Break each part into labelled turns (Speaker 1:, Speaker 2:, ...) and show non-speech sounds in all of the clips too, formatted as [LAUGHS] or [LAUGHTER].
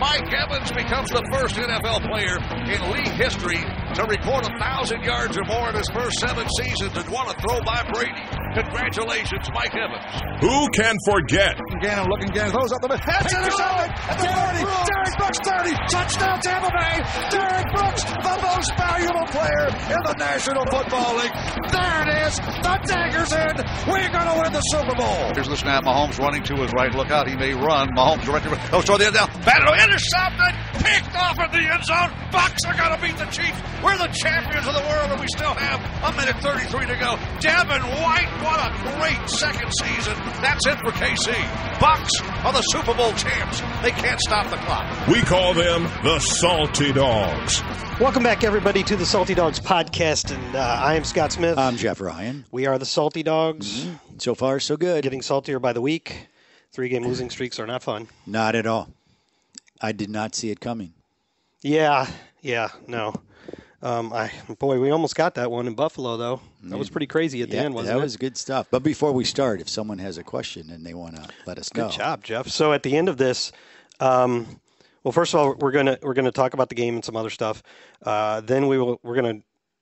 Speaker 1: Mike Evans becomes the first NFL player in league history to record a thousand yards or more in his first seven seasons and want to throw by Brady. Congratulations, Mike Evans.
Speaker 2: who can forget?
Speaker 1: Gannon looking, Gannon throws up the middle. That's intercepted at the 30. Derek Brooks 30. Touchdown Tampa Bay. Derek Brooks, the most valuable player in the National Football League. There it is. The dagger's in. We're going to win the Super Bowl. Here's the snap. Mahomes running to his right. Look out. He may run. Mahomes directly. Oh, throw the end down. Battle intercepted. Picked off in the end zone. Bucks are going to beat the Chiefs. We're the champions of the world, and we still have a minute 33 to go. Devin White, what a great second season. That's it for KC. Bucks are the Super Bowl champs. They can't stop the clock.
Speaker 2: We call them the Salty Dogs.
Speaker 3: Welcome back, everybody, to the Salty Dogs podcast, and uh, I am Scott Smith.
Speaker 4: I'm Jeff Ryan.
Speaker 3: we are the Salty Dogs,
Speaker 4: So far, so good.
Speaker 3: getting saltier by the week. Three-game losing streaks are not fun.
Speaker 4: Not at all. I did not see it coming.
Speaker 3: Yeah, yeah, no. Um, I boy, we almost got that one in Buffalo, though. That was pretty crazy at the
Speaker 4: Yeah,
Speaker 3: end, wasn't
Speaker 4: that
Speaker 3: it?
Speaker 4: was good stuff. But before we start, if someone has a question and they want to let us know,
Speaker 3: Good job, Jeff. So at the end of this, um, well, first of all, we're gonna we're gonna talk about the game and some other stuff. Uh, then we will we're gonna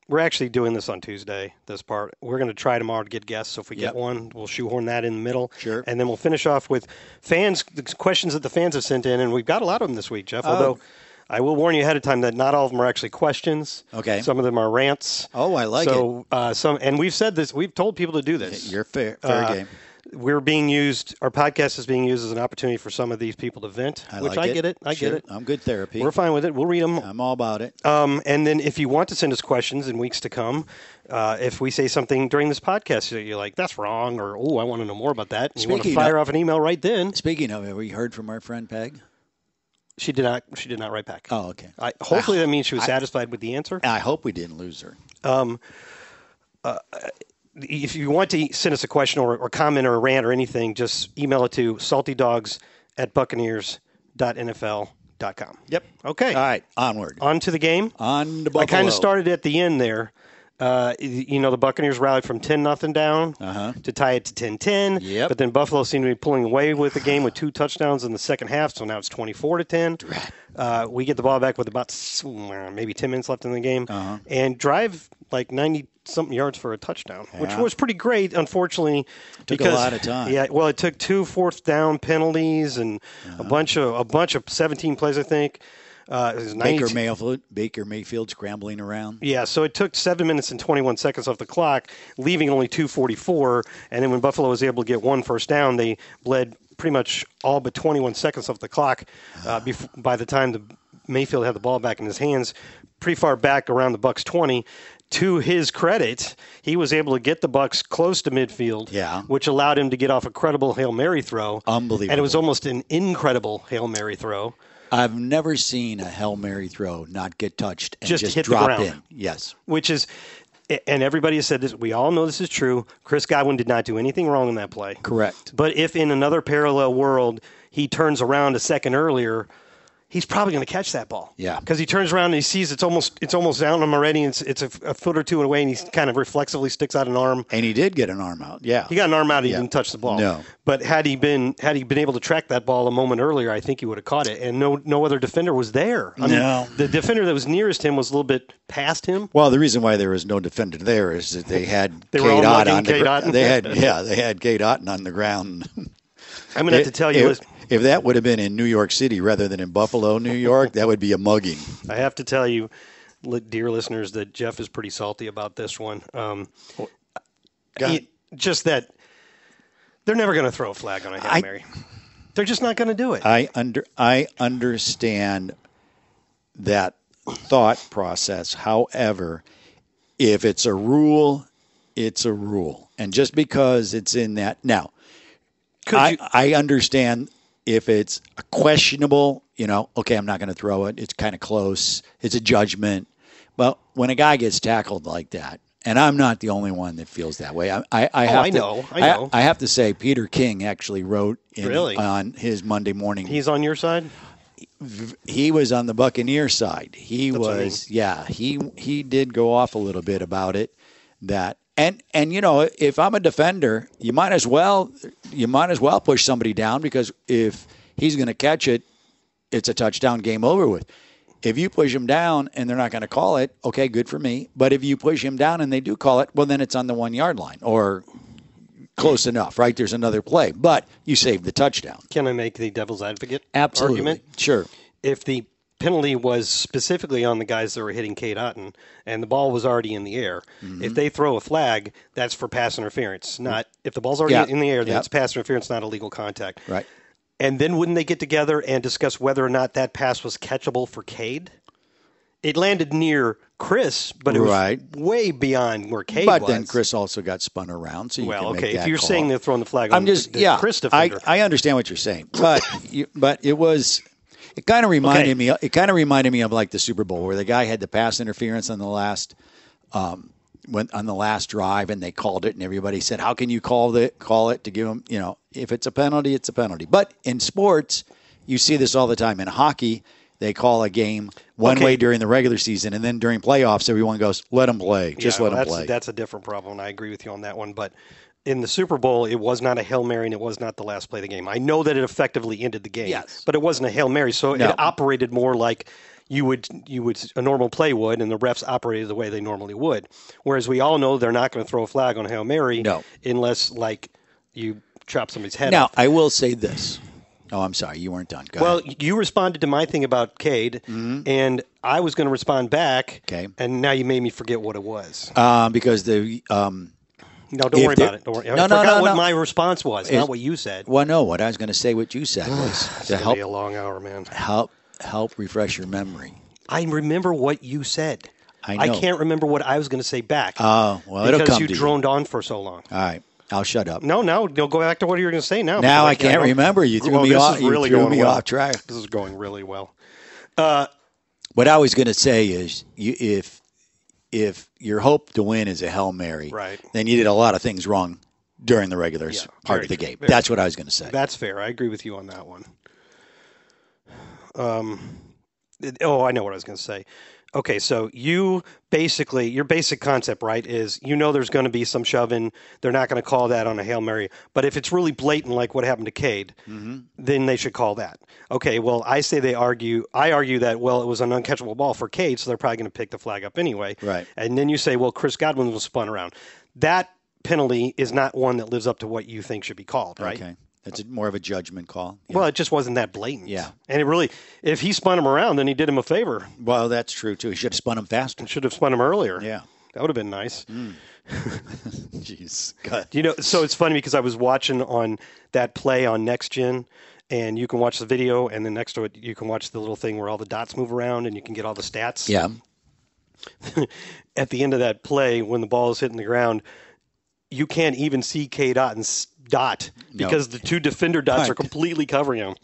Speaker 3: we're actually doing this on Tuesday. This part we're gonna try tomorrow to get guests. So if we
Speaker 4: Yep.
Speaker 3: get one, we'll shoehorn that in the middle.
Speaker 4: Sure.
Speaker 3: And then we'll finish off with fans the questions that the fans have sent in, and we've got a lot of them this week,
Speaker 4: Um,
Speaker 3: Jeff. Although. I will warn you ahead of time that not all of them are actually questions.
Speaker 4: Okay.
Speaker 3: Some of them are rants.
Speaker 4: Oh, I like
Speaker 3: so, Uh, some, and we've said this. We've told people to do this
Speaker 4: you're fair, fair
Speaker 3: uh,
Speaker 4: game.
Speaker 3: We're being used. Our podcast is being used as an opportunity for some of these people to vent,
Speaker 4: I
Speaker 3: which
Speaker 4: like
Speaker 3: I get it. I
Speaker 4: Sure.
Speaker 3: get it.
Speaker 4: I'm good therapy.
Speaker 3: We're fine with it. We'll read them.
Speaker 4: I'm all about it.
Speaker 3: Um, and then if you want to send us questions in weeks to come, uh, if we say something during this podcast that you're like, that's wrong, or, oh, I want to know more about that, and you want to
Speaker 4: Speaking
Speaker 3: fire
Speaker 4: of-
Speaker 3: off an email right then,
Speaker 4: Speaking of it, we heard from our friend Peg.
Speaker 3: she did not She did not write back.
Speaker 4: Oh, okay. I,
Speaker 3: I, hopefully that means she was satisfied with the answer.
Speaker 4: hope we didn't lose her.
Speaker 3: if you want to send us a question or, or comment or a rant or anything, just email it to saltydogs at buccaneers.nfl.com. Yep. Okay.
Speaker 4: All right, onward.
Speaker 3: On to the game.
Speaker 4: On to
Speaker 3: Uh, I kind
Speaker 4: Buffalo.
Speaker 3: of started at the end there. Uh, y- you know, the Buccaneers rallied from 10 nothing down
Speaker 4: Uh-huh.
Speaker 3: to tie it to 10 10.
Speaker 4: Yep.
Speaker 3: But then Buffalo seemed to be pulling away with the game with two touchdowns in the second half, so now it's 24 to 10. Uh, we get the ball back with about s- maybe 10 minutes left in the game
Speaker 4: Uh-huh.
Speaker 3: and drive like 90 something yards for a touchdown, which
Speaker 4: Yeah.
Speaker 3: was pretty great, unfortunately.
Speaker 4: Took a
Speaker 3: because,
Speaker 4: lot of time.
Speaker 3: Yeah, well, it took two fourth down penalties and
Speaker 4: Uh-huh.
Speaker 3: a bunch of a bunch of 17 plays, I think. Uh, it was
Speaker 4: Baker
Speaker 3: 92
Speaker 4: Mayfield, Baker Mayfield scrambling around.
Speaker 3: yeah, so it took seven minutes and 21 seconds off the clock, leaving only 244. And then when Buffalo was able to get one first down, they bled pretty much all but 21 seconds off the clock uh,
Speaker 4: Ah.
Speaker 3: bef- by the time the Mayfield had the ball back in his hands, pretty far back around the Bucks 20. To his credit, he was able to get the Bucks close to midfield,
Speaker 4: Yeah.
Speaker 3: which allowed him to get off a credible Hail Mary throw. And it was
Speaker 4: Unbelievable.
Speaker 3: almost an incredible Hail Mary throw.
Speaker 4: I've never seen a Hail Mary throw not get touched and
Speaker 3: Just
Speaker 4: just
Speaker 3: hit the
Speaker 4: drop
Speaker 3: ground.
Speaker 4: in. Yes.
Speaker 3: which is and everybody has said this we all know this is true chris godwin did not do anything wrong in that play
Speaker 4: Correct.
Speaker 3: but if in another parallel world he turns around a second earlier he's probably going to catch that ball
Speaker 4: Yeah.
Speaker 3: because he turns around and he sees it's almost it's almost down on him already and it's, it's a, a foot or two away and he kind of reflexively sticks out an arm
Speaker 4: And he did get an arm out. Yeah.
Speaker 3: he got an arm out. He didn't touch the ball.
Speaker 4: No.
Speaker 3: But had he been had he been able to track that ball a moment earlier, I think he would have caught it. And no no other defender was there. I
Speaker 4: No.
Speaker 3: The defender that was nearest him was a little bit past him.
Speaker 4: Well, the reason why there was no defender there is that they had
Speaker 3: [LAUGHS] They were
Speaker 4: Kate
Speaker 3: all
Speaker 4: Ott
Speaker 3: mugging
Speaker 4: on the
Speaker 3: Kate
Speaker 4: gr-
Speaker 3: Otten.
Speaker 4: They had yeah, they had Kate Otten on
Speaker 3: [LAUGHS]
Speaker 4: the ground.
Speaker 3: I'm gonna have to tell you.
Speaker 4: if,
Speaker 3: listen-
Speaker 4: if that would have been in New York City rather than in Buffalo, New York, that would be a mugging.
Speaker 3: I have to tell you, li- dear listeners, that Jeff is pretty salty about this one. Um, he- just that they're never going to throw a flag on a Hail
Speaker 4: I-
Speaker 3: Mary. They're just not going to do it.
Speaker 4: I under I understand that thought process. However, if it's a rule, it's a rule, and just because it's in that now,
Speaker 3: Could
Speaker 4: I
Speaker 3: you-
Speaker 4: I understand if it's a questionable. You know, okay, I'm not going to throw it. It's kind of close. It's a judgment. But when a guy gets tackled like that, and I'm not the only one that feels that way. I, I, I have
Speaker 3: Oh, I
Speaker 4: to,
Speaker 3: know, I know.
Speaker 4: I, have to say, Peter King actually wrote in,
Speaker 3: Really?
Speaker 4: on his Monday morning.
Speaker 3: He's on your side.
Speaker 4: he was on the Buccaneer side. He
Speaker 3: what I mean.
Speaker 4: was, yeah. He he did go off a little bit about it. That and and you know, if I'm a defender, you might as well you might as well push somebody down because if he's going to catch it, it's a touchdown. Game over with. If you push him down and they're not going to call it, okay, good for me. But if you push him down and they do call it, well, then it's on the one yard line or close enough, right? There's another play, but you save the touchdown.
Speaker 3: Can I make the devil's advocate
Speaker 4: Absolutely,
Speaker 3: argument?
Speaker 4: sure.
Speaker 3: if the penalty was specifically on the guys that were hitting Kate Otten and the ball was already in the air,
Speaker 4: Mm-hmm.
Speaker 3: if they throw a flag, that's for pass interference. Not if the ball's already
Speaker 4: Yeah.
Speaker 3: in the air, then
Speaker 4: Yeah.
Speaker 3: it's pass interference, not illegal contact.
Speaker 4: Right.
Speaker 3: And then wouldn't they get together and discuss whether or not that pass was catchable for Cade? It landed near Chris, but it was
Speaker 4: Right.
Speaker 3: way beyond where Cade
Speaker 4: But
Speaker 3: was.
Speaker 4: then Chris also got spun around, so you
Speaker 3: Well,
Speaker 4: can make
Speaker 3: okay. If
Speaker 4: that
Speaker 3: you're
Speaker 4: call.
Speaker 3: saying they're throwing the flag,
Speaker 4: I'm
Speaker 3: on
Speaker 4: just
Speaker 3: the
Speaker 4: yeah,
Speaker 3: Chris
Speaker 4: I,
Speaker 3: defender.
Speaker 4: I understand what you're saying, but you, but it was it kind of reminded
Speaker 3: Okay.
Speaker 4: me it kind of reminded me of like the Super Bowl where the guy had the pass interference on the last um when on the last drive and they called it and everybody said how can you call it call it to give them you know if it's a penalty it's a penalty but in sports you see this all the time in hockey they call a game one
Speaker 3: Okay.
Speaker 4: way during the regular season and then during playoffs everyone goes let them play just
Speaker 3: Yeah,
Speaker 4: let
Speaker 3: well,
Speaker 4: them
Speaker 3: that's,
Speaker 4: play
Speaker 3: That's a different problem, and I agree with you on that one. But in the Super Bowl, it was not a Hail Mary and it was not the last play of the game. I know that it effectively ended the game,
Speaker 4: Yes.
Speaker 3: but it wasn't a Hail Mary, so
Speaker 4: No.
Speaker 3: it operated more like you would you would a normal play would and the refs operated the way they normally would. Whereas we all know they're not going to throw a flag on a Hail Mary
Speaker 4: No.
Speaker 3: unless like you chop somebody's head
Speaker 4: Now,
Speaker 3: off.
Speaker 4: I will say this. Oh, I'm sorry, you weren't done. Go
Speaker 3: Well,
Speaker 4: ahead.
Speaker 3: you responded to my thing about Cade, and I was going to respond back.
Speaker 4: Mm-hmm. Okay.
Speaker 3: And now you made me forget what it was.
Speaker 4: Uh, because the um,
Speaker 3: No, don't
Speaker 4: If
Speaker 3: worry
Speaker 4: there-
Speaker 3: about it. Don't worry. I
Speaker 4: No, no,
Speaker 3: forgot
Speaker 4: no,
Speaker 3: what
Speaker 4: no.
Speaker 3: my response was,
Speaker 4: It's-
Speaker 3: not what you said.
Speaker 4: well, no, what I was going to say, what you said was to
Speaker 3: It'll
Speaker 4: help
Speaker 3: Ah, be a long hour, man.
Speaker 4: help help refresh your memory.
Speaker 3: I remember what you said.
Speaker 4: I know.
Speaker 3: can't remember what I was going to say back.
Speaker 4: Oh, well, it'll
Speaker 3: because
Speaker 4: come
Speaker 3: you
Speaker 4: to you.
Speaker 3: droned on for so long.
Speaker 4: All right, I'll shut up.
Speaker 3: No, no, no. Go back to what you were going to say now.
Speaker 4: Now
Speaker 3: because
Speaker 4: I can't remember. You threw
Speaker 3: Well,
Speaker 4: me
Speaker 3: this
Speaker 4: off-
Speaker 3: Is
Speaker 4: you
Speaker 3: really
Speaker 4: threw
Speaker 3: going
Speaker 4: me
Speaker 3: well.
Speaker 4: off track.
Speaker 3: This is going really well.
Speaker 4: What I was going to say is, you, if if your hope to win is a hail mary,
Speaker 3: Right.
Speaker 4: then you did a lot of things wrong during the regular s-
Speaker 3: Yeah,
Speaker 4: part
Speaker 3: very
Speaker 4: of the
Speaker 3: true,
Speaker 4: game.
Speaker 3: very
Speaker 4: That's what I was going to say.
Speaker 3: That's fair. I agree with you on that one. Um, it- oh, I know what I was going to say. Okay, so you basically your basic concept, right, is you know there's going to be some shoving. They're not going to call that on a hail mary, but if it's really blatant, like what happened to Cade,
Speaker 4: Mm-hmm.
Speaker 3: then they should call that. Okay, well I say they argue. I argue that well it was an uncatchable ball for Cade, so they're probably going to pick the flag up anyway.
Speaker 4: Right.
Speaker 3: And then you say, well Chris Godwin was spun around. That penalty is not one that lives up to what you think should be called, right?
Speaker 4: Okay, that's a, more of a judgment call. Yeah.
Speaker 3: Well, it just wasn't that blatant.
Speaker 4: Yeah.
Speaker 3: And it really, if he spun him around, then he did him a favor.
Speaker 4: well, that's true too. He should have spun him faster.
Speaker 3: Should have spun him earlier.
Speaker 4: Yeah. Mm-hmm.
Speaker 3: That would have been nice.
Speaker 4: Jeez. God.
Speaker 3: You know, so it's funny because I was watching on that play on Next Gen, and you can watch the video, and then next to it, you can watch the little thing where all the dots move around and you can get all the stats.
Speaker 4: Yeah.
Speaker 3: At the end of that play, when the ball is hitting the ground, you can't even see K dot and s- dot
Speaker 4: No.
Speaker 3: because the two defender dots are
Speaker 4: Right.
Speaker 3: completely covering him.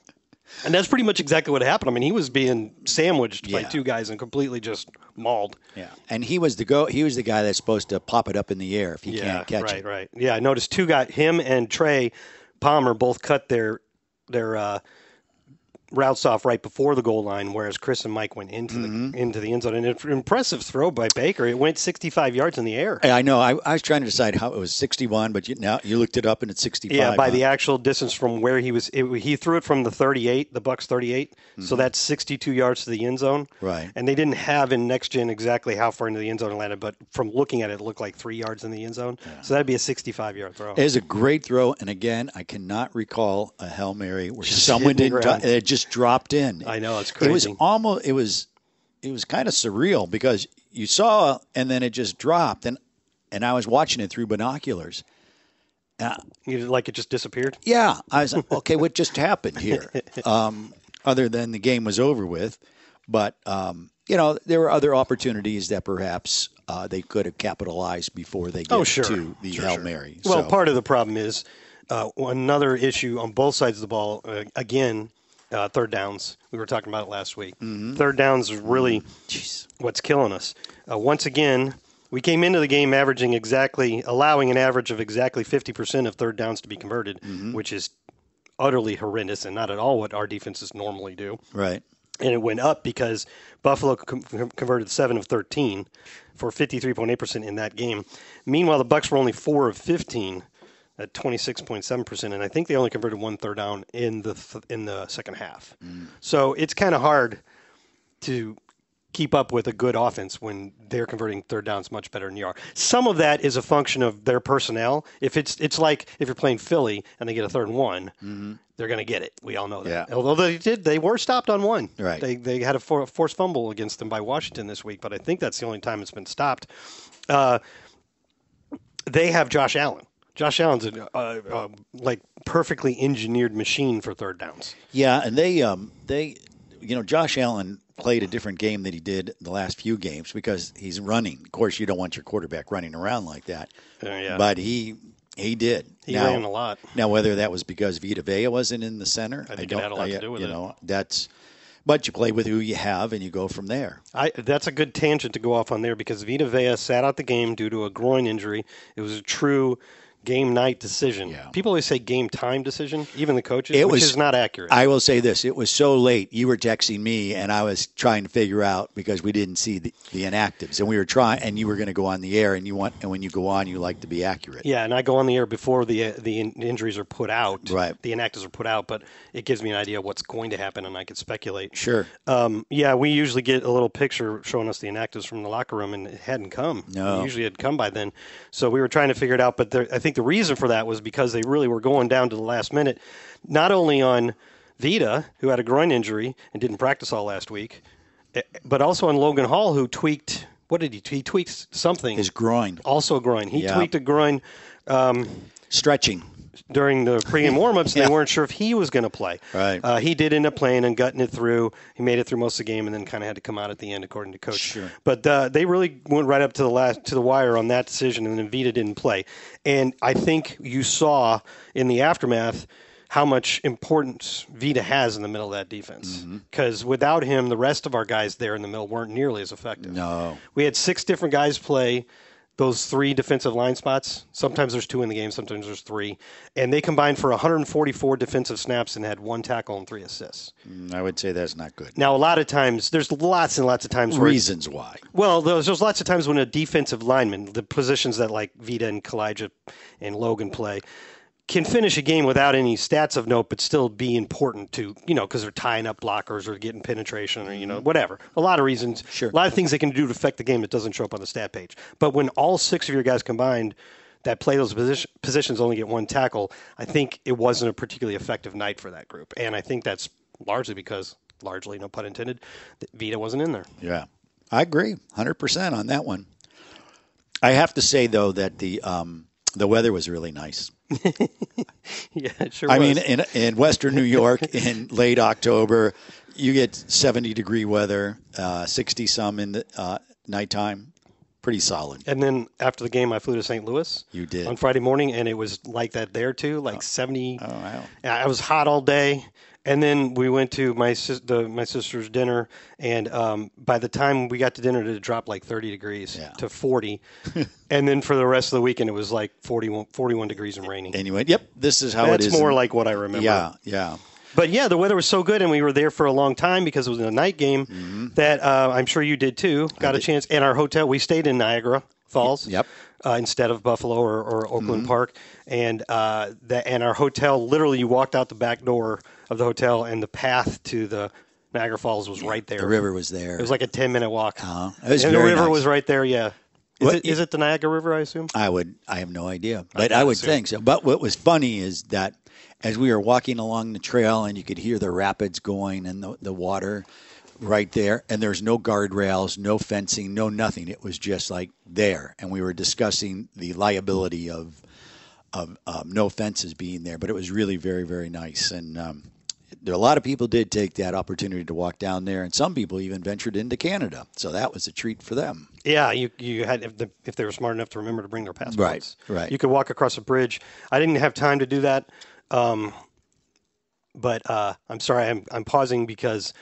Speaker 3: And that's pretty much exactly what happened. I mean, he was being sandwiched by
Speaker 4: Yeah.
Speaker 3: two guys and completely just mauled.
Speaker 4: Yeah. And he was the go he was the guy that's supposed to pop it up in the air if he
Speaker 3: Yeah,
Speaker 4: can't catch
Speaker 3: right,
Speaker 4: it.
Speaker 3: right. Yeah, I noticed two got him and Trey Palmer both cut their their uh, routes off right before the goal line, whereas Chris and Mike went into
Speaker 4: Mm-hmm.
Speaker 3: the into the end zone. And an impressive throw by Baker. It went 65 yards in the air.
Speaker 4: Hey, I know. I, I was trying to decide how it was 61, but you, now you looked it up and it's 65.
Speaker 3: Yeah, by
Speaker 4: huh?
Speaker 3: the actual distance from where he was, it, he threw it from the 38, the Bucks 38. So that's 62 yards to the end zone.
Speaker 4: Mm-hmm. Right.
Speaker 3: And they didn't have in next gen exactly how far into the end zone it landed, but from looking at it, it looked like three yards in the end zone. So that'd be a 65 yard throw.
Speaker 4: It was a great throw, and again, I cannot recall a hail mary where someone
Speaker 3: hitting the
Speaker 4: didn't. tou-
Speaker 3: ground.
Speaker 4: It just dropped in.
Speaker 3: I know, it's
Speaker 4: It was
Speaker 3: crazy.
Speaker 4: almost. It was. It was kind of surreal because you saw, and then it just dropped, and and I was watching it through binoculars. And I-
Speaker 3: You- like it just disappeared.
Speaker 4: Yeah, I was like, okay. What just happened here? Um, other than the game was over with, but um, you know there were other opportunities that perhaps uh, they could have capitalized before they get
Speaker 3: Oh, sure.
Speaker 4: to the hail mary.
Speaker 3: Well,
Speaker 4: So-
Speaker 3: part of the problem is uh, another issue on both sides of the ball. Uh, again, uh, third downs. We were talking about it last week. Third downs is really what's killing us. Uh, once again, we came into the game averaging exactly, allowing an average of exactly 50% of third downs to be converted, which is utterly horrendous and not at all what our defenses normally do
Speaker 4: Right.
Speaker 3: and it went up because Buffalo com- converted seven of thirteen for fifty three point eight percent in that game. Meanwhile, the Bucks were only four of fifteen at twenty six point seven percent, and I think they only converted one third down in the th- in the second half. So it's kind of hard to keep up with a good offense when they're converting third downs much better than you are. Some of that is a function of their personnel. If it's it's like if you're playing Philly and they get a third and one, they're going to get it. We all know that.
Speaker 4: Yeah.
Speaker 3: Although they did, they were stopped on one.
Speaker 4: Right.
Speaker 3: They they had a for, forced fumble against them by Washington this week, but I think that's the only time it's been stopped. Uh, they have Josh Allen. Josh Allen's a, uh uh like perfectly engineered machine for third downs.
Speaker 4: Yeah, and they um they you know Josh Allen played a different game that he did the last few games because he's running. Of course, you don't want your quarterback running around like that.
Speaker 3: Uh, yeah.
Speaker 4: But he he did.
Speaker 3: He ran a lot.
Speaker 4: Now whether that was because Vita Vea wasn't in the center, I
Speaker 3: think it had a lot to do with
Speaker 4: you
Speaker 3: it.
Speaker 4: know, that's but you play with who you have and you go from there.
Speaker 3: I, that's a good tangent to go off on there because Vita Vea sat out the game due to a groin injury. It was a true game night decision.
Speaker 4: Yeah.
Speaker 3: People always say game time decision, even the coaches,
Speaker 4: It
Speaker 3: which
Speaker 4: was-
Speaker 3: is not accurate.
Speaker 4: I will say this: it was so late. You were texting me, and I was trying to figure out because we didn't see the, the inactives, and we were trying, and you were going to go on the air, and you want, and when you go on, you like to be accurate.
Speaker 3: yeah, and I go on the air before the uh, the in- injuries are put out.
Speaker 4: Right.
Speaker 3: The inactives are put out, but it gives me an idea of what's going to happen, and I could speculate.
Speaker 4: Sure.
Speaker 3: Um, yeah, we usually get a little picture showing us the inactives from the locker room, and it hadn't come.
Speaker 4: No.
Speaker 3: It usually had come by then. So we were trying to figure it out. But there, I think the reason for that was because they really were going down to the last minute, not only on Vita, who had a groin injury and didn't practice all last week, eh, but also on Logan Hall, who tweaked. What did he? He tweaked something.
Speaker 4: His groin
Speaker 3: also a groin. He
Speaker 4: Yeah.
Speaker 3: tweaked a groin
Speaker 4: stretching.
Speaker 3: during the pregame warmups, and
Speaker 4: [LAUGHS] Yeah.
Speaker 3: they weren't sure if he was going to play.
Speaker 4: Right.
Speaker 3: Uh, he did end up playing and gutting it through. He made it through most of the game, and then kind of had to come out at the end, according to coach.
Speaker 4: Sure.
Speaker 3: But uh, they really went right up to the last to the wire on that decision, and then Vita didn't play. And I think you saw in the aftermath how much importance Vita has in the middle of that defense.
Speaker 4: Mm-hmm.
Speaker 3: Because without him, the rest of our guys there in the middle weren't nearly as effective.
Speaker 4: No.
Speaker 3: We had six different guys play those three defensive line spots. Sometimes there's two in the game, sometimes there's three. And they combined for 144 defensive snaps and had one tackle and three assists.
Speaker 4: Mm, I would say that's not good.
Speaker 3: Now, a lot of times, there's lots and lots of times where.
Speaker 4: Reasons why.
Speaker 3: Well, there's, there's lots of times when a defensive lineman, the positions that like Vita and Kalijah and Logan play, can finish a game without any stats of note, but still be important to, you know, because they're tying up blockers or getting penetration or, you know, whatever. A lot of reasons.
Speaker 4: Sure.
Speaker 3: A lot of things they can do to affect the game that doesn't show up on the stat page. But when all six of your guys combined that play those position, positions only get one tackle, I think it wasn't a particularly effective night for that group. And I think that's largely because, largely, no pun intended, that Vita wasn't in there.
Speaker 4: Yeah, I agree, hundred percent on that one. I have to say though that the um, the weather was really nice.
Speaker 3: [LAUGHS] yeah, it sure
Speaker 4: I
Speaker 3: was.
Speaker 4: mean, in, in Western
Speaker 3: [LAUGHS]
Speaker 4: New York in late October, you get 70 degree weather, uh, 60 some in the uh, nighttime. Pretty solid.
Speaker 3: And then after the game, I flew to St. Louis.
Speaker 4: You did.
Speaker 3: on Friday morning, and it was like that there too, like seventy.
Speaker 4: Oh, wow.
Speaker 3: And I was hot all day, and then we went to my sis- the, my sister's dinner, and um, by the time we got to dinner, it dropped like thirty degrees
Speaker 4: Yeah.
Speaker 3: to
Speaker 4: [LAUGHS]
Speaker 3: forty, and then for the rest of the weekend, it was like 41, 41 degrees and raining.
Speaker 4: And you went, yep, this is how it
Speaker 3: That's
Speaker 4: is.
Speaker 3: more
Speaker 4: in-
Speaker 3: like what I remember.
Speaker 4: Yeah, yeah.
Speaker 3: But yeah, the weather was so good, and we were there for a long time because it was a night game.
Speaker 4: Mm-hmm.
Speaker 3: That uh, I'm sure you did too. Got a chance, and our hotel we stayed in Niagara Falls.
Speaker 4: Yep. Mm-hmm.
Speaker 3: Uh, instead of Buffalo or, or Oakland Park, and uh, that and our hotel literally you walked out the back door of the hotel, and the path to the Niagara Falls was right there.
Speaker 4: The river was there.
Speaker 3: It was like a ten minute walk.
Speaker 4: Uh-huh. It was
Speaker 3: and the
Speaker 4: very
Speaker 3: river
Speaker 4: nice.
Speaker 3: was right there. Yeah. Is
Speaker 4: What-
Speaker 3: it, is it the Niagara River? I assume.
Speaker 4: I would. I have no idea, but I, would think so. But what was funny is that as we were walking along the trail, and you could hear the rapids going and the, the water right there, and there's no guardrails, no fencing, no nothing. It was just like there, and we were discussing the liability of of um, no fences being there. But it was really very very nice, and um, there, a lot of people did take that opportunity to walk down there, and some people even ventured into Canada. So that was a treat for them.
Speaker 3: Yeah, you you had if, the, if they were smart enough to remember to bring their passports.
Speaker 4: right.
Speaker 3: You could walk across a bridge. I didn't have time to do that, um, but uh, I'm sorry, I'm I'm pausing because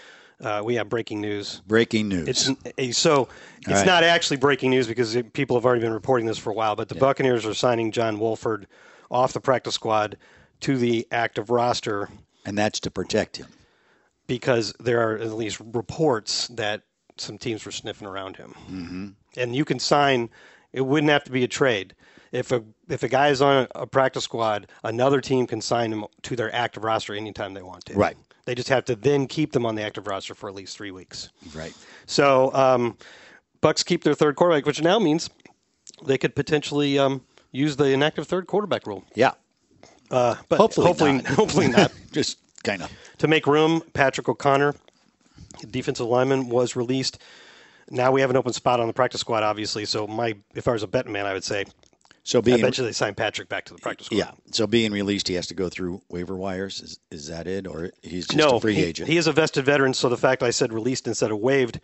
Speaker 3: uh, we have breaking news.
Speaker 4: Breaking news.
Speaker 3: It's eh, so it's
Speaker 4: right.
Speaker 3: not actually breaking news because it, people have already been reporting this for a while. But the Buccaneers are signing John Wolford off the practice squad to the active roster
Speaker 4: and that's to protect him.
Speaker 3: because there are at least reports that some teams were sniffing around him. Mm-hmm. And you can sign; it wouldn't have to be a trade. If a if a guy is on a practice squad, another team can sign him to their active roster anytime they want to.
Speaker 4: Right.
Speaker 3: They just have to then keep them on the active roster for at least three weeks.
Speaker 4: Right.
Speaker 3: So um, Bucks keep their third quarterback, which now means they could potentially um, use the inactive third quarterback rule.
Speaker 4: Yeah.
Speaker 3: Uh, but
Speaker 4: Hopefully
Speaker 3: hopefully, [LAUGHS]
Speaker 4: not.
Speaker 3: hopefully not.
Speaker 4: Just kind of.
Speaker 3: to make room, Patrick O'Connor, defensive lineman, was released. Now we have an open spot on the practice squad, obviously. So my, if I was a betting man, I would say
Speaker 4: So being
Speaker 3: eventually they sign Patrick back to the practice squad.
Speaker 4: yeah. So being released, he has to go through waiver wires. Is, is that it, or he's just
Speaker 3: no,
Speaker 4: a free
Speaker 3: he,
Speaker 4: agent?
Speaker 3: he is a vested veteran. So the fact I said released instead of waived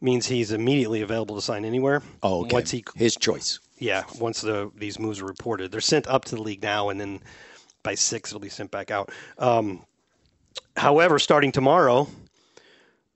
Speaker 3: means he's immediately available to sign anywhere.
Speaker 4: oh, okay.
Speaker 3: Once he
Speaker 4: His choice.
Speaker 3: yeah, once the these moves are reported, they're sent up to the league now, and then by six it'll be sent back out. Um, however, starting tomorrow,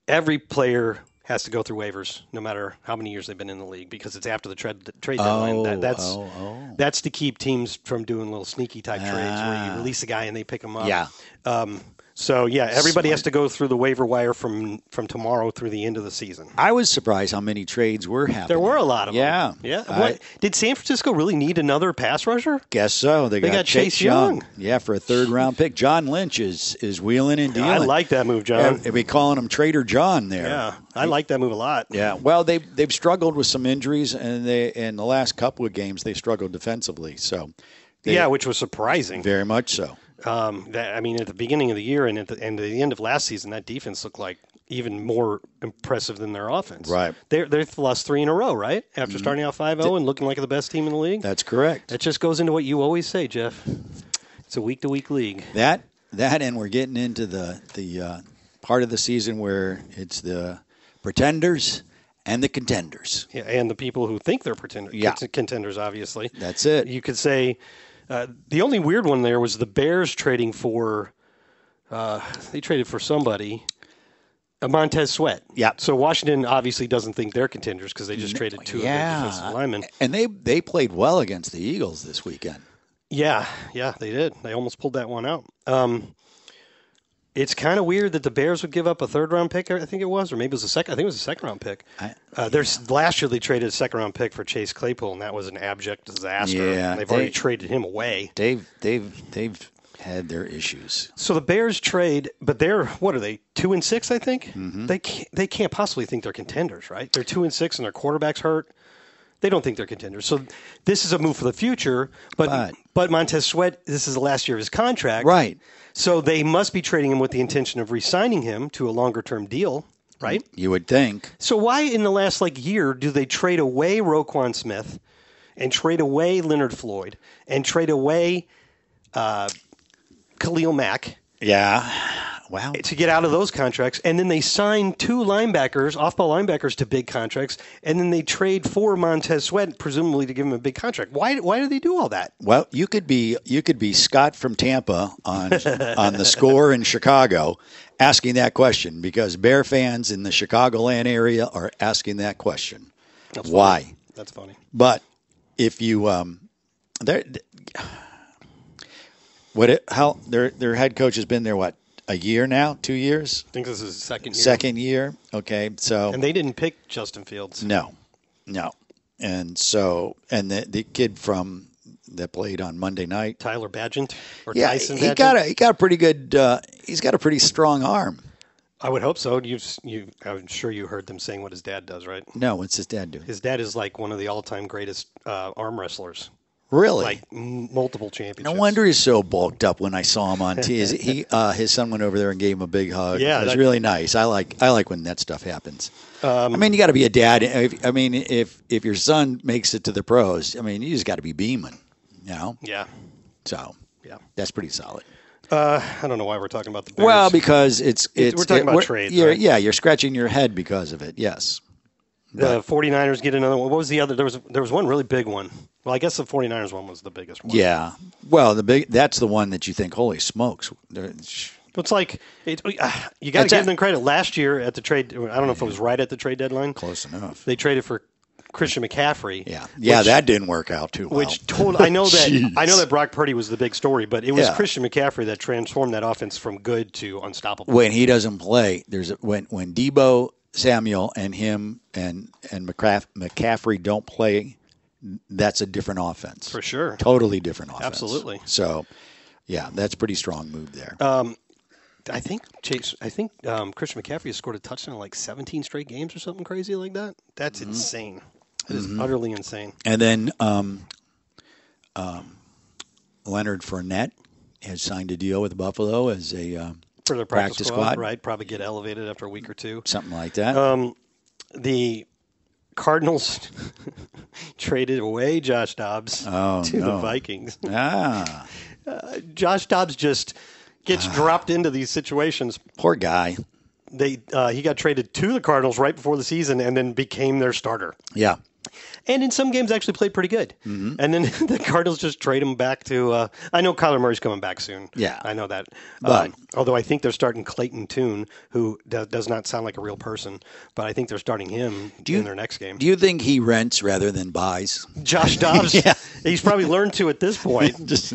Speaker 3: every player has to go through waivers, no matter how many years they've been in the league, because it's after the trade trade deadline.
Speaker 4: Oh,
Speaker 3: That, that's
Speaker 4: oh, oh.
Speaker 3: that's to keep teams from doing little sneaky type trades where
Speaker 4: Ah.
Speaker 3: you release a guy and they pick him up.
Speaker 4: Yeah.
Speaker 3: Um, so yeah, everybody has to go through the waiver wire from from tomorrow through the end of the season.
Speaker 4: I was surprised how many trades were happening.
Speaker 3: There were a lot of
Speaker 4: yeah,
Speaker 3: them. Yeah.
Speaker 4: I
Speaker 3: What, did San Francisco really need another pass rusher?
Speaker 4: guess so. They,
Speaker 3: got Chase Young.
Speaker 4: Yeah, for a third round pick. John Lynch is is wheeling and dealing.
Speaker 3: I like that move, John.
Speaker 4: And we calling him Trader John there.
Speaker 3: yeah, I like that move a lot.
Speaker 4: Yeah. Well, they they've struggled with some injuries, and they in the last couple of games they struggled defensively. So, they-
Speaker 3: yeah, which was surprising.
Speaker 4: very much so.
Speaker 3: Um, that, I mean, at the beginning of the year and at the, and at the end of last season, that defense looked like even more impressive than their offense.
Speaker 4: Right. Mm-hmm.
Speaker 3: They're, they've lost three in a row, right? After starting out 5 0 and looking like the best team in the league.
Speaker 4: That's correct.
Speaker 3: That just goes into what you always say, Jeff. It's a week to week league.
Speaker 4: That that, and we're getting into the the uh, part of the season where it's the pretenders and the contenders.
Speaker 3: Yeah, and the people who think they're pretenders,
Speaker 4: Yeah.
Speaker 3: contenders, obviously.
Speaker 4: That's it.
Speaker 3: You could say uh, the only weird one there was the Bears trading for. Uh, they traded for somebody, a Montez Sweat.
Speaker 4: Yeah.
Speaker 3: So Washington obviously doesn't think they're contenders because they just traded two of
Speaker 4: yeah.
Speaker 3: their defensive linemen.
Speaker 4: And they they played well against the Eagles this weekend.
Speaker 3: Yeah, yeah, they did. They almost pulled that one out. Um, it's kind of weird that the Bears would give up a third round pick, I think it was, or maybe it was a second. I think it was a second round pick.
Speaker 4: I-
Speaker 3: uh, there's last year they traded a second round pick for Chase Claypool, and that was an abject disaster.
Speaker 4: Yeah,
Speaker 3: they've
Speaker 4: they-
Speaker 3: already traded him away.
Speaker 4: They've they've they've had their issues.
Speaker 3: So the Bears trade, but they're what are they two and six? I think
Speaker 4: Mm-hmm.
Speaker 3: they can't, they can't possibly think they're contenders, right? They're two and six, and their quarterback's hurt. They don't think they're contenders. So this is a move for the future. But
Speaker 4: But-
Speaker 3: but, Montez Sweat, this is the last year of his contract,
Speaker 4: Right.
Speaker 3: So they must be trading him with the intention of re-signing him to a longer-term deal, right?
Speaker 4: You would think.
Speaker 3: So why in the last like year do they trade away Roquan Smith and trade away Leonard Floyd and trade away uh, Khalil Mack?
Speaker 4: Yeah. Wow.
Speaker 3: to get out of those contracts, and then they sign two linebackers, off-ball linebackers, to big contracts, and then they trade for Montez Sweat, presumably to give him a big contract. Why? Why do they do all that?
Speaker 4: Well, you could be you could be Scott from Tampa [LAUGHS] on on the score in Chicago asking that question because Bear fans in the Chicagoland area are asking that question. Why?
Speaker 3: That's funny.
Speaker 4: But if you um there what it, how their their head coach has been there what a year now, 2 years,
Speaker 3: I think this is second year.
Speaker 4: second year, okay? So
Speaker 3: and they didn't pick Justin Fields.
Speaker 4: no, no. And so, and the, the kid from that played on Monday night.
Speaker 3: Tyler Badgent or
Speaker 4: Yeah,
Speaker 3: Tyson.
Speaker 4: he
Speaker 3: Badgett?
Speaker 4: got a he got a pretty good. Uh, he's got a pretty strong arm.
Speaker 3: I would hope so. You, you, I'm sure you heard them saying what his dad does, right?
Speaker 4: No, what's his dad doing?
Speaker 3: His dad is like one of the all-time greatest uh, arm wrestlers,
Speaker 4: Really?
Speaker 3: like m- multiple championships.
Speaker 4: no wonder he's so bulked up. When I saw
Speaker 3: [LAUGHS]
Speaker 4: him on T, is he uh, his son went over there and gave him a big hug.
Speaker 3: Yeah,
Speaker 4: it was
Speaker 3: that- Um,
Speaker 4: really nice. I like I like when that stuff happens. I mean, you got to be a dad. If, I mean, if if your son makes it to the pros, I mean, you just got to be beaming. You know,
Speaker 3: Yeah,
Speaker 4: so
Speaker 3: yeah.
Speaker 4: that's pretty solid.
Speaker 3: I don't know why we're talking about the Bears.
Speaker 4: Well, because it's it's
Speaker 3: we're talking about
Speaker 4: we're-
Speaker 3: trades,
Speaker 4: You're,
Speaker 3: right?
Speaker 4: Yeah, you're scratching your head because of it. Yes,
Speaker 3: The 49ers get another one. What was the other? There was there was one really big one. Well, I guess the 49ers one was the biggest one.
Speaker 4: yeah. Well, the big that's the one that you think, holy smokes, there- sh-
Speaker 3: It's like it, uh, you got to
Speaker 4: It's
Speaker 3: give
Speaker 4: a-
Speaker 3: them credit. Last year at the trade, I don't know if it was right at the trade deadline.
Speaker 4: Close enough.
Speaker 3: They traded for Christian McCaffrey.
Speaker 4: Yeah, yeah,
Speaker 3: which-
Speaker 4: that didn't work out too well.
Speaker 3: Which told I [LAUGHS] know that
Speaker 4: Jeez.
Speaker 3: I know that Brock Purdy was the big story, but it was
Speaker 4: Yeah.
Speaker 3: Christian McCaffrey that transformed that offense from good to unstoppable.
Speaker 4: when he doesn't play, there's a- when when Debo Samuel and him and and McCaff, McCaffrey don't play, that's a different offense
Speaker 3: For sure.
Speaker 4: Totally different offense.
Speaker 3: Absolutely. Uh,
Speaker 4: So, yeah, that's pretty strong move there.
Speaker 3: I think Chase. I think um, Christian McCaffrey has scored a touchdown in like 17 straight games or something crazy like that. That's insane. It is utterly insane.
Speaker 4: and then um, um, Leonard Fournette has signed a deal with Buffalo as a um,
Speaker 3: For their practice,
Speaker 4: Practice
Speaker 3: squad,
Speaker 4: squad.
Speaker 3: right? Probably get elevated after a week or two.
Speaker 4: something like that.
Speaker 3: Um, The Cardinals [LAUGHS] traded away Josh Dobbs
Speaker 4: Oh,
Speaker 3: [LAUGHS] to the
Speaker 4: no.
Speaker 3: Vikings.
Speaker 4: ah,
Speaker 3: Josh Dobbs just [SIGHS] gets dropped into these situations.
Speaker 4: poor guy.
Speaker 3: They uh, he got traded to the Cardinals right before the season and then became their starter.
Speaker 4: Yeah.
Speaker 3: and in some games actually played pretty good.
Speaker 4: Mm-hmm.
Speaker 3: And then [LAUGHS] the Cardinals just trade him back to. Uh, I know Kyler Murray's coming back soon.
Speaker 4: Yeah.
Speaker 3: I know that.
Speaker 4: But-
Speaker 3: Um, although I think they're starting Clayton Toon, who do- does not sound like a real person, but I think they're starting him in their next game.
Speaker 4: Do you think he rents rather than buys?
Speaker 3: Josh [LAUGHS] Dobbs,
Speaker 4: [LAUGHS] Yeah.
Speaker 3: he's probably learned to at this
Speaker 4: [LAUGHS]
Speaker 3: point.
Speaker 4: just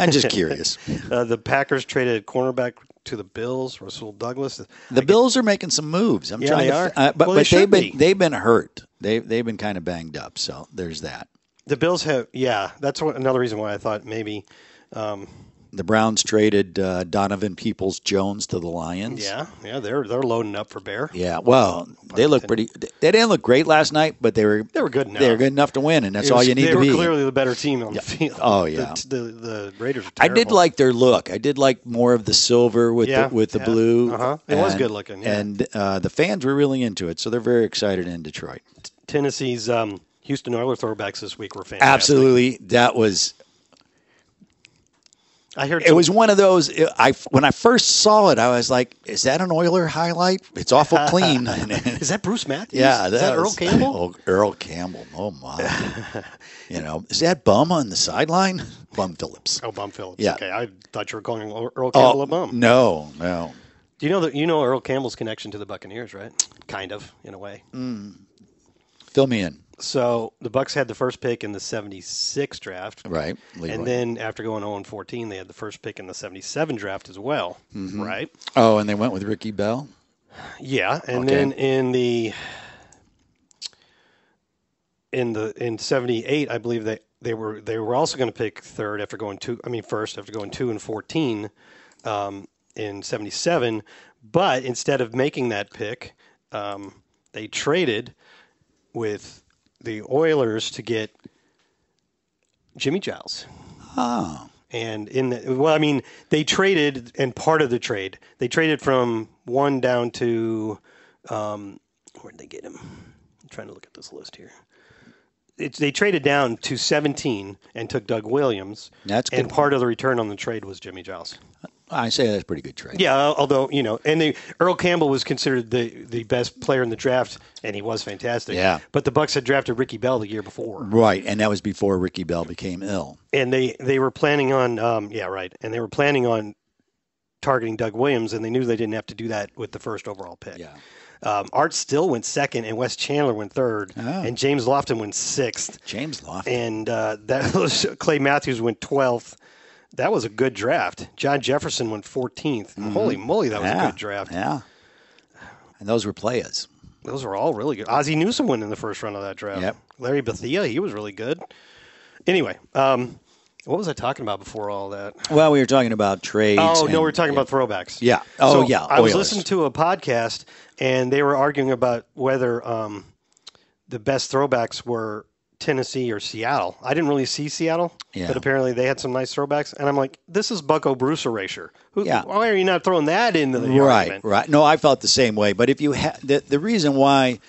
Speaker 4: I'm
Speaker 3: [LAUGHS]
Speaker 4: just curious.
Speaker 3: Uh, the Packers traded cornerback to the Bills, Russell Douglas.
Speaker 4: The Bills are making some moves. I'm
Speaker 3: Yeah,
Speaker 4: trying
Speaker 3: they
Speaker 4: to,
Speaker 3: are.
Speaker 4: uh, but,
Speaker 3: Well, they
Speaker 4: but they've
Speaker 3: should
Speaker 4: been
Speaker 3: be.
Speaker 4: they've been hurt. They they've been kind of banged up. So there's that.
Speaker 3: The Bills have, yeah, that's what, another reason why I thought maybe,
Speaker 4: The Browns traded uh, Donovan Peoples Jones to the Lions.
Speaker 3: yeah, yeah, they're they're loading up for Bear.
Speaker 4: Yeah. Well, they look pretty. They didn't look great last night, but they were
Speaker 3: They were good
Speaker 4: They were
Speaker 3: enough.
Speaker 4: good enough to win, and that's
Speaker 3: It
Speaker 4: all
Speaker 3: was-
Speaker 4: you need
Speaker 3: they
Speaker 4: to
Speaker 3: were
Speaker 4: be.
Speaker 3: clearly the better team on the field.
Speaker 4: Oh,
Speaker 3: [LAUGHS] The-
Speaker 4: yeah.
Speaker 3: the, the, Raiders. Are
Speaker 4: I did
Speaker 3: terrible.
Speaker 4: like their look. I did like more of the silver with
Speaker 3: Yeah,
Speaker 4: the, with the
Speaker 3: yeah.
Speaker 4: blue.
Speaker 3: Uh-huh. It was
Speaker 4: and-
Speaker 3: good looking, yeah.
Speaker 4: and uh, the fans were really into it. So they're very excited in Detroit.
Speaker 3: Tennessee's um, Houston Oilers throwbacks this week were fantastic.
Speaker 4: Absolutely, that was
Speaker 3: I heard
Speaker 4: it was one of those i when i first saw it i was like is that an oiler highlight it's
Speaker 3: [LAUGHS]
Speaker 4: awful clean [LAUGHS]
Speaker 3: Is that Bruce Matthews?
Speaker 4: yeah
Speaker 3: is that Earl
Speaker 4: was- [LAUGHS]
Speaker 3: Campbell?
Speaker 4: oh, earl campbell oh my
Speaker 3: [LAUGHS]
Speaker 4: you know is that bum on the sideline [LAUGHS] bum phillips
Speaker 3: Oh, Bum Phillips.
Speaker 4: Yeah. Oh,
Speaker 3: Okay, I thought you were calling Earl Earl Campbell a bum.
Speaker 4: no no
Speaker 3: Do you know that you know Earl Campbell's connection to the Buccaneers, right? Kind of, in a way.
Speaker 4: Mm. fill me in
Speaker 3: So the Bucks had the first pick in the '76 draft,
Speaker 4: right Leroy.
Speaker 3: And then after going 0 14, they had the first pick in the '77 draft as well, right?
Speaker 4: oh and they went with ricky bell
Speaker 3: Yeah, and
Speaker 4: Okay.
Speaker 3: then in the in the in '78, I believe they they were they were also going to pick third after going two. I mean, first after going two and fourteen um, in '77, but instead of making that pick, um, they traded with the Oilers to get Jimmy Giles.
Speaker 4: oh
Speaker 3: And in the, well, I mean, they traded, and part of the trade, they traded from one down to, um, where did they get him? I'm trying to look at this list here. It's they traded down to 17 and took Doug Williams.
Speaker 4: That's
Speaker 3: and
Speaker 4: good.
Speaker 3: part of the return on the trade was Jimmy Giles.
Speaker 4: i say that's pretty good trade
Speaker 3: Yeah, although you know, and they, Earl Campbell was considered the the best player in the draft, and he was fantastic.
Speaker 4: Yeah.
Speaker 3: but the Bucks had drafted Ricky Bell the year before.
Speaker 4: right and that was before ricky bell became ill
Speaker 3: and they they were planning on um yeah right and they were planning on targeting Doug Williams and they knew they didn't have to do that with the first overall pick.
Speaker 4: Yeah.
Speaker 3: Um, Art Still went second and Wes Chandler went third
Speaker 4: Oh.
Speaker 3: and James Lofton went sixth
Speaker 4: james Lofton.
Speaker 3: and uh, that was [LAUGHS] Clay Matthews went 12th. That was a good draft. John Jefferson went 14th. Holy moly, that was a good draft.
Speaker 4: Mm-hmm. yeah and those were players
Speaker 3: Those were all really good. Ozzie Newsome went in the first round of that draft.
Speaker 4: Yep.
Speaker 3: Larry Bethia, he was really good. Anyway, um, what was I talking about before all that?
Speaker 4: Well, we were talking about trades.
Speaker 3: Oh
Speaker 4: and-
Speaker 3: no, we're talking about throwbacks.
Speaker 4: Yeah. Oh,
Speaker 3: So
Speaker 4: yeah,
Speaker 3: I was
Speaker 4: Oilers.
Speaker 3: listening to a podcast, and they were arguing about whether um, the best throwbacks were Tennessee or Seattle. I didn't really see Seattle,
Speaker 4: Yeah.
Speaker 3: but apparently they had some nice throwbacks. And I'm like, this is Bucko Bruce erasure. Who,
Speaker 4: Yeah.
Speaker 3: Why are you not throwing that into the
Speaker 4: Right,
Speaker 3: argument?
Speaker 4: right. No, I felt the same way. But if you ha- the the reason why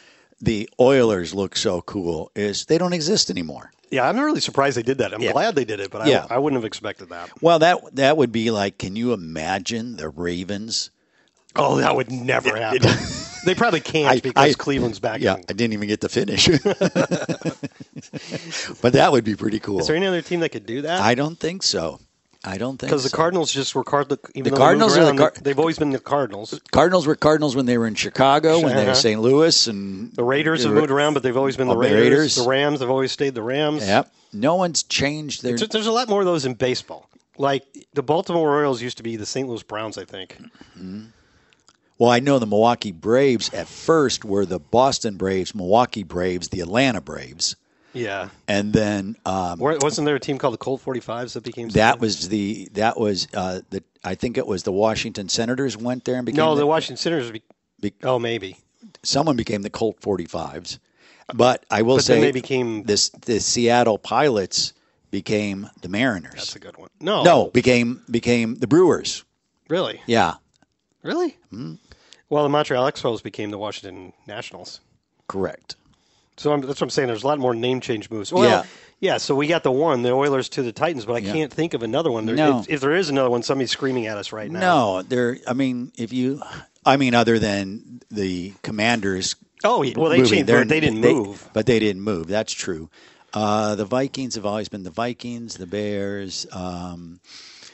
Speaker 4: the Oilers look so cool is they don't exist anymore.
Speaker 3: Yeah, I'm really surprised they did that. I'm
Speaker 4: Yeah.
Speaker 3: glad they did it, but
Speaker 4: Yeah.
Speaker 3: I, I wouldn't have expected that.
Speaker 4: Well, that that would be like, can you imagine the Ravens?
Speaker 3: Oh, that would never
Speaker 4: [LAUGHS]
Speaker 3: happen. they probably can't
Speaker 4: I-
Speaker 3: because
Speaker 4: I-
Speaker 3: Cleveland's back.
Speaker 4: Yeah, I didn't even get to finish. [LAUGHS] but that would be pretty cool.
Speaker 3: Is there any other team that could do that?
Speaker 4: I don't think so. I don't think
Speaker 3: Because the
Speaker 4: so.
Speaker 3: Cardinals just were card. Even
Speaker 4: The
Speaker 3: though they
Speaker 4: Cardinals
Speaker 3: moved
Speaker 4: are the
Speaker 3: around,
Speaker 4: Car-
Speaker 3: they've always been the Cardinals.
Speaker 4: Cardinals were Cardinals when they were in Chicago, when they were
Speaker 3: Uh-huh.
Speaker 4: St. Louis, and
Speaker 3: The Raiders have moved around, but they've always been the
Speaker 4: Oh, the
Speaker 3: Raiders.
Speaker 4: Raiders.
Speaker 3: The Rams have always stayed the Rams.
Speaker 4: Yep. No one's changed their.
Speaker 3: There's, there's a lot more of those in baseball. Like the Baltimore Orioles used to be the St. Louis Browns, I think.
Speaker 4: Well, I know the Milwaukee Braves at first were the Boston Braves, Milwaukee Braves, the Atlanta Braves,
Speaker 3: Yeah.
Speaker 4: and then um,
Speaker 3: Wa- Wasn't there a team called the Colt 45s that became
Speaker 4: that
Speaker 3: something?
Speaker 4: was the that was uh, the I think it was the Washington Senators went there and became
Speaker 3: No,
Speaker 4: the,
Speaker 3: the Washington Senators. Be-
Speaker 4: Be-
Speaker 3: oh, maybe.
Speaker 4: someone became the Colt 45s. But I will
Speaker 3: But
Speaker 4: say
Speaker 3: then they became.
Speaker 4: this the Seattle Pilots became the Mariners.
Speaker 3: That's a good one. No.
Speaker 4: no, became became the Brewers.
Speaker 3: Really?
Speaker 4: Yeah,
Speaker 3: Really? Well, the Montreal Expos became the Washington Nationals.
Speaker 4: correct.
Speaker 3: So I'm, that's what I'm saying. There's a lot more name change moves. Well, yeah.
Speaker 4: Yeah.
Speaker 3: So we got the one, the Oilers to the Titans, but I
Speaker 4: Yeah.
Speaker 3: can't think of another one. There,
Speaker 4: No.
Speaker 3: if, if there is another one, somebody's screaming at us right now.
Speaker 4: No, there. I mean, if you, I mean, other than the Commanders.
Speaker 3: Oh, yeah. well, they
Speaker 4: moving,
Speaker 3: changed,
Speaker 4: they're-
Speaker 3: but they didn't move.
Speaker 4: But they didn't move. That's true. Uh, the Vikings have always been the Vikings, the Bears, um,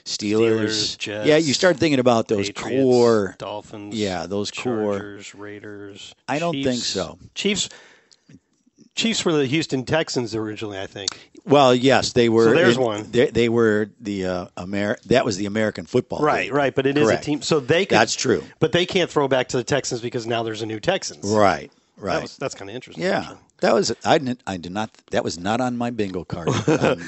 Speaker 4: Steelers.
Speaker 3: Steelers, Jets,
Speaker 4: yeah, you start thinking about those
Speaker 3: Patriots,
Speaker 4: core.
Speaker 3: Dolphins.
Speaker 4: Yeah, those core-
Speaker 3: Chargers, Raiders.
Speaker 4: I don't think
Speaker 3: Chiefs.
Speaker 4: so.
Speaker 3: Chiefs. Chiefs were the Houston Texans originally, I think.
Speaker 4: Well, yes, they were.
Speaker 3: So there's one.
Speaker 4: They, they were the uh, Amer. That was the American football.
Speaker 3: Right,
Speaker 4: League.
Speaker 3: right. But it is
Speaker 4: Correct.
Speaker 3: a team, so they could,
Speaker 4: That's true.
Speaker 3: But they can't throw back to the Texans because now there's a new Texans.
Speaker 4: Right. Right.
Speaker 3: That was, that's kind of interesting.
Speaker 4: yeah.
Speaker 3: actually.
Speaker 4: That was I didn't I did not that was not on my bingo card. I'm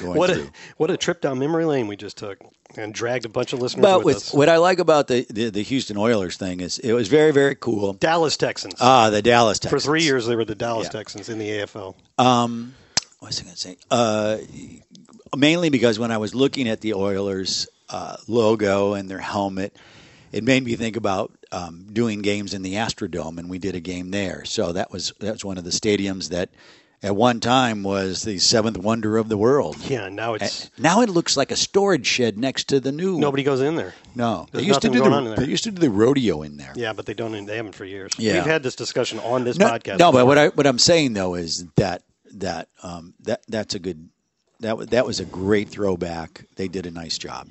Speaker 3: [LAUGHS]
Speaker 4: going
Speaker 3: What
Speaker 4: through.
Speaker 3: a what a trip down memory lane we just took and dragged a bunch of listeners
Speaker 4: But
Speaker 3: with,
Speaker 4: with,
Speaker 3: us.
Speaker 4: what I like about the, the, the Houston Oilers thing is it was very very cool.
Speaker 3: Dallas Texans.
Speaker 4: Ah, the Dallas
Speaker 3: For
Speaker 4: Texans.
Speaker 3: three years, they were the Dallas
Speaker 4: Yeah.
Speaker 3: Texans in the AFL.
Speaker 4: Um, what was I going to say? Uh, mainly because when I was looking at the Oilers uh, logo and their helmet, it made me think about um, doing games in the Astrodome, and we did a game there. So that was that was one of the stadiums that at one time was the seventh wonder of the world.
Speaker 3: Yeah, now it's
Speaker 4: Now it looks like a storage shed next to the new.
Speaker 3: nobody goes in there.
Speaker 4: No, they
Speaker 3: There's
Speaker 4: used to
Speaker 3: nothing
Speaker 4: do
Speaker 3: going on in
Speaker 4: the
Speaker 3: there.
Speaker 4: they used to do the rodeo in there.
Speaker 3: Yeah, but they don't. They haven't for years.
Speaker 4: Yeah.
Speaker 3: We've had this discussion on this
Speaker 4: no,
Speaker 3: podcast.
Speaker 4: No, but what I what I'm saying though is that that um, that that's a good that wa- that was a great throwback. They did a nice job.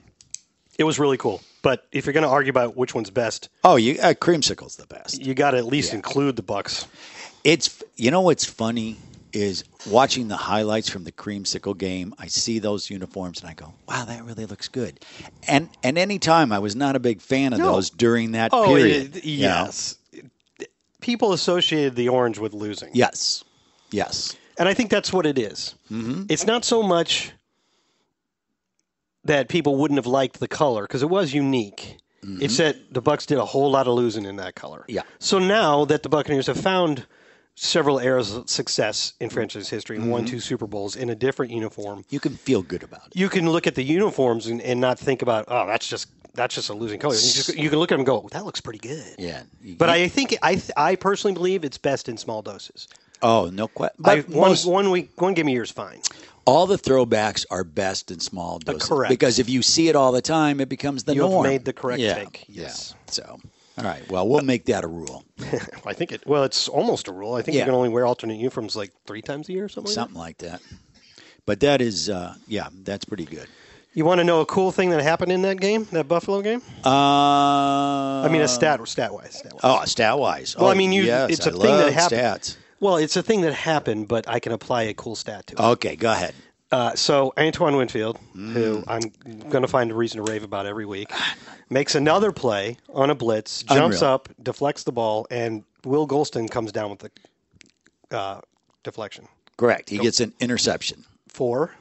Speaker 3: it was really cool. But if you're going to argue about which one's best,
Speaker 4: Oh, you uh, creamsicle's the best.
Speaker 3: you got to at least include the Bucks.
Speaker 4: It's you know what's funny is watching the highlights from the creamsicle game. I see those uniforms and I go, "Wow, that really looks good." And and any time I was not a big fan of
Speaker 3: No.
Speaker 4: those during that period.
Speaker 3: it-
Speaker 4: you know?
Speaker 3: yes. People associated the orange with losing.
Speaker 4: Yes. Yes.
Speaker 3: And I think that's what it is.
Speaker 4: Mm-hmm.
Speaker 3: It's not so much that people wouldn't have liked the color because it was unique. It's that the Bucks did a whole lot of losing in that color.
Speaker 4: Mm-hmm. Yeah.
Speaker 3: So now that the Buccaneers have found several eras of success in franchise history and
Speaker 4: Mm-hmm.
Speaker 3: won two Super Bowls in a different uniform,
Speaker 4: You can feel good about it.
Speaker 3: you can look at the uniforms and, and not think about oh that's just that's just a losing color. You, just, you can look at them and go that looks pretty good.
Speaker 4: Yeah. You-
Speaker 3: But I think I I personally believe it's best in small doses.
Speaker 4: oh, no question.
Speaker 3: I, one, one week one game a year is fine.
Speaker 4: all the throwbacks are best in small doses.
Speaker 3: Uh, correct.
Speaker 4: Because if you see it all the time, it becomes the
Speaker 3: You have
Speaker 4: norm.
Speaker 3: made the correct
Speaker 4: yeah.
Speaker 3: take, yes.
Speaker 4: Yeah. So, all right. Well, we'll make that a rule.
Speaker 3: I think it. Well, it's almost a rule. I think you
Speaker 4: Yeah.
Speaker 3: can only wear alternate uniforms like three times a year or something. Like
Speaker 4: Something like that. But that is, uh, yeah, that's pretty good.
Speaker 3: that. You want to know a cool thing that happened in that game, that Buffalo game?
Speaker 4: Uh, I
Speaker 3: I mean, a stat, stat wise. Stat wise.
Speaker 4: Uh, Oh, stat wise.
Speaker 3: Well,
Speaker 4: oh,
Speaker 3: I mean, you-
Speaker 4: yes,
Speaker 3: it's
Speaker 4: a
Speaker 3: a thing that happened.
Speaker 4: Stats.
Speaker 3: Well, it's a thing that happened, but I can apply a cool stat to it.
Speaker 4: Okay, go ahead.
Speaker 3: Uh, so Antoine Winfield,
Speaker 4: Mm.
Speaker 3: who I'm going to find a reason to rave about every week, makes another play on a blitz, jumps
Speaker 4: Unreal.
Speaker 3: up, deflects the ball, and Will Golston comes down with the uh, deflection.
Speaker 4: Correct. He gets an interception.
Speaker 3: Four,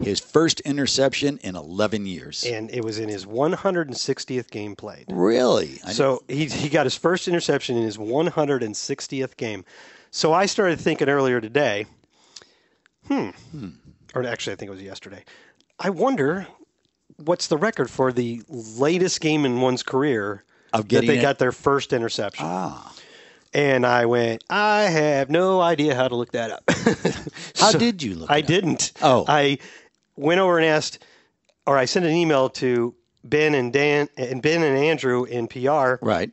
Speaker 4: His first interception in 11 years.
Speaker 3: and it was in his 160th game played.
Speaker 4: really? I-
Speaker 3: So he he got his first interception in his 160th game. So I started thinking earlier today, hmm, or actually I think it was yesterday. I wonder what's the record for the latest game in one's career
Speaker 4: Of
Speaker 3: that
Speaker 4: getting
Speaker 3: they
Speaker 4: it-
Speaker 3: got their first interception.
Speaker 4: ah.
Speaker 3: And I went, I have no idea how to look that up. [LAUGHS]
Speaker 4: How
Speaker 3: So-
Speaker 4: did you look?
Speaker 3: I
Speaker 4: it up?
Speaker 3: didn't.
Speaker 4: Oh.
Speaker 3: I went over and asked, or I sent an email to Ben and Dan and Ben and Andrew in PR
Speaker 4: Right.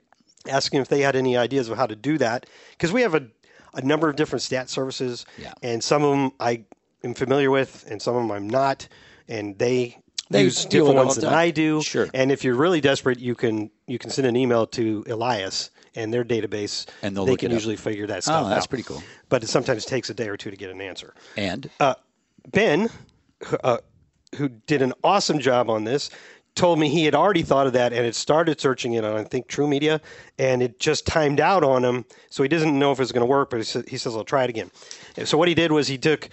Speaker 3: asking if they had any ideas of how to do that because we have a, a number of different stat services
Speaker 4: Yeah.
Speaker 3: and some of them i am familiar with and some of them i'm not and they
Speaker 4: They
Speaker 3: use
Speaker 4: do it
Speaker 3: different
Speaker 4: all
Speaker 3: ones
Speaker 4: the
Speaker 3: than
Speaker 4: time.
Speaker 3: I do.
Speaker 4: Sure.
Speaker 3: And if you're really desperate, you can you can send an email to Elias and their database,
Speaker 4: And they'll
Speaker 3: they
Speaker 4: look
Speaker 3: can
Speaker 4: it up. Oh,
Speaker 3: usually figure that stuff out.
Speaker 4: that's pretty cool.
Speaker 3: But it sometimes takes a day or two to get an answer.
Speaker 4: And
Speaker 3: Uh, Ben, who, uh, who did an awesome job on this, told me he had already thought of that and had started searching it on, I think, True Media, and it just timed out on him. So he doesn't know if it's going to work, but he, sa- he says, I'll try it again. And So what he did was he took.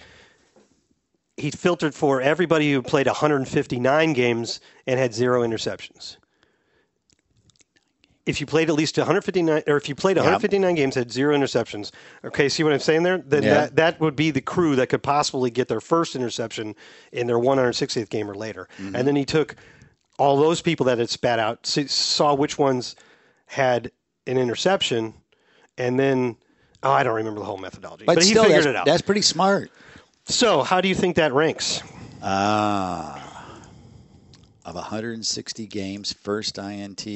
Speaker 3: He filtered for everybody who played 159 games and had zero interceptions. If you played at least 159, or if you played 159 games had zero interceptions, okay, see what I'm saying there? Then
Speaker 4: Yeah.
Speaker 3: that, that would be the crew that could possibly get their first interception in their 160th game or later.
Speaker 4: Mm-hmm.
Speaker 3: And then he took all those people that had spat out, s- saw which ones had an interception, and then oh, I don't remember the whole methodology, but, he
Speaker 4: still,
Speaker 3: figured
Speaker 4: that's,
Speaker 3: it out.
Speaker 4: that's pretty smart.
Speaker 3: So, how do you think that ranks?
Speaker 4: Ah, of 160 games, first INT.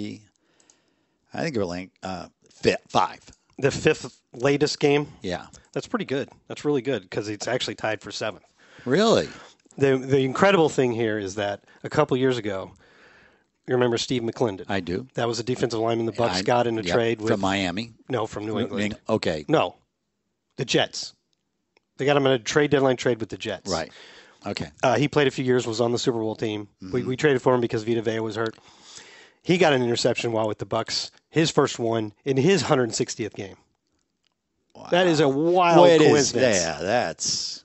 Speaker 4: I think we're like uh, fi- five.
Speaker 3: The fifth latest game.
Speaker 4: Yeah,
Speaker 3: That's pretty good. That's really good because it's actually tied for seventh.
Speaker 4: really.
Speaker 3: The the incredible thing here is that a couple years ago, you remember Steve McClendon.
Speaker 4: I do.
Speaker 3: That was a defensive lineman the Bucks
Speaker 4: I-
Speaker 3: got in a
Speaker 4: yeah,
Speaker 3: trade with
Speaker 4: from Miami.
Speaker 3: no from New England.
Speaker 4: Okay,
Speaker 3: No, the Jets. They got him in a trade deadline trade with the Jets.
Speaker 4: right. Okay,
Speaker 3: Uh, he played a few years, was on the Super Bowl team.
Speaker 4: Mm-hmm.
Speaker 3: We, we traded for him because Vita Vea was hurt. He got an interception while with the Bucks, his first one in his 160th game. That is a wild
Speaker 4: well, it is.
Speaker 3: coincidence.
Speaker 4: Yeah, that's.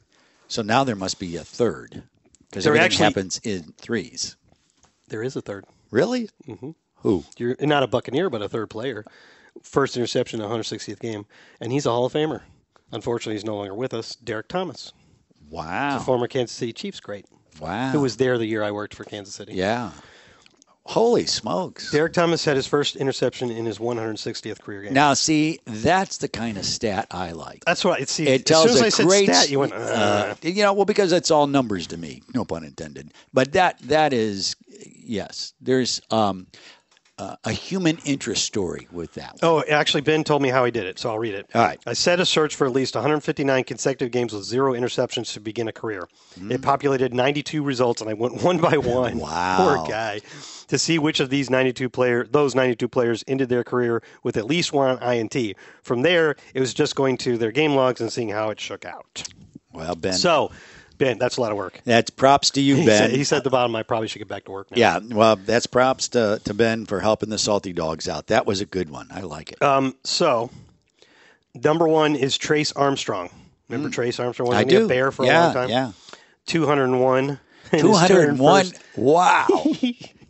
Speaker 4: So now there must be a third because
Speaker 3: There
Speaker 4: everything
Speaker 3: actually-
Speaker 4: happens in threes.
Speaker 3: There is a third.
Speaker 4: Really? Mm-hmm. Who?
Speaker 3: You're not a Buccaneer, but a third player. First interception in the 160th game, and he's a Hall of Famer. Unfortunately, he's no longer with us. Derek Thomas,
Speaker 4: Wow.
Speaker 3: former Kansas City Chiefs great,
Speaker 4: wow.
Speaker 3: who was there the year I worked for Kansas City.
Speaker 4: Ah. Yeah. Holy smokes.
Speaker 3: Derek Thomas had his first interception in his 160th career game.
Speaker 4: Now, see, that's the kind of stat I like.
Speaker 3: That's what it's. See,
Speaker 4: It tells
Speaker 3: Uh, as soon as
Speaker 4: a
Speaker 3: I
Speaker 4: great,
Speaker 3: said stat, you went.
Speaker 4: uh,
Speaker 3: "Ugh."
Speaker 4: you know, well, because that's all numbers to me. No pun intended. But that that is, yes, there's um, uh, a human interest story with that.
Speaker 3: Oh,
Speaker 4: One.
Speaker 3: actually, Ben told me how he did it, so I'll read it.
Speaker 4: All right.
Speaker 3: I set a search for at least 159 consecutive games with zero interceptions to begin a career.
Speaker 4: Hmm.
Speaker 3: It populated 92 results, and I went one
Speaker 4: [LAUGHS]
Speaker 3: by one.
Speaker 4: Wow.
Speaker 3: Poor guy. To see which of these 92 player, those 92 players ended their career with at least one INT. From there, it was just going to their game logs and seeing how it shook out.
Speaker 4: Well, Ben,
Speaker 3: So, Ben, that's a lot of work.
Speaker 4: that's props to you,
Speaker 3: He
Speaker 4: Ben.
Speaker 3: said, he said at the bottom, I probably should get back to work now.
Speaker 4: yeah, well, that's props to, to Ben for helping the Salty Dogs out. That was a good one. I like it.
Speaker 3: Um, so, number one is Trace Armstrong. Remember Trace Armstrong? was
Speaker 4: Mm. I
Speaker 3: he
Speaker 4: do.
Speaker 3: a bear for a
Speaker 4: yeah,
Speaker 3: long time?
Speaker 4: Yeah,
Speaker 3: [LAUGHS] 201. in his
Speaker 4: 201.
Speaker 3: 201st [LAUGHS]
Speaker 4: Wow.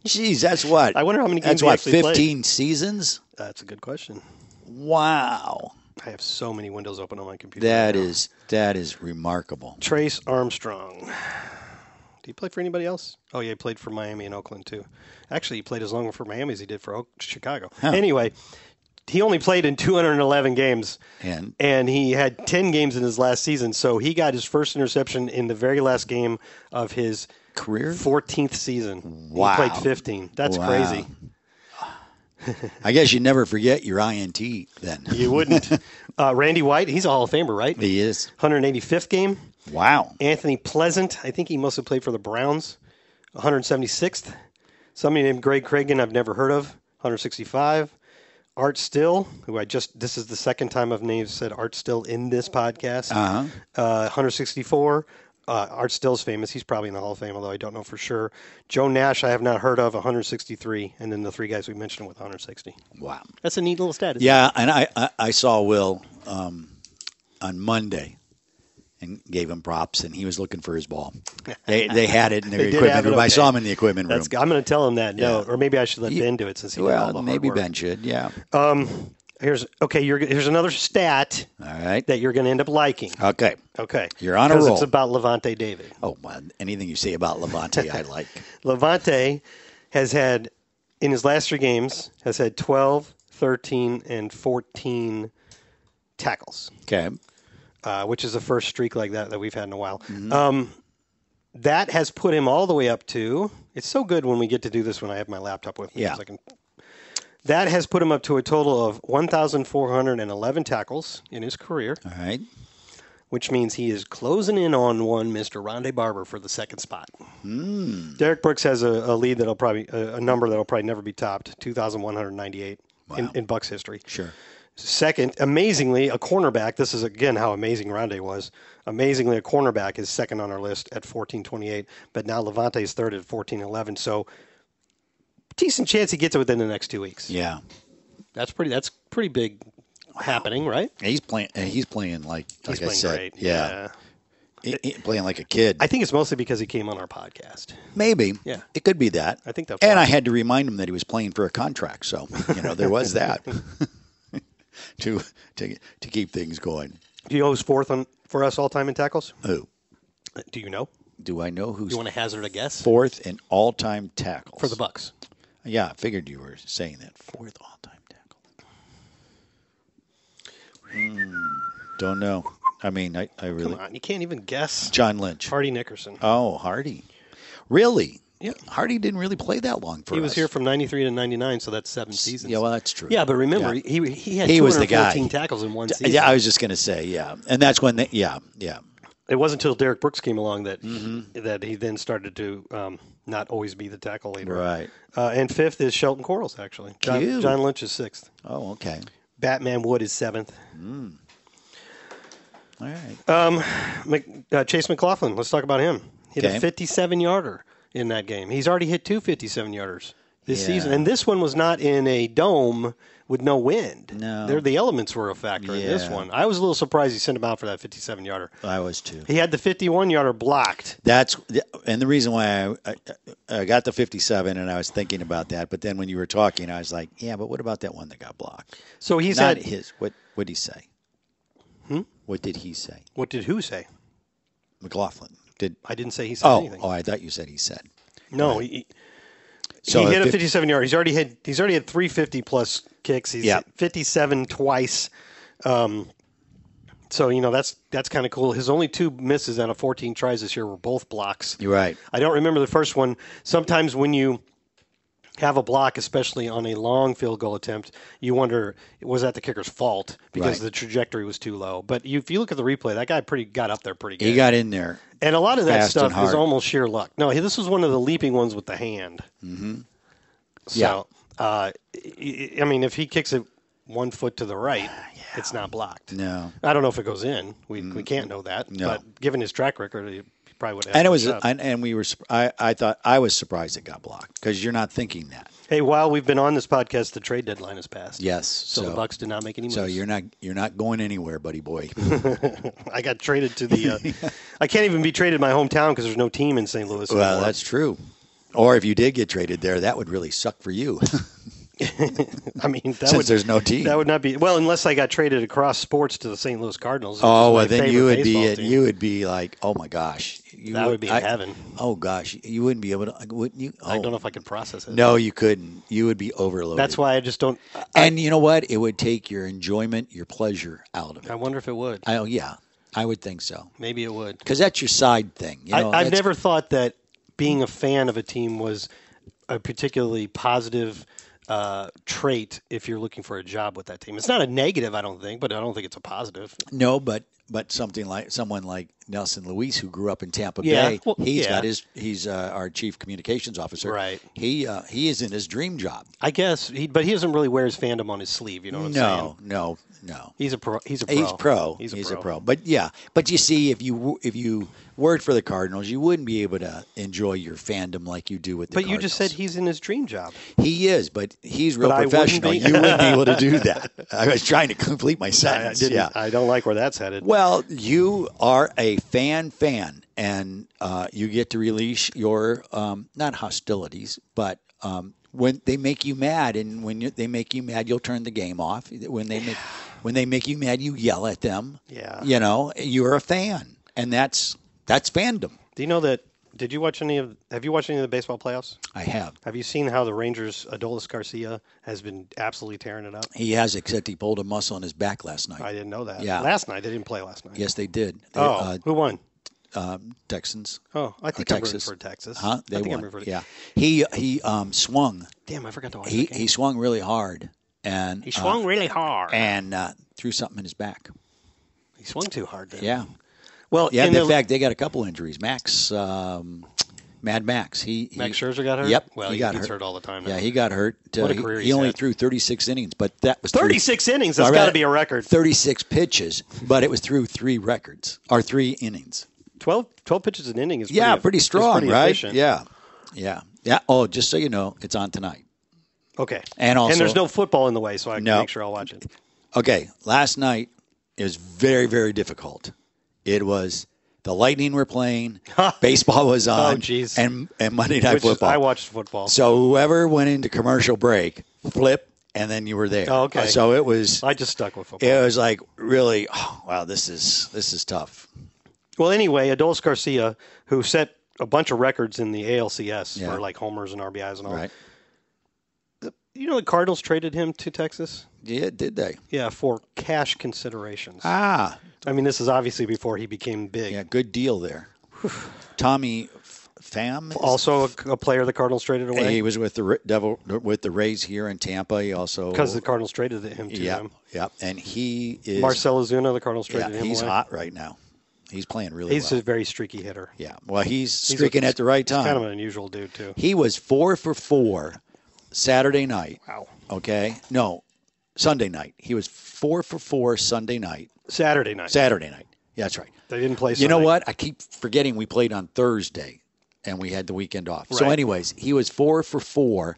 Speaker 4: Jeez, that's what?
Speaker 3: I wonder how many games
Speaker 4: That's
Speaker 3: he
Speaker 4: what,
Speaker 3: actually played.
Speaker 4: 15 seasons?
Speaker 3: That's a good question.
Speaker 4: Wow.
Speaker 3: I have so many windows open on my computer.
Speaker 4: That is that is remarkable.
Speaker 3: Trace Armstrong. Did he play for anybody else? Oh, yeah, he played for Miami and Oakland, too. Actually, he played as long for Miami as he did for Oak- Chicago. Anyway, he only played in 211 games.
Speaker 4: And
Speaker 3: and he had 10 games in his last season. So he got his first interception in the very last game of his
Speaker 4: Career?
Speaker 3: 14th season.
Speaker 4: Wow.
Speaker 3: He played 15. That's
Speaker 4: Wow.
Speaker 3: crazy.
Speaker 4: I guess you never forget your INT then.
Speaker 3: You
Speaker 4: [LAUGHS]
Speaker 3: wouldn't. uh, Randy White, he's a Hall of Famer, right?
Speaker 4: He is.
Speaker 3: 185th game.
Speaker 4: Wow.
Speaker 3: Anthony Pleasant, I think he must have played for the Browns. 176th. Somebody named Greg Cragen, I've never heard of. 165. Art Still, who I just, this is the second time I've named said Art Still in this podcast.
Speaker 4: Uh-huh.
Speaker 3: uh, 164. Uh, Art Still's famous. He's probably in the Hall of Fame, although I don't know for sure. Joe Nash, I have not heard of, 163. And then the three guys we mentioned with 160.
Speaker 4: Wow.
Speaker 3: That's a neat little stat. isn't it?
Speaker 4: Yeah, and I, I, I saw Will um, on Monday and gave him props and he was looking for his ball. They they had it in their
Speaker 3: [LAUGHS] They did
Speaker 4: equipment
Speaker 3: have it,
Speaker 4: room. I
Speaker 3: okay.
Speaker 4: saw him in the equipment room.
Speaker 3: That's, I'm going to tell him that. No,
Speaker 4: Yeah.
Speaker 3: or maybe I should let
Speaker 4: You-
Speaker 3: Ben do it since he did all the
Speaker 4: Well,
Speaker 3: hard
Speaker 4: maybe
Speaker 3: work. Oh.
Speaker 4: Ben should, yeah.
Speaker 3: Um, Here's okay. You're, here's another stat
Speaker 4: All right.
Speaker 3: that you're going to end up liking.
Speaker 4: Okay.
Speaker 3: Okay,
Speaker 4: Oh, You're on a
Speaker 3: 'Cause
Speaker 4: roll.
Speaker 3: It's about Levante David.
Speaker 4: Oh, well, anything you say about Levante,
Speaker 3: [LAUGHS]
Speaker 4: I like.
Speaker 3: Levante has had in his last three games has had 12, 13, and 14 tackles.
Speaker 4: Okay.
Speaker 3: uh, which is the first streak like that that we've had in a while.
Speaker 4: Mm-hmm.
Speaker 3: Um, that has put him all the way up to. It's so good when we get to do this when I have my laptop with me.
Speaker 4: Yeah.
Speaker 3: so I can- that has put him up to a total of 1,411 tackles in his career,
Speaker 4: All right.
Speaker 3: which means he is closing in on one Mr. Rondé Barber for the second spot.
Speaker 4: Hmm.
Speaker 3: Derek Brooks has a, a lead that'll probably a, a number that'll probably never be topped, 2,198 in, in Bucks history.
Speaker 4: Sure.
Speaker 3: Second, amazingly, a cornerback. This is again how amazing Rondé was. Amazingly, a cornerback is second on our list at 1428, but now Levante is third at 1411. So, decent chance he gets it within the next two weeks.
Speaker 4: Yeah.
Speaker 3: That's pretty. That's pretty big happening, right?
Speaker 4: He's playing. He's playing like like
Speaker 3: He's
Speaker 4: I
Speaker 3: playing
Speaker 4: said.
Speaker 3: great.
Speaker 4: Yeah, He- he playing like a kid.
Speaker 3: I think it's mostly because he came on our podcast.
Speaker 4: Maybe.
Speaker 3: Yeah.
Speaker 4: It could be that.
Speaker 3: I think that's
Speaker 4: And
Speaker 3: why.
Speaker 4: I had to remind him that he was playing for a contract, so you know there
Speaker 3: [LAUGHS]
Speaker 4: was that to to to keep things going.
Speaker 3: Do you know who's fourth on for us all time in tackles?
Speaker 4: Who
Speaker 3: Do you know?
Speaker 4: do I know? Who's
Speaker 3: You want to hazard a guess
Speaker 4: fourth in all time tackles
Speaker 3: for the Bucks?
Speaker 4: Yeah, I figured you were saying that fourth all time tackle. Hmm, don't know. I mean, I, I really
Speaker 3: Come on, you can't even guess. Uh,
Speaker 4: John Lynch.
Speaker 3: Hardy Nickerson.
Speaker 4: Oh, Hardy. Really?
Speaker 3: Yeah.
Speaker 4: Hardy didn't really play that long for
Speaker 3: he
Speaker 4: us.
Speaker 3: was here from '93 to '99, so that's seven seasons.
Speaker 4: Yeah, well, that's true.
Speaker 3: Yeah, but remember,
Speaker 4: Yeah.
Speaker 3: he he had
Speaker 4: He was the
Speaker 3: 214
Speaker 4: guy.
Speaker 3: tackles in one season.
Speaker 4: Yeah, I was just going to say, yeah. And that's when, they, yeah, yeah.
Speaker 3: it wasn't until Derek Brooks came along that
Speaker 4: Mm-hmm.
Speaker 3: that he then started to um, not always be the tackle leader.
Speaker 4: Right.
Speaker 3: Uh, and fifth is Shelton Quarles, actually. John,
Speaker 4: Cute.
Speaker 3: John Lynch is sixth.
Speaker 4: Oh, okay.
Speaker 3: Batman Wood is seventh.
Speaker 4: All right.
Speaker 3: Mc, uh, Chase McLaughlin, let's talk about him. He had
Speaker 4: Okay.
Speaker 3: a 57 yarder in that game. He's already hit two 57 yarders this
Speaker 4: Yeah.
Speaker 3: season. And this one was not in a dome with no wind.
Speaker 4: No.
Speaker 3: There, the elements were a factor in this
Speaker 4: Yeah.
Speaker 3: one. I was a little surprised he sent him out for that 57 yarder.
Speaker 4: I was too.
Speaker 3: He had the 51 yarder blocked.
Speaker 4: That's and the reason why I, I I got the 57 and I was thinking about that, but then when you were talking, I was like, yeah, but what about that one that got blocked?
Speaker 3: So he's
Speaker 4: Not
Speaker 3: had.
Speaker 4: his. What what did he say?
Speaker 3: Hmm?
Speaker 4: What did he say?
Speaker 3: What did who say?
Speaker 4: McLaughlin did.
Speaker 3: I didn't say he said
Speaker 4: Oh,
Speaker 3: anything.
Speaker 4: oh, I thought you said he said.
Speaker 3: no, he, he-
Speaker 4: So
Speaker 3: he hit a
Speaker 4: if it-
Speaker 3: 57 yarder. He's already had he's already had 350 plus kicks. He's
Speaker 4: Yeah.
Speaker 3: hit 57 twice. Um, so you know that's that's kind of cool. His only two misses out of 14 tries this year were both blocks.
Speaker 4: You're right.
Speaker 3: I don't remember the first one. Sometimes when you have a block, especially on a long field goal attempt, you wonder was that the kicker's fault because
Speaker 4: Right.
Speaker 3: the trajectory was too low. But you, if you look at the replay, that guy pretty got up there pretty good.
Speaker 4: He got in there.
Speaker 3: And a lot of that
Speaker 4: Fast and
Speaker 3: stuff is
Speaker 4: hard.
Speaker 3: almost sheer luck. No, he- this was one of the leaping ones with the hand. Mm-hmm. So, uh, I- I mean, if he kicks it one foot to the
Speaker 4: [SIGHS]
Speaker 3: right, it's not blocked.
Speaker 4: No. Mm-hmm.
Speaker 3: I don't know if it goes in. We, we can't know that.
Speaker 4: No.
Speaker 3: But given his track record, he probably would have.
Speaker 4: And it
Speaker 3: no
Speaker 4: was,
Speaker 3: shot.
Speaker 4: and, and we were. sur- I, I thought I was surprised it got blocked because you're not thinking that.
Speaker 3: hey, while we've been on this podcast, the trade deadline has passed.
Speaker 4: Yes.
Speaker 3: So,
Speaker 4: So,
Speaker 3: the Bucks did not make any moves.
Speaker 4: so you're not you're not going anywhere, buddy boy.
Speaker 3: [LAUGHS] I got traded to the.
Speaker 4: [LAUGHS]
Speaker 3: Uh, I can't even be traded to my hometown because there's no team in St. Louis.
Speaker 4: well,
Speaker 3: anymore.
Speaker 4: that's true. Or if you did get traded there, that would really suck for you
Speaker 3: [LAUGHS]
Speaker 4: [LAUGHS]
Speaker 3: I mean, that
Speaker 4: since
Speaker 3: would,
Speaker 4: there's no team.
Speaker 3: That would not be well unless I got traded across sports to the St. Louis Cardinals. which
Speaker 4: oh,
Speaker 3: is my
Speaker 4: well, then
Speaker 3: favorite
Speaker 4: you would be
Speaker 3: baseball
Speaker 4: at,
Speaker 3: team.
Speaker 4: you would be like, oh my gosh, you
Speaker 3: That would be in heaven.
Speaker 4: Oh gosh, you wouldn't be able to, wouldn't you? Oh,
Speaker 3: I don't know if I could process it.
Speaker 4: no, you couldn't. You would be overloaded.
Speaker 3: that's why I just don't.
Speaker 4: And you know what? It would take your enjoyment, your pleasure out of it.
Speaker 3: I wonder if it would.
Speaker 4: I, oh yeah, I would think so
Speaker 3: Maybe it would.
Speaker 4: because that's your side thing. You know,
Speaker 3: I, I've
Speaker 4: that's-
Speaker 3: never thought that being a fan of a team was a particularly positive uh, trait if you're looking for a job with that team. It's not a negative, I don't think, but I don't think it's a positive.
Speaker 4: No, but but something like someone like Nelson Luis, who grew up in Tampa
Speaker 3: Yeah,
Speaker 4: Bay,
Speaker 3: well,
Speaker 4: he's
Speaker 3: yeah.
Speaker 4: got his he's uh, our chief communications officer.
Speaker 3: Right.
Speaker 4: He uh, he is in his dream job.
Speaker 3: I guess, he, but he doesn't really wear his fandom on his sleeve. You know what I'm saying?
Speaker 4: No, no, no.
Speaker 3: Oh, He's a pro. He's a pro.
Speaker 4: He's pro.
Speaker 3: He's a pro.
Speaker 4: But yeah, but you see, if you w- if you worked for the Cardinals, you wouldn't be able to enjoy your fandom like you do with the.
Speaker 3: But you just said
Speaker 4: Cardinals.
Speaker 3: he's in his dream job.
Speaker 4: he is, but he's real
Speaker 3: But I wouldn't
Speaker 4: professional.
Speaker 3: be.
Speaker 4: You wouldn't be able
Speaker 3: [LAUGHS]
Speaker 4: to do that. I was trying to complete my
Speaker 3: I, I
Speaker 4: sentence.
Speaker 3: didn't.
Speaker 4: yeah,
Speaker 3: I don't like where that's headed.
Speaker 4: Well, you are a fan fan, and uh, you get to release your um, not hostilities, but um, when they make you mad, and when you, they make you mad, you'll turn the game off. When they make when they make you mad, you yell at them.
Speaker 3: Yeah.
Speaker 4: you know you're a fan, and that's that's fandom.
Speaker 3: Do you know that? Did you watch any of? Have you watched any of the baseball playoffs?
Speaker 4: I have.
Speaker 3: Have you seen how the Rangers Adolis Garcia has been absolutely tearing it up?
Speaker 4: He has, except he pulled a muscle on his back last night.
Speaker 3: I didn't know that.
Speaker 4: Yeah.
Speaker 3: Last night they didn't play last night.
Speaker 4: Yes, they did. They,
Speaker 3: Oh,
Speaker 4: uh,
Speaker 3: who won?
Speaker 4: Texans.
Speaker 3: Oh, I think I'm rooting
Speaker 4: Texas.
Speaker 3: for Texas.
Speaker 4: Huh? They
Speaker 3: I think I'm
Speaker 4: won.
Speaker 3: rooting for
Speaker 4: Yeah, he he um, swung.
Speaker 3: Damn, I forgot to watch.
Speaker 4: He
Speaker 3: that game.
Speaker 4: he swung really hard and
Speaker 3: he swung really hard.
Speaker 4: uh, and uh, threw something in his back.
Speaker 3: he He swung too hard. Then.
Speaker 4: Yeah.
Speaker 3: Well,
Speaker 4: Yeah,
Speaker 3: in
Speaker 4: in
Speaker 3: the,
Speaker 4: fact, they got a couple injuries. Max, um, Mad Max. He, he-
Speaker 3: Max Scherzer got hurt?
Speaker 4: Yep.
Speaker 3: Well, he gets hurt all the time now.
Speaker 4: Yeah, he got hurt. uh,
Speaker 3: What a
Speaker 4: he-
Speaker 3: career
Speaker 4: he,
Speaker 3: he's
Speaker 4: only
Speaker 3: had.
Speaker 4: threw 36 innings, but that was through-
Speaker 3: 36 innings.
Speaker 4: All
Speaker 3: That's
Speaker 4: right.
Speaker 3: got to be a record.
Speaker 4: 36 pitches, but it was through three records or three innings.
Speaker 3: 12, 12 pitches an inning is
Speaker 4: Yeah, pretty,
Speaker 3: is
Speaker 4: strong,
Speaker 3: pretty
Speaker 4: right?
Speaker 3: efficient.
Speaker 4: Yeah, yeah, yeah. Oh, just so you know, it's on tonight.
Speaker 3: Okay.
Speaker 4: And also-
Speaker 3: and there's no football in the way, so I can
Speaker 4: No.
Speaker 3: make sure I'll watch it.
Speaker 4: Okay, last night is very, very difficult. It was the Lightning
Speaker 3: [LAUGHS]
Speaker 4: were playing, baseball was on,
Speaker 3: Oh, jeez.
Speaker 4: and and Monday Night
Speaker 3: Which is-
Speaker 4: Football.
Speaker 3: I watched football.
Speaker 4: So whoever went into commercial break, flip, and then you were there.
Speaker 3: Oh, okay.
Speaker 4: So it was
Speaker 3: I just stuck with football.
Speaker 4: it was like really oh, wow. This is this is tough.
Speaker 3: Well, anyway, Adolis Garcia, who set a bunch of records in the ALCS
Speaker 4: Yeah.
Speaker 3: for like homers and RBIs and all.
Speaker 4: Right?
Speaker 3: You know, the Cardinals traded him to Texas.
Speaker 4: Yeah, did they?
Speaker 3: Yeah, for cash considerations.
Speaker 4: Ah,
Speaker 3: I mean, this is obviously before he became big.
Speaker 4: yeah, good deal there. Tommy F- Pham. is-
Speaker 3: Also, a, a player the Cardinals traded
Speaker 4: he
Speaker 3: away
Speaker 4: was with the Ra- Devil with the Rays here in Tampa. He also
Speaker 3: because the Cardinals traded him to
Speaker 4: yeah
Speaker 3: them.
Speaker 4: yeah, and he is
Speaker 3: Marcelo Zuna, the Cardinals
Speaker 4: Yeah,
Speaker 3: traded him
Speaker 4: he's
Speaker 3: away.
Speaker 4: hot right now. He's playing really
Speaker 3: He's
Speaker 4: well.
Speaker 3: a very streaky hitter.
Speaker 4: yeah, well, he's
Speaker 3: He's
Speaker 4: streaking
Speaker 3: a-
Speaker 4: at the right
Speaker 3: he's
Speaker 4: time.
Speaker 3: Kind of an unusual dude too.
Speaker 4: He was four for four Saturday night.
Speaker 3: Wow.
Speaker 4: Okay. No, Sunday night. He was four for four Sunday night.
Speaker 3: Saturday night.
Speaker 4: Saturday night. Yeah, that's right.
Speaker 3: They didn't play.
Speaker 4: You know
Speaker 3: Sunday.
Speaker 4: what? I keep forgetting we played on Thursday and we had the weekend off. So,
Speaker 3: Right.
Speaker 4: anyways, he was four for four.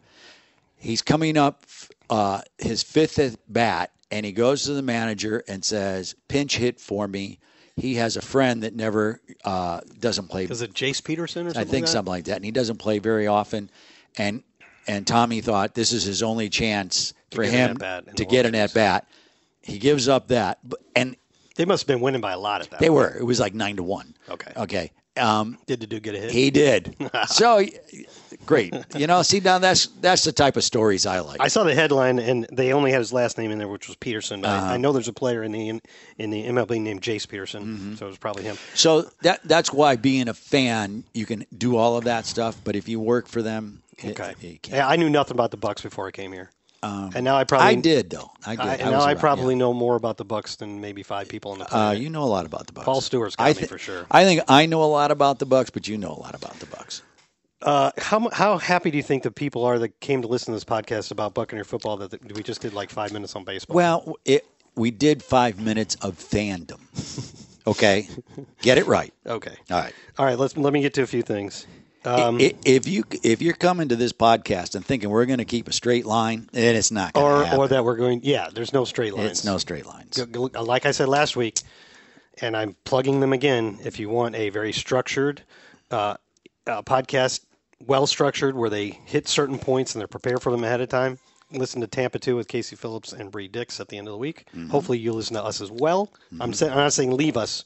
Speaker 4: He's coming up uh, his fifth at bat, and he goes to the manager and says, "Pinch hit for me." He has a friend that never uh, doesn't play
Speaker 3: Is it Jace Peterson or
Speaker 4: I
Speaker 3: something?
Speaker 4: think
Speaker 3: like that?
Speaker 4: something like that. And he doesn't play very often. And and Tommy thought this is his only chance for
Speaker 3: get an
Speaker 4: him
Speaker 3: at-bat in
Speaker 4: to
Speaker 3: the
Speaker 4: get
Speaker 3: World
Speaker 4: an at bat. He gives up that, but- and
Speaker 3: They must have been winning by a lot at that.
Speaker 4: they
Speaker 3: point.
Speaker 4: were. It was like nine to one.
Speaker 3: Okay.
Speaker 4: Okay. Um,
Speaker 3: Did the dude get a hit?
Speaker 4: he
Speaker 3: [LAUGHS]
Speaker 4: did. so great. You know, see now that's that's the type of stories I like.
Speaker 3: I saw the headline, and they only had his last name in there, which was Peterson. But
Speaker 4: Uh-huh.
Speaker 3: I, I know there's a player in the in the MLB named Jace Peterson,
Speaker 4: Mm-hmm.
Speaker 3: so it was probably him.
Speaker 4: so that that's why being a fan, you can do all of that stuff. But if you work for them, it-
Speaker 3: Okay,
Speaker 4: you can't.
Speaker 3: yeah, I knew nothing about the Bucks before I came here, and now I probably
Speaker 4: Um, I did though. I did.
Speaker 3: I,
Speaker 4: was
Speaker 3: now I
Speaker 4: around, yeah.
Speaker 3: probably know more about the Bucks than maybe five people on the
Speaker 4: Uh,
Speaker 3: planet.
Speaker 4: you know a lot about the Bucks.
Speaker 3: Paul Stewart's got
Speaker 4: I
Speaker 3: me
Speaker 4: thi-
Speaker 3: for sure.
Speaker 4: I think I know a lot about the Bucks, but you know a lot about the Bucks.
Speaker 3: Uh, how mu- how happy do you think the people are that came to listen to this podcast about Buccaneer football that that we just did like five minutes on baseball?
Speaker 4: Well, it we did five minutes of
Speaker 3: [LAUGHS]
Speaker 4: fandom. Okay, get it right.
Speaker 3: okay,
Speaker 4: All right.
Speaker 3: all right. Let's let me get to a few things. Um,
Speaker 4: I- if you if you're coming to this podcast and thinking we're going to keep a straight line, then it's not going
Speaker 3: or
Speaker 4: to happen.
Speaker 3: or that we're going. Yeah, there's no straight lines.
Speaker 4: it's no straight lines.
Speaker 3: G- g- like I said last week, and I'm plugging them again. If you want a very structured uh, uh, podcast, well structured, where they hit certain points and they're prepared for them ahead of time, listen to Tampa 2 with Casey Phillips and Bree Dix at the end of the week.
Speaker 4: Mm-hmm.
Speaker 3: Hopefully, you listen to us as well. I'm, sa- I'm not saying leave us,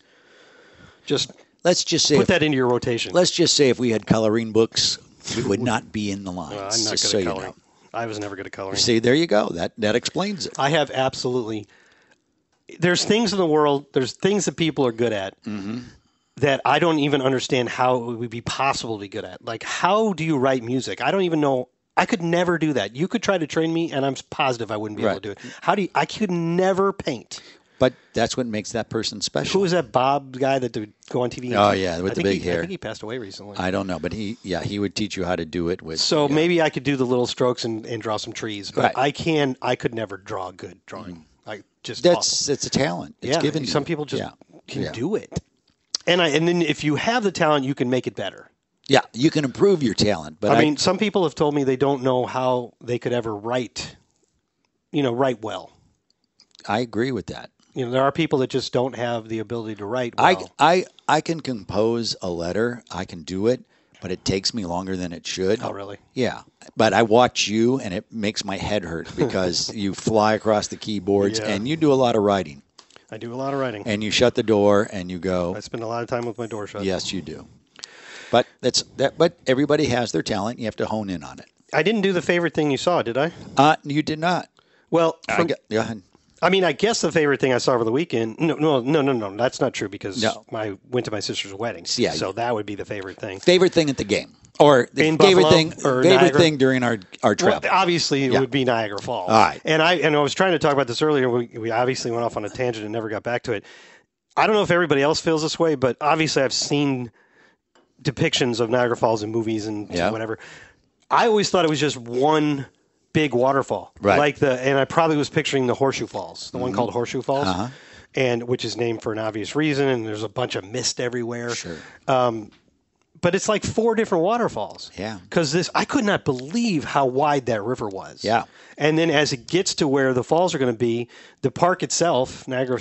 Speaker 3: just
Speaker 4: Let's just say
Speaker 3: put
Speaker 4: if-
Speaker 3: that into your rotation.
Speaker 4: let's just say if we had coloring books, we
Speaker 3: [LAUGHS]
Speaker 4: would not be in the lines.
Speaker 3: Uh, I'm not
Speaker 4: just
Speaker 3: good at
Speaker 4: so you
Speaker 3: coloring.
Speaker 4: know.
Speaker 3: I was never good at coloring.
Speaker 4: See, there you go. That that explains it.
Speaker 3: I have absolutely. There's things in the world. There's things that people are good at
Speaker 4: Mm-hmm.
Speaker 3: that I don't even understand how it would be possible to be good at. Like, how do you write music? I don't even know. I could never do that. You could try to train me, and I'm positive I wouldn't be able
Speaker 4: Right.
Speaker 3: to do it. How do you? I could never paint.
Speaker 4: But that's what makes that person special.
Speaker 3: Who was that Bob guy that would go on TV? and-
Speaker 4: Oh, yeah, with
Speaker 3: I
Speaker 4: the
Speaker 3: think
Speaker 4: big
Speaker 3: he, I
Speaker 4: hair.
Speaker 3: think he passed away recently.
Speaker 4: I don't know, but he yeah he would teach you how to do it with.
Speaker 3: so
Speaker 4: yeah.
Speaker 3: maybe I could do the little strokes and, and draw some trees, but
Speaker 4: Right. Mm.
Speaker 3: I can. I could never draw a good drawing. I just awful.
Speaker 4: that's it's a talent. It's
Speaker 3: yeah,
Speaker 4: given. to
Speaker 3: some
Speaker 4: you.
Speaker 3: people just
Speaker 4: yeah.
Speaker 3: can
Speaker 4: yeah.
Speaker 3: do it. And I and then if you have the talent, you can make it better.
Speaker 4: Yeah, you can improve your talent, but
Speaker 3: I, mean, some people have told me they don't know how they could ever write, you know, write well.
Speaker 4: I agree with that.
Speaker 3: You know, there are people that just don't have the ability to write well.
Speaker 4: I I I can compose a letter. I can do it, but it takes me longer than it should.
Speaker 3: oh, really?
Speaker 4: Yeah, but I watch you, and it makes my head
Speaker 3: [LAUGHS]
Speaker 4: hurt because you fly across the keyboards,
Speaker 3: Yeah.
Speaker 4: and you do a lot of writing,
Speaker 3: I do a lot of writing.
Speaker 4: and you shut the door, and you go.
Speaker 3: I spend a lot of time with my door shut.
Speaker 4: yes, you do. But that's that. But everybody has their talent. You have to hone in on it.
Speaker 3: I didn't do the favorite thing you saw, did I?
Speaker 4: Uh, you did not.
Speaker 3: Well,
Speaker 4: I
Speaker 3: from-
Speaker 4: got, go ahead.
Speaker 3: I mean, I guess the favorite thing I saw over the weekend. No, no, no, no, no. That's not true because
Speaker 4: No.
Speaker 3: I went to my sister's wedding.
Speaker 4: Yeah.
Speaker 3: so that would be the favorite thing.
Speaker 4: favorite thing at the game, or the
Speaker 3: In
Speaker 4: favorite
Speaker 3: Buffalo
Speaker 4: thing,
Speaker 3: or
Speaker 4: favorite
Speaker 3: Niagara?
Speaker 4: thing during our our
Speaker 3: Well,
Speaker 4: trip.
Speaker 3: obviously, it
Speaker 4: Yeah.
Speaker 3: would be Niagara Falls.
Speaker 4: All right.
Speaker 3: And I and I was trying to talk about this earlier. We, we obviously went off on a tangent and never got back to it. I don't know if everybody else feels this way, but obviously I've seen depictions of Niagara Falls in movies and
Speaker 4: Yeah.
Speaker 3: whatever. I always thought it was just one big waterfall,
Speaker 4: Right. Mm-hmm.
Speaker 3: Like the and I probably was picturing the Horseshoe Falls, the one called Horseshoe Falls,
Speaker 4: Uh-huh.
Speaker 3: and which is named for an obvious reason. And there's a bunch of mist everywhere.
Speaker 4: Sure.
Speaker 3: But it's like four different waterfalls.
Speaker 4: Yeah.
Speaker 3: Because this, I could not believe how wide that river was.
Speaker 4: Yeah.
Speaker 3: And then as it gets to where the falls are going to be, the park itself, Niagara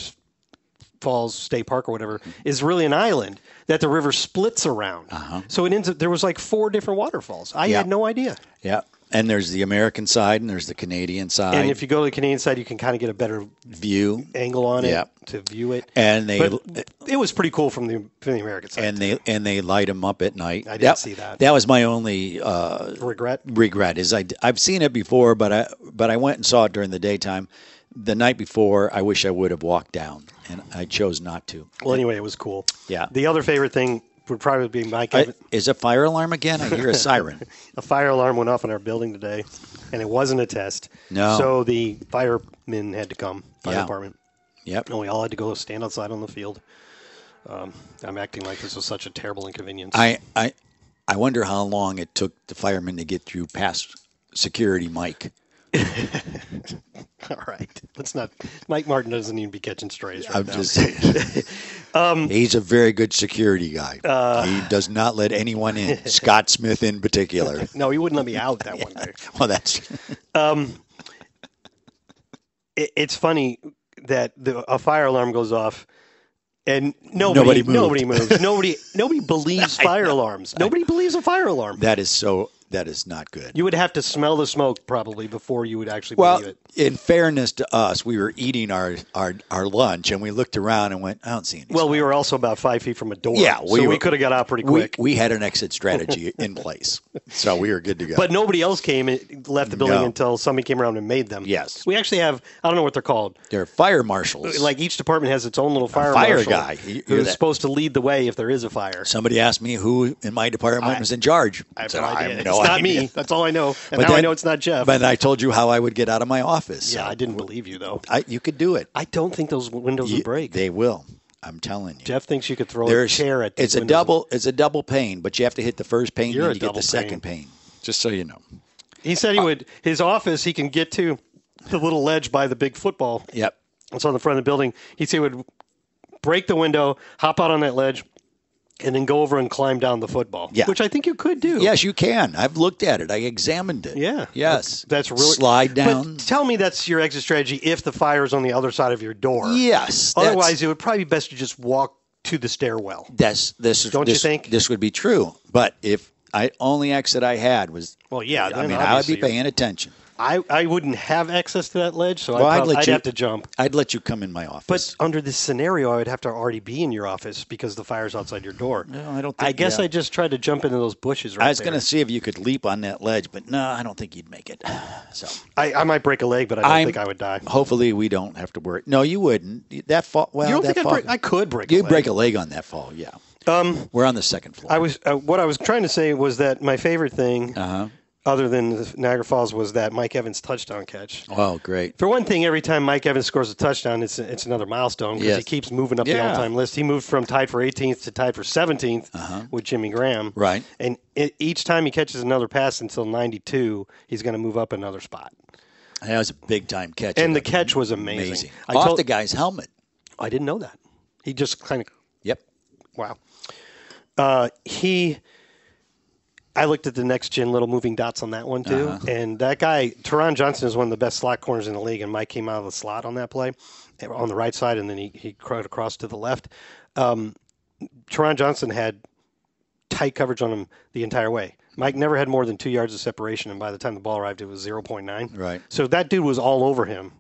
Speaker 3: Falls State Park or whatever, is really an island that the river splits around. Uh-huh. So it ends up, there was like four different waterfalls. I
Speaker 4: Yeah.
Speaker 3: had no idea.
Speaker 4: Yeah. And there's the American side and there's the Canadian side
Speaker 3: And if you go to the Canadian side, you can kind of get a better
Speaker 4: view.
Speaker 3: angle on it
Speaker 4: Yeah.
Speaker 3: to view it.
Speaker 4: And they
Speaker 3: but it was pretty cool from the, from the American side.
Speaker 4: and they and they light them up at night. I
Speaker 3: didn't see that.
Speaker 4: That was my only uh,
Speaker 3: regret.
Speaker 4: regret is I have seen it before, but I but I went and saw it during the daytime. The night before, I wish I would have walked down, and I chose not to.
Speaker 3: Well, anyway, it was cool.
Speaker 4: Yeah.
Speaker 3: The other favorite thing would probably be my
Speaker 4: I,
Speaker 3: Kevin.
Speaker 4: is a fire alarm again? I hear
Speaker 3: [LAUGHS]
Speaker 4: a siren.
Speaker 3: a fire alarm went off in our building today, and it wasn't a test.
Speaker 4: No.
Speaker 3: So the firemen had to come, fire
Speaker 4: Yeah.
Speaker 3: department,
Speaker 4: Yep.
Speaker 3: and we all had to go stand outside on the field. Um, I'm acting like this was such a terrible inconvenience.
Speaker 4: I I I wonder how long it took the firemen to get through past security Mike.
Speaker 3: [LAUGHS] all right, let's not. Mike Martin doesn't even be catching strays right
Speaker 4: I'm
Speaker 3: now. [LAUGHS]
Speaker 4: just
Speaker 3: Um,
Speaker 4: he's a very good security guy.
Speaker 3: uh,
Speaker 4: he does not let anyone in. Scott Smith
Speaker 3: [LAUGHS]
Speaker 4: in particular.
Speaker 3: no, he wouldn't let me out
Speaker 4: [LAUGHS]
Speaker 3: that one day.
Speaker 4: Well, that's
Speaker 3: it, it's funny that the, a fire alarm goes off and nobody
Speaker 4: Nobody
Speaker 3: nobody
Speaker 4: moved. [LAUGHS]
Speaker 3: moves nobody nobody believes fire alarms nobody believes a fire alarm
Speaker 4: that is so that is not good.
Speaker 3: you would have to smell the smoke probably before you would actually
Speaker 4: Well,
Speaker 3: believe it
Speaker 4: in fairness to us, we were eating our, our, our lunch and we looked around and went, I don't see any.
Speaker 3: well we were also about five feet from a door
Speaker 4: Yeah, we
Speaker 3: so
Speaker 4: were-
Speaker 3: we could have got out pretty
Speaker 4: we,
Speaker 3: quick
Speaker 4: we had an exit
Speaker 3: [LAUGHS]
Speaker 4: strategy in place, so we were good to go.
Speaker 3: but nobody else came and left the building
Speaker 4: No.
Speaker 3: until somebody came around and made them
Speaker 4: Yes.
Speaker 3: we actually have i don't know what they're called
Speaker 4: they're fire marshals.
Speaker 3: like each department has its own little fire
Speaker 4: fire
Speaker 3: marshal
Speaker 4: guy. You- you're
Speaker 3: who's
Speaker 4: that-
Speaker 3: supposed to lead the way if there is a fire
Speaker 4: somebody asked me who in my department was in charge.
Speaker 3: I have
Speaker 4: So
Speaker 3: no idea.
Speaker 4: have
Speaker 3: it's
Speaker 4: no
Speaker 3: not
Speaker 4: idea.
Speaker 3: me. That's all I know. And
Speaker 4: But
Speaker 3: now I
Speaker 4: then-
Speaker 3: know it's not Jeff.
Speaker 4: But I told you how I would get out of my office.
Speaker 3: yeah,
Speaker 4: so
Speaker 3: I didn't believe you though.
Speaker 4: I, you could do it.
Speaker 3: I don't think those windows
Speaker 4: You-
Speaker 3: would break.
Speaker 4: They will. I'm telling you.
Speaker 3: Jeff thinks you could throw
Speaker 4: There's-
Speaker 3: a chair at. these
Speaker 4: it's a
Speaker 3: windows.
Speaker 4: double. It's a double pain, but you have to hit the first pain
Speaker 3: You're
Speaker 4: and
Speaker 3: a
Speaker 4: you get the
Speaker 3: double pain.
Speaker 4: second pain. Just so you know.
Speaker 3: He said he would. His office, he can get to the little ledge by the big football.
Speaker 4: Yep.
Speaker 3: It's on the front of the building. He said he would break the window, hop out on that ledge, and then go over and climb down the football.
Speaker 4: Yeah.
Speaker 3: which I think you could do.
Speaker 4: Yes, you can. I've looked at it. I examined it.
Speaker 3: Yeah.
Speaker 4: Yes.
Speaker 3: That's really
Speaker 4: slide down.
Speaker 3: But tell me that's your exit strategy if the fire is on the other side of your door.
Speaker 4: yes. that's-
Speaker 3: Otherwise, it would probably be best to just walk to the stairwell.
Speaker 4: that's this.
Speaker 3: Don't you
Speaker 4: this,
Speaker 3: think?
Speaker 4: this would be true? But if I only exit I had was,
Speaker 3: Well, yeah.
Speaker 4: I
Speaker 3: then
Speaker 4: mean, I would be
Speaker 3: obviously-
Speaker 4: paying attention.
Speaker 3: I, I wouldn't have access to that ledge, so
Speaker 4: Well, I'd
Speaker 3: I'd, probably,
Speaker 4: let
Speaker 3: I'd
Speaker 4: you-
Speaker 3: have to jump.
Speaker 4: I'd let you come in my office.
Speaker 3: But under this scenario, I would have to already be in your office because the fire's outside your door. No,
Speaker 4: I don't
Speaker 3: I
Speaker 4: think-
Speaker 3: guess
Speaker 4: yeah.
Speaker 3: I just tried to jump into those bushes. Right
Speaker 4: I was going to
Speaker 3: there.
Speaker 4: see if you could leap on that ledge, but no, I don't think you'd make it. [SIGHS] So
Speaker 3: I, I might break a leg, but I don't
Speaker 4: I'm-
Speaker 3: think I would die.
Speaker 4: hopefully we don't have to worry. No, you wouldn't. That fall. Well,
Speaker 3: You don't
Speaker 4: that
Speaker 3: think I'd
Speaker 4: fall,
Speaker 3: break- I could break a
Speaker 4: You'd
Speaker 3: leg.
Speaker 4: break a leg on that fall. Yeah. Um, we're on the second floor.
Speaker 3: I was uh, what I was trying to say was that my favorite thing,
Speaker 4: Uh-huh.
Speaker 3: other than the Niagara Falls, was that Mike Evans touchdown catch.
Speaker 4: oh, great.
Speaker 3: For one thing, every time Mike Evans scores a touchdown, it's it's another milestone because
Speaker 4: Yes.
Speaker 3: he keeps moving up the
Speaker 4: Yeah.
Speaker 3: all-time list. He moved from tied for 18th to tied for 17th with Jimmy Graham.
Speaker 4: Uh-huh. Right.
Speaker 3: And it, each time he catches another pass until 92, he's going to move up another spot.
Speaker 4: That was a big time catch.
Speaker 3: And the
Speaker 4: That
Speaker 3: catch was amazing.
Speaker 4: amazing.
Speaker 3: I,
Speaker 4: Off
Speaker 3: told,
Speaker 4: the guy's helmet.
Speaker 3: I didn't know that. He just kind of
Speaker 4: Yep.
Speaker 3: wow. Uh, he. I looked at the next gen little moving dots on that one too,
Speaker 4: Uh-huh.
Speaker 3: and that guy Teron Johnson is one of the best slot corners in the league, and Mike came out of the slot on that play, eh, on the right side, and then he he crowed across to the left. Um, Teron Johnson had tight coverage on him the entire way. Mike never had more than two yards of separation, and by the time the ball arrived, it was zero point nine.
Speaker 4: Right. Mm-hmm.
Speaker 3: So that dude was all over him,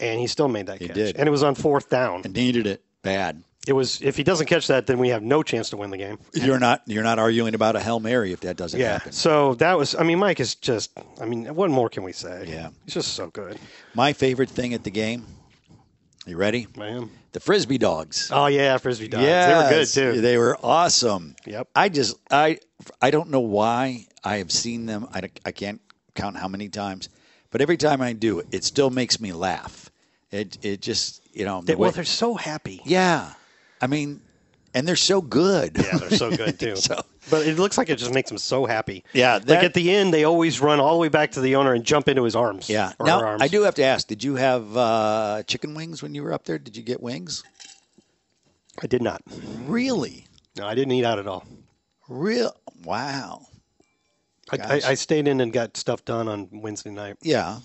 Speaker 3: and he still made that catch.
Speaker 4: did.
Speaker 3: And it was on fourth down.
Speaker 4: Needed it bad.
Speaker 3: It was if he doesn't catch that, then we have no chance to win the game.
Speaker 4: You're not you're not arguing about a hail mary if that doesn't
Speaker 3: Yeah.
Speaker 4: happen.
Speaker 3: So that was. I mean, Mike is just. I mean, what more can we say?
Speaker 4: Yeah.
Speaker 3: He's just so good.
Speaker 4: My favorite thing at the game. You ready?
Speaker 3: Man.
Speaker 4: The frisbee dogs.
Speaker 3: Oh yeah, frisbee dogs. They were good
Speaker 4: Yes,
Speaker 3: too.
Speaker 4: They were awesome.
Speaker 3: Yep.
Speaker 4: I just I I don't know why I have seen them. I, don't- I can't count how many times, but every time I do, it still makes me laugh. It it just you know the
Speaker 3: They, well,
Speaker 4: way-
Speaker 3: they're so happy.
Speaker 4: yeah, I mean, and they're so good.
Speaker 3: Yeah, [LAUGHS] they're so good too.
Speaker 4: So-
Speaker 3: but it looks like it just makes them so happy.
Speaker 4: Yeah, that-
Speaker 3: like at the end, they always run all the way back to the owner and jump into his arms.
Speaker 4: [LAUGHS] Yeah.
Speaker 3: or her
Speaker 4: Now
Speaker 3: arms.
Speaker 4: I do have to ask: Did you have uh, chicken wings when you were up there? Did you get wings?
Speaker 3: I did not.
Speaker 4: Really?
Speaker 3: No, I didn't eat out at all.
Speaker 4: Real? Wow.
Speaker 3: I, I,
Speaker 4: Gosh.
Speaker 3: I stayed in and got stuff done on Wednesday night
Speaker 4: Yeah.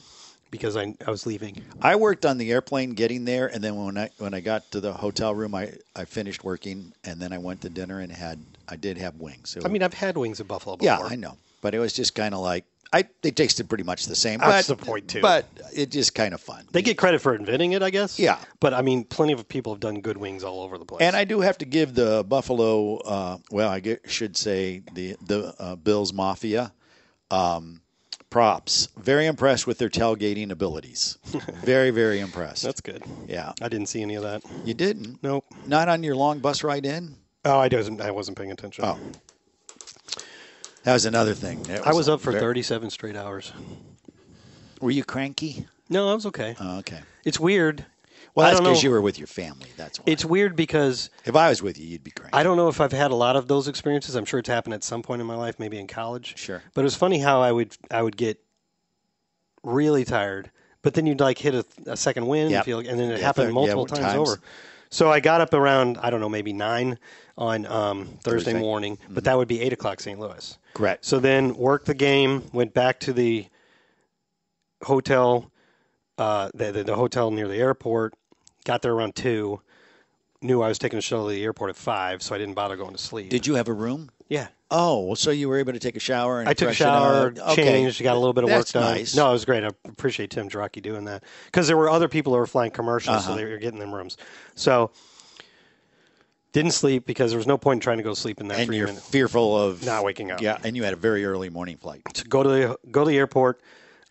Speaker 3: because I, I was leaving.
Speaker 4: I worked on the airplane getting there, and then when I when I got to the hotel room, I, I finished working, and then I went to dinner and had I did have wings. It
Speaker 3: I
Speaker 4: was-
Speaker 3: mean, I've had wings at Buffalo before.
Speaker 4: yeah, I know, but it was just kind of like I they tasted pretty much the same.
Speaker 3: That's
Speaker 4: but-
Speaker 3: the point, too.
Speaker 4: But it just kind of fun.
Speaker 3: They get credit for inventing it, I guess.
Speaker 4: Yeah.
Speaker 3: But I mean, plenty of people have done good wings all over the place.
Speaker 4: And I do have to give the Buffalo, uh, well, I gue- should say the the uh, Bills Mafia, um, props. Very impressed with their tailgating
Speaker 3: [LAUGHS]
Speaker 4: abilities. very, very impressed.
Speaker 3: that's good.
Speaker 4: yeah.
Speaker 3: I didn't see any of that.
Speaker 4: You didn't?
Speaker 3: Nope.
Speaker 4: Not on your long bus ride in.
Speaker 3: Oh, I wasn't. I wasn't paying attention.
Speaker 4: Oh, that was another thing. That
Speaker 3: I was up for
Speaker 4: very-
Speaker 3: 37 straight hours.
Speaker 4: Were you cranky?
Speaker 3: No, I was okay.
Speaker 4: Oh, okay.
Speaker 3: It's weird.
Speaker 4: Well,
Speaker 3: I
Speaker 4: that's
Speaker 3: don't
Speaker 4: because
Speaker 3: know.
Speaker 4: you were with your family. That's why.
Speaker 3: It's weird because
Speaker 4: if I was with you, you'd be cranky.
Speaker 3: I don't know if I've had a lot of those experiences. I'm sure it's happened at some point in my life, maybe in college.
Speaker 4: Sure.
Speaker 3: But it was funny how I would I would get really tired, but then you'd like hit a, a second wind
Speaker 4: Yep. uh,
Speaker 3: and feel, and then it
Speaker 4: Yeah,
Speaker 3: happened
Speaker 4: third-
Speaker 3: multiple
Speaker 4: yeah,
Speaker 3: times,
Speaker 4: times.
Speaker 3: over. So I got up around I don't know maybe nine on um, Thursday,
Speaker 4: Thursday. Mm-hmm.
Speaker 3: morning, but that would be eight o'clock St. Louis.
Speaker 4: Correct.
Speaker 3: So then worked the game, went back to the hotel, uh, the, the, the hotel near the airport, got there around two, knew I was taking a shuttle to the airport at five, so I didn't bother going to sleep.
Speaker 4: Did you have a room?
Speaker 3: yeah.
Speaker 4: Oh, well, so you were able to take a shower and
Speaker 3: I took a
Speaker 4: freshen
Speaker 3: shower,
Speaker 4: up. Okay.
Speaker 3: changed, got a little bit of
Speaker 4: That's
Speaker 3: work done.
Speaker 4: Nice.
Speaker 3: No, it was great. I appreciate Tim Jarocki doing that because there were other people that were flying commercials,
Speaker 4: Uh-huh.
Speaker 3: so they were getting them rooms. So didn't sleep because there was no point in trying to go to sleep in that
Speaker 4: and
Speaker 3: three
Speaker 4: you're
Speaker 3: minutes.
Speaker 4: fearful of
Speaker 3: Not waking up.
Speaker 4: Yeah, and you had a very early morning flight.
Speaker 3: to go to the go to the airport.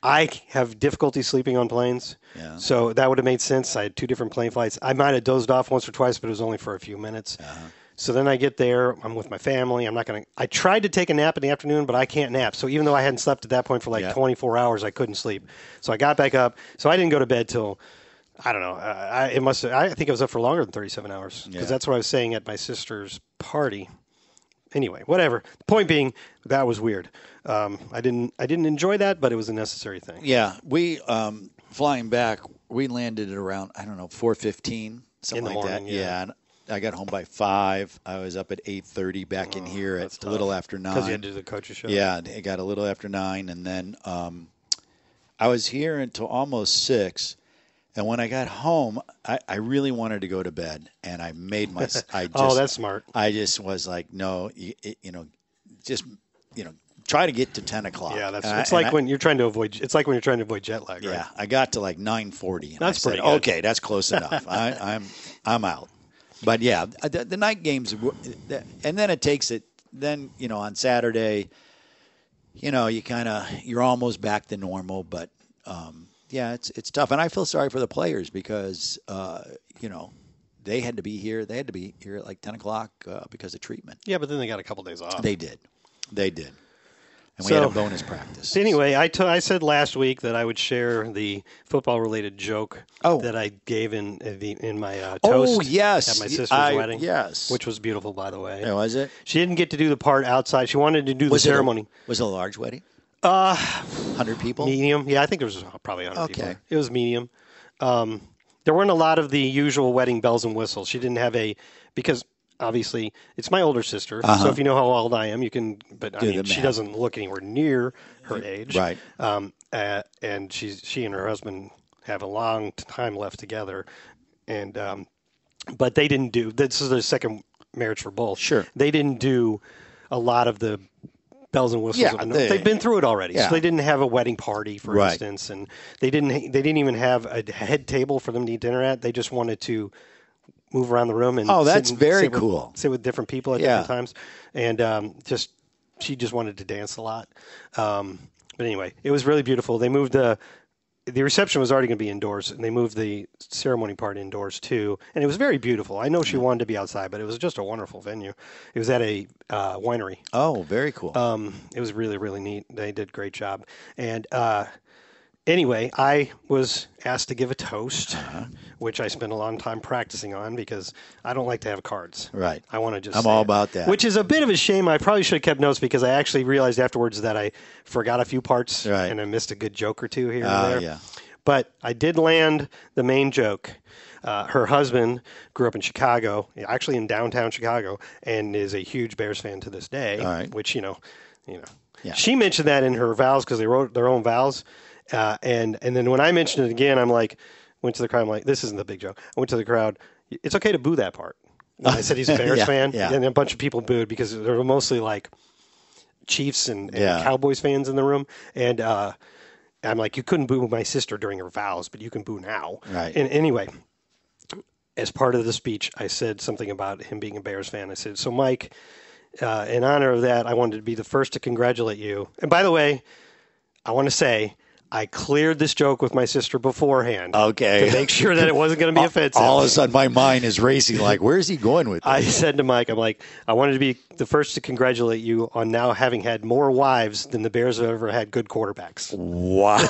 Speaker 3: I have difficulty sleeping on planes,
Speaker 4: Yeah.
Speaker 3: so that would have made sense. I had two different plane flights. I might have dozed off once or twice, but it was only for a few minutes.
Speaker 4: Uh-huh.
Speaker 3: So then I get there. I'm with my family. I'm not going to. I tried to take a nap in the afternoon, but I can't nap. So even though I hadn't slept at that point for like
Speaker 4: Yeah.
Speaker 3: 24 hours, I couldn't sleep. So I got back up. So I didn't go to bed till I don't know. Uh, I it must. I think I was up for longer than 37 hours because
Speaker 4: Yeah.
Speaker 3: that's what I was saying at my sister's party anyway, whatever. The point being, that was weird. Um, I didn't I didn't enjoy that, but it was a necessary thing.
Speaker 4: Yeah, we um, flying back. We landed at around I don't know four fifteen something
Speaker 3: In the
Speaker 4: like that.
Speaker 3: morning,
Speaker 4: Yeah.
Speaker 3: yeah.
Speaker 4: and I got home by five. I was up at eight thirty back
Speaker 3: Oh,
Speaker 4: in here at a little after nine.
Speaker 3: Because you had to do the coach's show.
Speaker 4: Yeah, it got a little after nine, and then um, I was here until almost six. And when I got home, I, I really wanted to go to bed, and I made my. I just,
Speaker 3: [LAUGHS] Oh, that's smart.
Speaker 4: I just was like, no, you, it- you know, just you know, try to get to ten o'clock.
Speaker 3: Yeah, that's
Speaker 4: And I-
Speaker 3: it's like
Speaker 4: and I-
Speaker 3: when you're trying to avoid it's like when you're trying to avoid jet lag, right?
Speaker 4: yeah, I got to like nine forty.
Speaker 3: That's
Speaker 4: I said,
Speaker 3: pretty good.
Speaker 4: Okay, that's close
Speaker 3: [LAUGHS]
Speaker 4: enough. I, I'm I'm out. But yeah, uh, the, the night games, were- and then it takes it. Then you know, on Saturday, you know, you kind of you're almost back to normal. But um, yeah, it's it's tough, and I feel sorry for the players because uh, you know they had to be here. They had to be here at like ten o'clock uh, because of treatment.
Speaker 3: Yeah, but then they got a couple days off.
Speaker 4: They did, they did, and we had a
Speaker 3: So-
Speaker 4: bonus practice.
Speaker 3: So anyway, I to- I said last week that I would share the football related joke
Speaker 4: Oh.
Speaker 3: that I gave in in the in my uh,
Speaker 4: Oh,
Speaker 3: toast
Speaker 4: yes.
Speaker 3: at my
Speaker 4: Y-
Speaker 3: sister's
Speaker 4: I-
Speaker 3: wedding.
Speaker 4: yes.
Speaker 3: Which was beautiful by the way.
Speaker 4: Yeah, Oh, was it?
Speaker 3: She didn't get to do the part outside. She wanted to do the
Speaker 4: Was it a-
Speaker 3: ceremony.
Speaker 4: was it a large wedding? Uh, hundred people.
Speaker 3: Medium. Yeah, I think there was probably 100 people.
Speaker 4: Okay.
Speaker 3: there. It was medium. Um, there weren't a lot of the usual wedding bells and whistles. She didn't have a because obviously it's my older sister. So if you know how old I am, you can. But I
Speaker 4: Uh-huh. Do
Speaker 3: mean,
Speaker 4: the
Speaker 3: she
Speaker 4: math.
Speaker 3: doesn't look anywhere near her age.
Speaker 4: Right.
Speaker 3: Um, uh, and she's she and her husband have a long time left together, and um, but they didn't do. This is their second marriage for both.
Speaker 4: Sure.
Speaker 3: They didn't do a lot of the bells and whistles.
Speaker 4: Yeah,
Speaker 3: of it.
Speaker 4: they-
Speaker 3: they've been through it already.
Speaker 4: Yeah.
Speaker 3: So they didn't have a wedding party, for
Speaker 4: Right.
Speaker 3: instance, and they didn't they didn't even have a head table for them to eat dinner at. They just wanted to move around the room and
Speaker 4: Oh,
Speaker 3: sit
Speaker 4: that's
Speaker 3: and-
Speaker 4: very
Speaker 3: sit with-
Speaker 4: cool.
Speaker 3: sit with different people at
Speaker 4: Yeah.
Speaker 3: different times, and um, just she just wanted to dance a lot. Um, but anyway, it was really beautiful. They moved the the reception was already going to be indoors, and they moved the ceremony part indoors too. And it was very beautiful. I know she wanted to be outside, but it was just a wonderful venue. It was at a uh, winery.
Speaker 4: Oh, very cool.
Speaker 3: Um, it was really really neat. They did a great job, and uh, anyway, I was asked to give a toast,
Speaker 4: Uh-huh.
Speaker 3: which I spent a long time practicing on because I don't like to have cards.
Speaker 4: Right.
Speaker 3: I want to just.
Speaker 4: I'm
Speaker 3: say
Speaker 4: all
Speaker 3: it.
Speaker 4: about that.
Speaker 3: Which is a bit of a shame. I probably should have kept notes because I actually realized afterwards that I forgot a few parts
Speaker 4: Right.
Speaker 3: and I missed a good joke or two here
Speaker 4: Ah,
Speaker 3: and there.
Speaker 4: yeah.
Speaker 3: But I did land the main joke. Uh, her husband grew up in Chicago, actually in downtown Chicago, and is a huge Bears fan to this day.
Speaker 4: All right.
Speaker 3: Which you know, you know,
Speaker 4: Yeah.
Speaker 3: she mentioned that in her vows because they wrote their own vows, uh, and and then when I mentioned it again, I'm like, went to the crowd. I'm like, this isn't the big joke. I went to the crowd. It's okay to boo that part. And I said he's
Speaker 4: [LAUGHS]
Speaker 3: a Bears
Speaker 4: Yeah,
Speaker 3: fan,
Speaker 4: yeah.
Speaker 3: and a bunch of people booed because they were mostly like Chiefs and, and
Speaker 4: Yeah.
Speaker 3: Cowboys fans in the room, and uh, I'm like, you couldn't boo my sister during her vows, but you can boo now.
Speaker 4: Right.
Speaker 3: And anyway, as part of the speech, I said something about him being a Bears fan. I said, so Mike, uh, in honor of that, I wanted to be the first to congratulate you. And by the way, I want to say. I cleared this joke with my sister beforehand.
Speaker 4: Okay.
Speaker 3: To make sure that it wasn't going to be offensive.
Speaker 4: [LAUGHS] All of a sudden, my mind is racing. Like, where's he going with
Speaker 3: I
Speaker 4: this?
Speaker 3: said to Mike, I'm like, I wanted to be the first to congratulate you on now having had more wives than the Bears have ever had good quarterbacks.
Speaker 4: wow.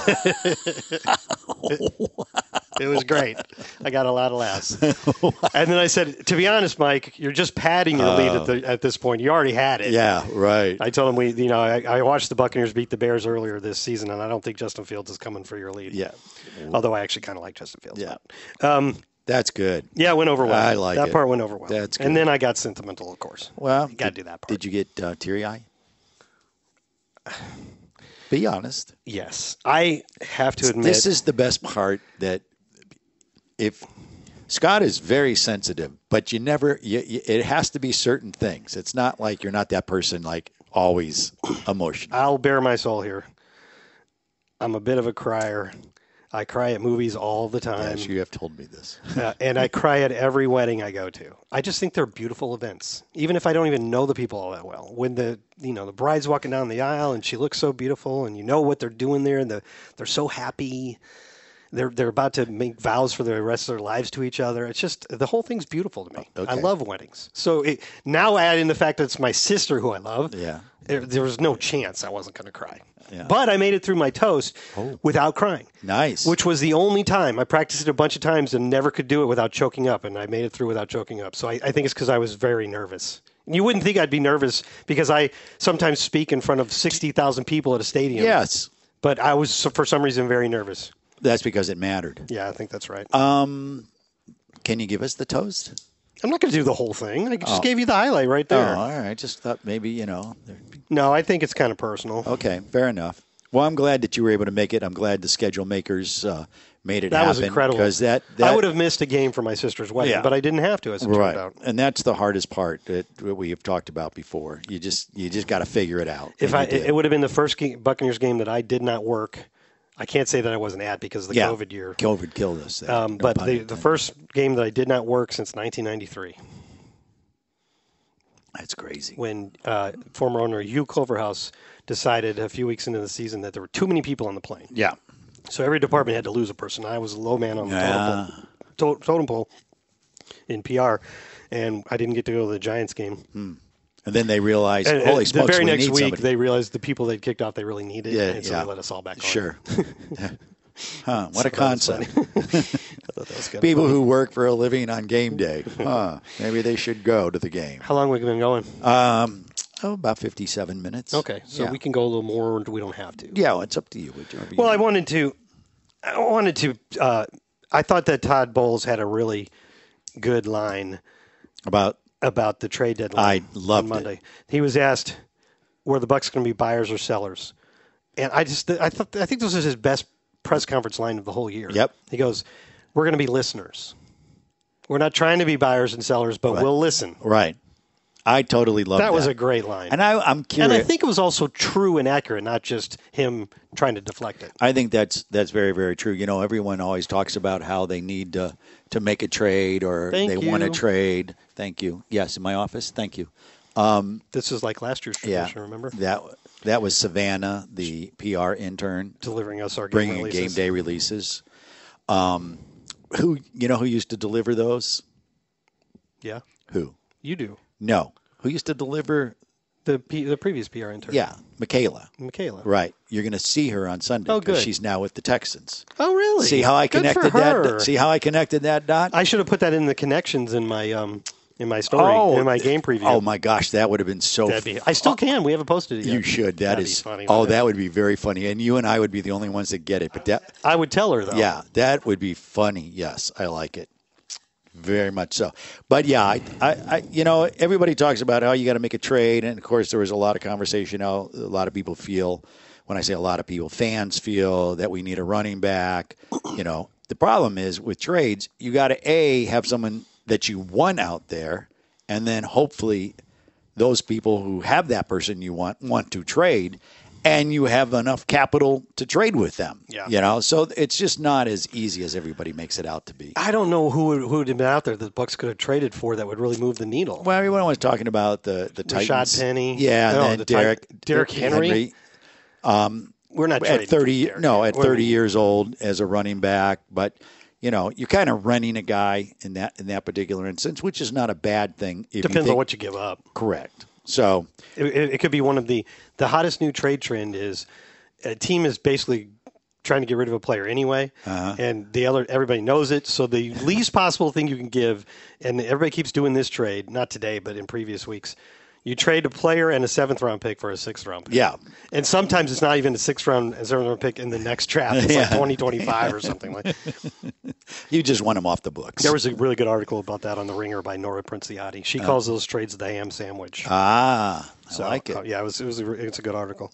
Speaker 3: [LAUGHS] It was great. I got a lot of laughs.
Speaker 4: [LAUGHS]
Speaker 3: And then I said, to be honest, Mike, you're just padding your lead at, the, at this point. You already had it.
Speaker 4: Oh. yeah. Right.
Speaker 3: I told him we, you know, I, I watched the Buccaneers beat the Bears earlier this season, and I don't think Justin Fields is coming for your lead.
Speaker 4: yeah.
Speaker 3: Although I actually kind of like Justin Fields.
Speaker 4: Yeah.
Speaker 3: Um,
Speaker 4: That's good.
Speaker 3: yeah, it went over well.
Speaker 4: I like
Speaker 3: that
Speaker 4: it.
Speaker 3: part went over well.
Speaker 4: That's
Speaker 3: And
Speaker 4: good.
Speaker 3: then I got sentimental, of course.
Speaker 4: Well,
Speaker 3: you got to
Speaker 4: did-
Speaker 3: do that part.
Speaker 4: Did you get uh, teary eye? Be honest.
Speaker 3: Yes, I have to admit.
Speaker 4: This is the best part that if Scott is very sensitive, but you never, you, you- it has to be certain things. It's not like you're not that person, like always emotional.
Speaker 3: I'll bare my soul here. I'm a bit of a crier. I cry at movies all the time,
Speaker 4: Yes, you have told me this.
Speaker 3: uh, and I cry at every wedding I go to. I just think they're beautiful events, even if I don't even know the people all that well. When the you know the bride's walking down the aisle and she looks so beautiful, and you know what they're doing there, and the, they're so happy. They're they're about to make vows for the rest of their lives to each other. It's just the whole thing's beautiful to me. I
Speaker 4: Oh, Okay.
Speaker 3: love weddings. So it, now add in the fact that it's my sister who I love
Speaker 4: Yeah.
Speaker 3: there, there was no chance I wasn't going to cry.
Speaker 4: Yeah. Oh.
Speaker 3: But I made it through my toast without crying.
Speaker 4: Nice.
Speaker 3: Which was the only time I practiced it a bunch of times and never could do it without choking up, and I made it through without choking up. So I, I think it's because I was very nervous. You wouldn't think I'd be nervous because I sometimes speak in front of sixty thousand people at a stadium.
Speaker 4: Yes.
Speaker 3: but I was so- for some reason very nervous.
Speaker 4: That's because it mattered.
Speaker 3: Yeah, I think that's right.
Speaker 4: Uh, Can you give us the toast?
Speaker 3: I'm not going to do the whole thing. I just gave you the highlight right there.
Speaker 4: Oh, all right. Just thought maybe, you know, there-
Speaker 3: No, I think it's kind of personal.
Speaker 4: Okay, fair enough. Well, I'm glad that you were able to make it. I'm glad the schedule makers uh, made it
Speaker 3: That
Speaker 4: happen.
Speaker 3: was incredible.
Speaker 4: Because that, that
Speaker 3: I would have missed a game for my sister's wedding,
Speaker 4: Yeah.
Speaker 3: but I didn't have to, as it
Speaker 4: right,
Speaker 3: turned out.
Speaker 4: and that's the hardest part that that we have talked about before. You just you just got to figure it out.
Speaker 3: If
Speaker 4: And
Speaker 3: I,
Speaker 4: you did.
Speaker 3: it would have been the first game, Buccaneers game that I did not work. I can't say that I wasn't at because of the
Speaker 4: yeah,
Speaker 3: COVID year.
Speaker 4: COVID killed us. There.
Speaker 3: Um,
Speaker 4: No
Speaker 3: but
Speaker 4: pun
Speaker 3: the, the
Speaker 4: intended.
Speaker 3: first game that I did not work since 1993,
Speaker 4: that's crazy.
Speaker 3: when uh, former owner Hugh Culverhouse decided a few weeks into the season that there were too many people on the plane.
Speaker 4: Yeah,
Speaker 3: So every department had to lose a person. I was a low man on the
Speaker 4: Yeah.
Speaker 3: totem, pole, to- totem pole in PR, and I didn't get to go to the Giants game.
Speaker 4: and then they realized,
Speaker 3: And,
Speaker 4: holy
Speaker 3: and
Speaker 4: smokes,
Speaker 3: the very
Speaker 4: we
Speaker 3: next
Speaker 4: need
Speaker 3: week,
Speaker 4: somebody.
Speaker 3: they realized the people they kicked off they really needed,
Speaker 4: Yeah,
Speaker 3: and so
Speaker 4: yeah.
Speaker 3: they let us all back on. [LAUGHS]
Speaker 4: sure. [LAUGHS] huh, what a
Speaker 3: That was
Speaker 4: concept.
Speaker 3: funny. I thought that was good.
Speaker 4: People who work for a living on game day. Huh, maybe they should go to the game.
Speaker 3: How long have we been going?
Speaker 4: Um, oh, about fifty-seven minutes.
Speaker 3: okay, so
Speaker 4: yeah.
Speaker 3: we can go a little more, or we don't have to.
Speaker 4: Yeah, well, it's up to you. whichever you
Speaker 3: Well, I wanted to. I wanted to. Uh, I thought that Todd Bowles had a really good line
Speaker 4: about
Speaker 3: about the trade deadline.
Speaker 4: I loved
Speaker 3: on
Speaker 4: it.
Speaker 3: Monday. He was asked, "Were the Bucks going to be buyers or sellers?" And I just, I thought, I think this was his best press conference line of the whole year.
Speaker 4: Yep.
Speaker 3: He goes, "We're going to be listeners. We're not trying to be buyers and sellers, but we'll listen."
Speaker 4: right. I totally love that.
Speaker 3: That was a great line.
Speaker 4: and I, I'm
Speaker 3: And
Speaker 4: curious.
Speaker 3: I think it was also true and accurate, not just him trying to deflect it.
Speaker 4: I think that's that's very very true. You know, everyone always talks about how they need to to make a trade or
Speaker 3: Thank
Speaker 4: they want to
Speaker 3: you.
Speaker 4: trade. Thank you. Yes, in my office. Thank you.
Speaker 3: This is like last year's
Speaker 4: Yeah,
Speaker 3: tradition, remember?
Speaker 4: that that was Savannah, the PR intern,
Speaker 3: Delivering us our game
Speaker 4: bringing game
Speaker 3: releases.
Speaker 4: day releases. Um, who you know who used to deliver those?
Speaker 3: Yeah,
Speaker 4: Who?
Speaker 3: you do.
Speaker 4: No, who used to deliver
Speaker 3: The P, the previous PR intern.
Speaker 4: Yeah, Michaela.
Speaker 3: Michaela.
Speaker 4: Right. You're going to see her on Sunday
Speaker 3: Oh,
Speaker 4: because
Speaker 3: good.
Speaker 4: she's now with the Texans.
Speaker 3: Oh, really?
Speaker 4: See how I
Speaker 3: Good for
Speaker 4: connected that?
Speaker 3: her.
Speaker 4: dot- See how I connected that dot?
Speaker 3: I should have put that in the connections in my um in my story
Speaker 4: Oh,
Speaker 3: in my game preview.
Speaker 4: oh my gosh, that would have been so.
Speaker 3: That'd be, I still can. We haven't posted it yet.
Speaker 4: You should. That
Speaker 3: That'd be
Speaker 4: is-
Speaker 3: funny,
Speaker 4: oh,
Speaker 3: wouldn't it?
Speaker 4: that would be very funny, and you and I would be the only ones that get it. But that,
Speaker 3: I would tell her though.
Speaker 4: yeah, that would be funny. Yes, I like it very much so. But yeah, I, I, I you know, everybody talks about how you got to make a trade, and of course, there was a lot of conversation. How a lot of people feel when I say a lot of people, fans feel that we need a running back. You know, the problem is with trades, you got to a have someone that you want out there, and then hopefully those people who have that person you want want to trade and you have enough capital to trade with them
Speaker 3: Yeah.
Speaker 4: you know so it's just not as easy as everybody makes it out to be
Speaker 3: I don't know who would, who would have been out there that the Bucks could have traded for that would really move the needle.
Speaker 4: Well, everyone was talking about the the
Speaker 3: Rashad
Speaker 4: Titans.
Speaker 3: Penny.
Speaker 4: yeah, and
Speaker 3: No,
Speaker 4: then
Speaker 3: the Ti-
Speaker 4: Derek
Speaker 3: Derrick Henry? We're not trading
Speaker 4: at thirty.
Speaker 3: Derrick
Speaker 4: no,
Speaker 3: Henry.
Speaker 4: at
Speaker 3: We're-
Speaker 4: thirty years old as a running back, but you know you're kind of running a guy in that in that particular instance, which is not a bad thing. If you
Speaker 3: Depends
Speaker 4: think
Speaker 3: on what you give up.
Speaker 4: correct. So
Speaker 3: It, it, it could be one of the the hottest new trade trend is a team is basically trying to get rid of a player anyway,
Speaker 4: Uh-huh.
Speaker 3: and the other everybody knows it. So the least possible thing you can give, and everybody keeps doing this trade, not today, but in previous weeks. You trade a player and a seventh round pick for a sixth round pick.
Speaker 4: Yeah.
Speaker 3: And sometimes it's not even a sixth round and seventh round pick in the next draft.
Speaker 4: [LAUGHS]
Speaker 3: It's like
Speaker 4: Yeah.
Speaker 3: 2025 or something like
Speaker 4: you just want him off the books.
Speaker 3: There was a really good article about that on The Ringer by Nora Princiati.
Speaker 4: Uh-huh.
Speaker 3: She calls those trades the ham sandwich.
Speaker 4: ah, I
Speaker 3: So,
Speaker 4: like it.
Speaker 3: uh, yeah, it was, it was a, it's a good article.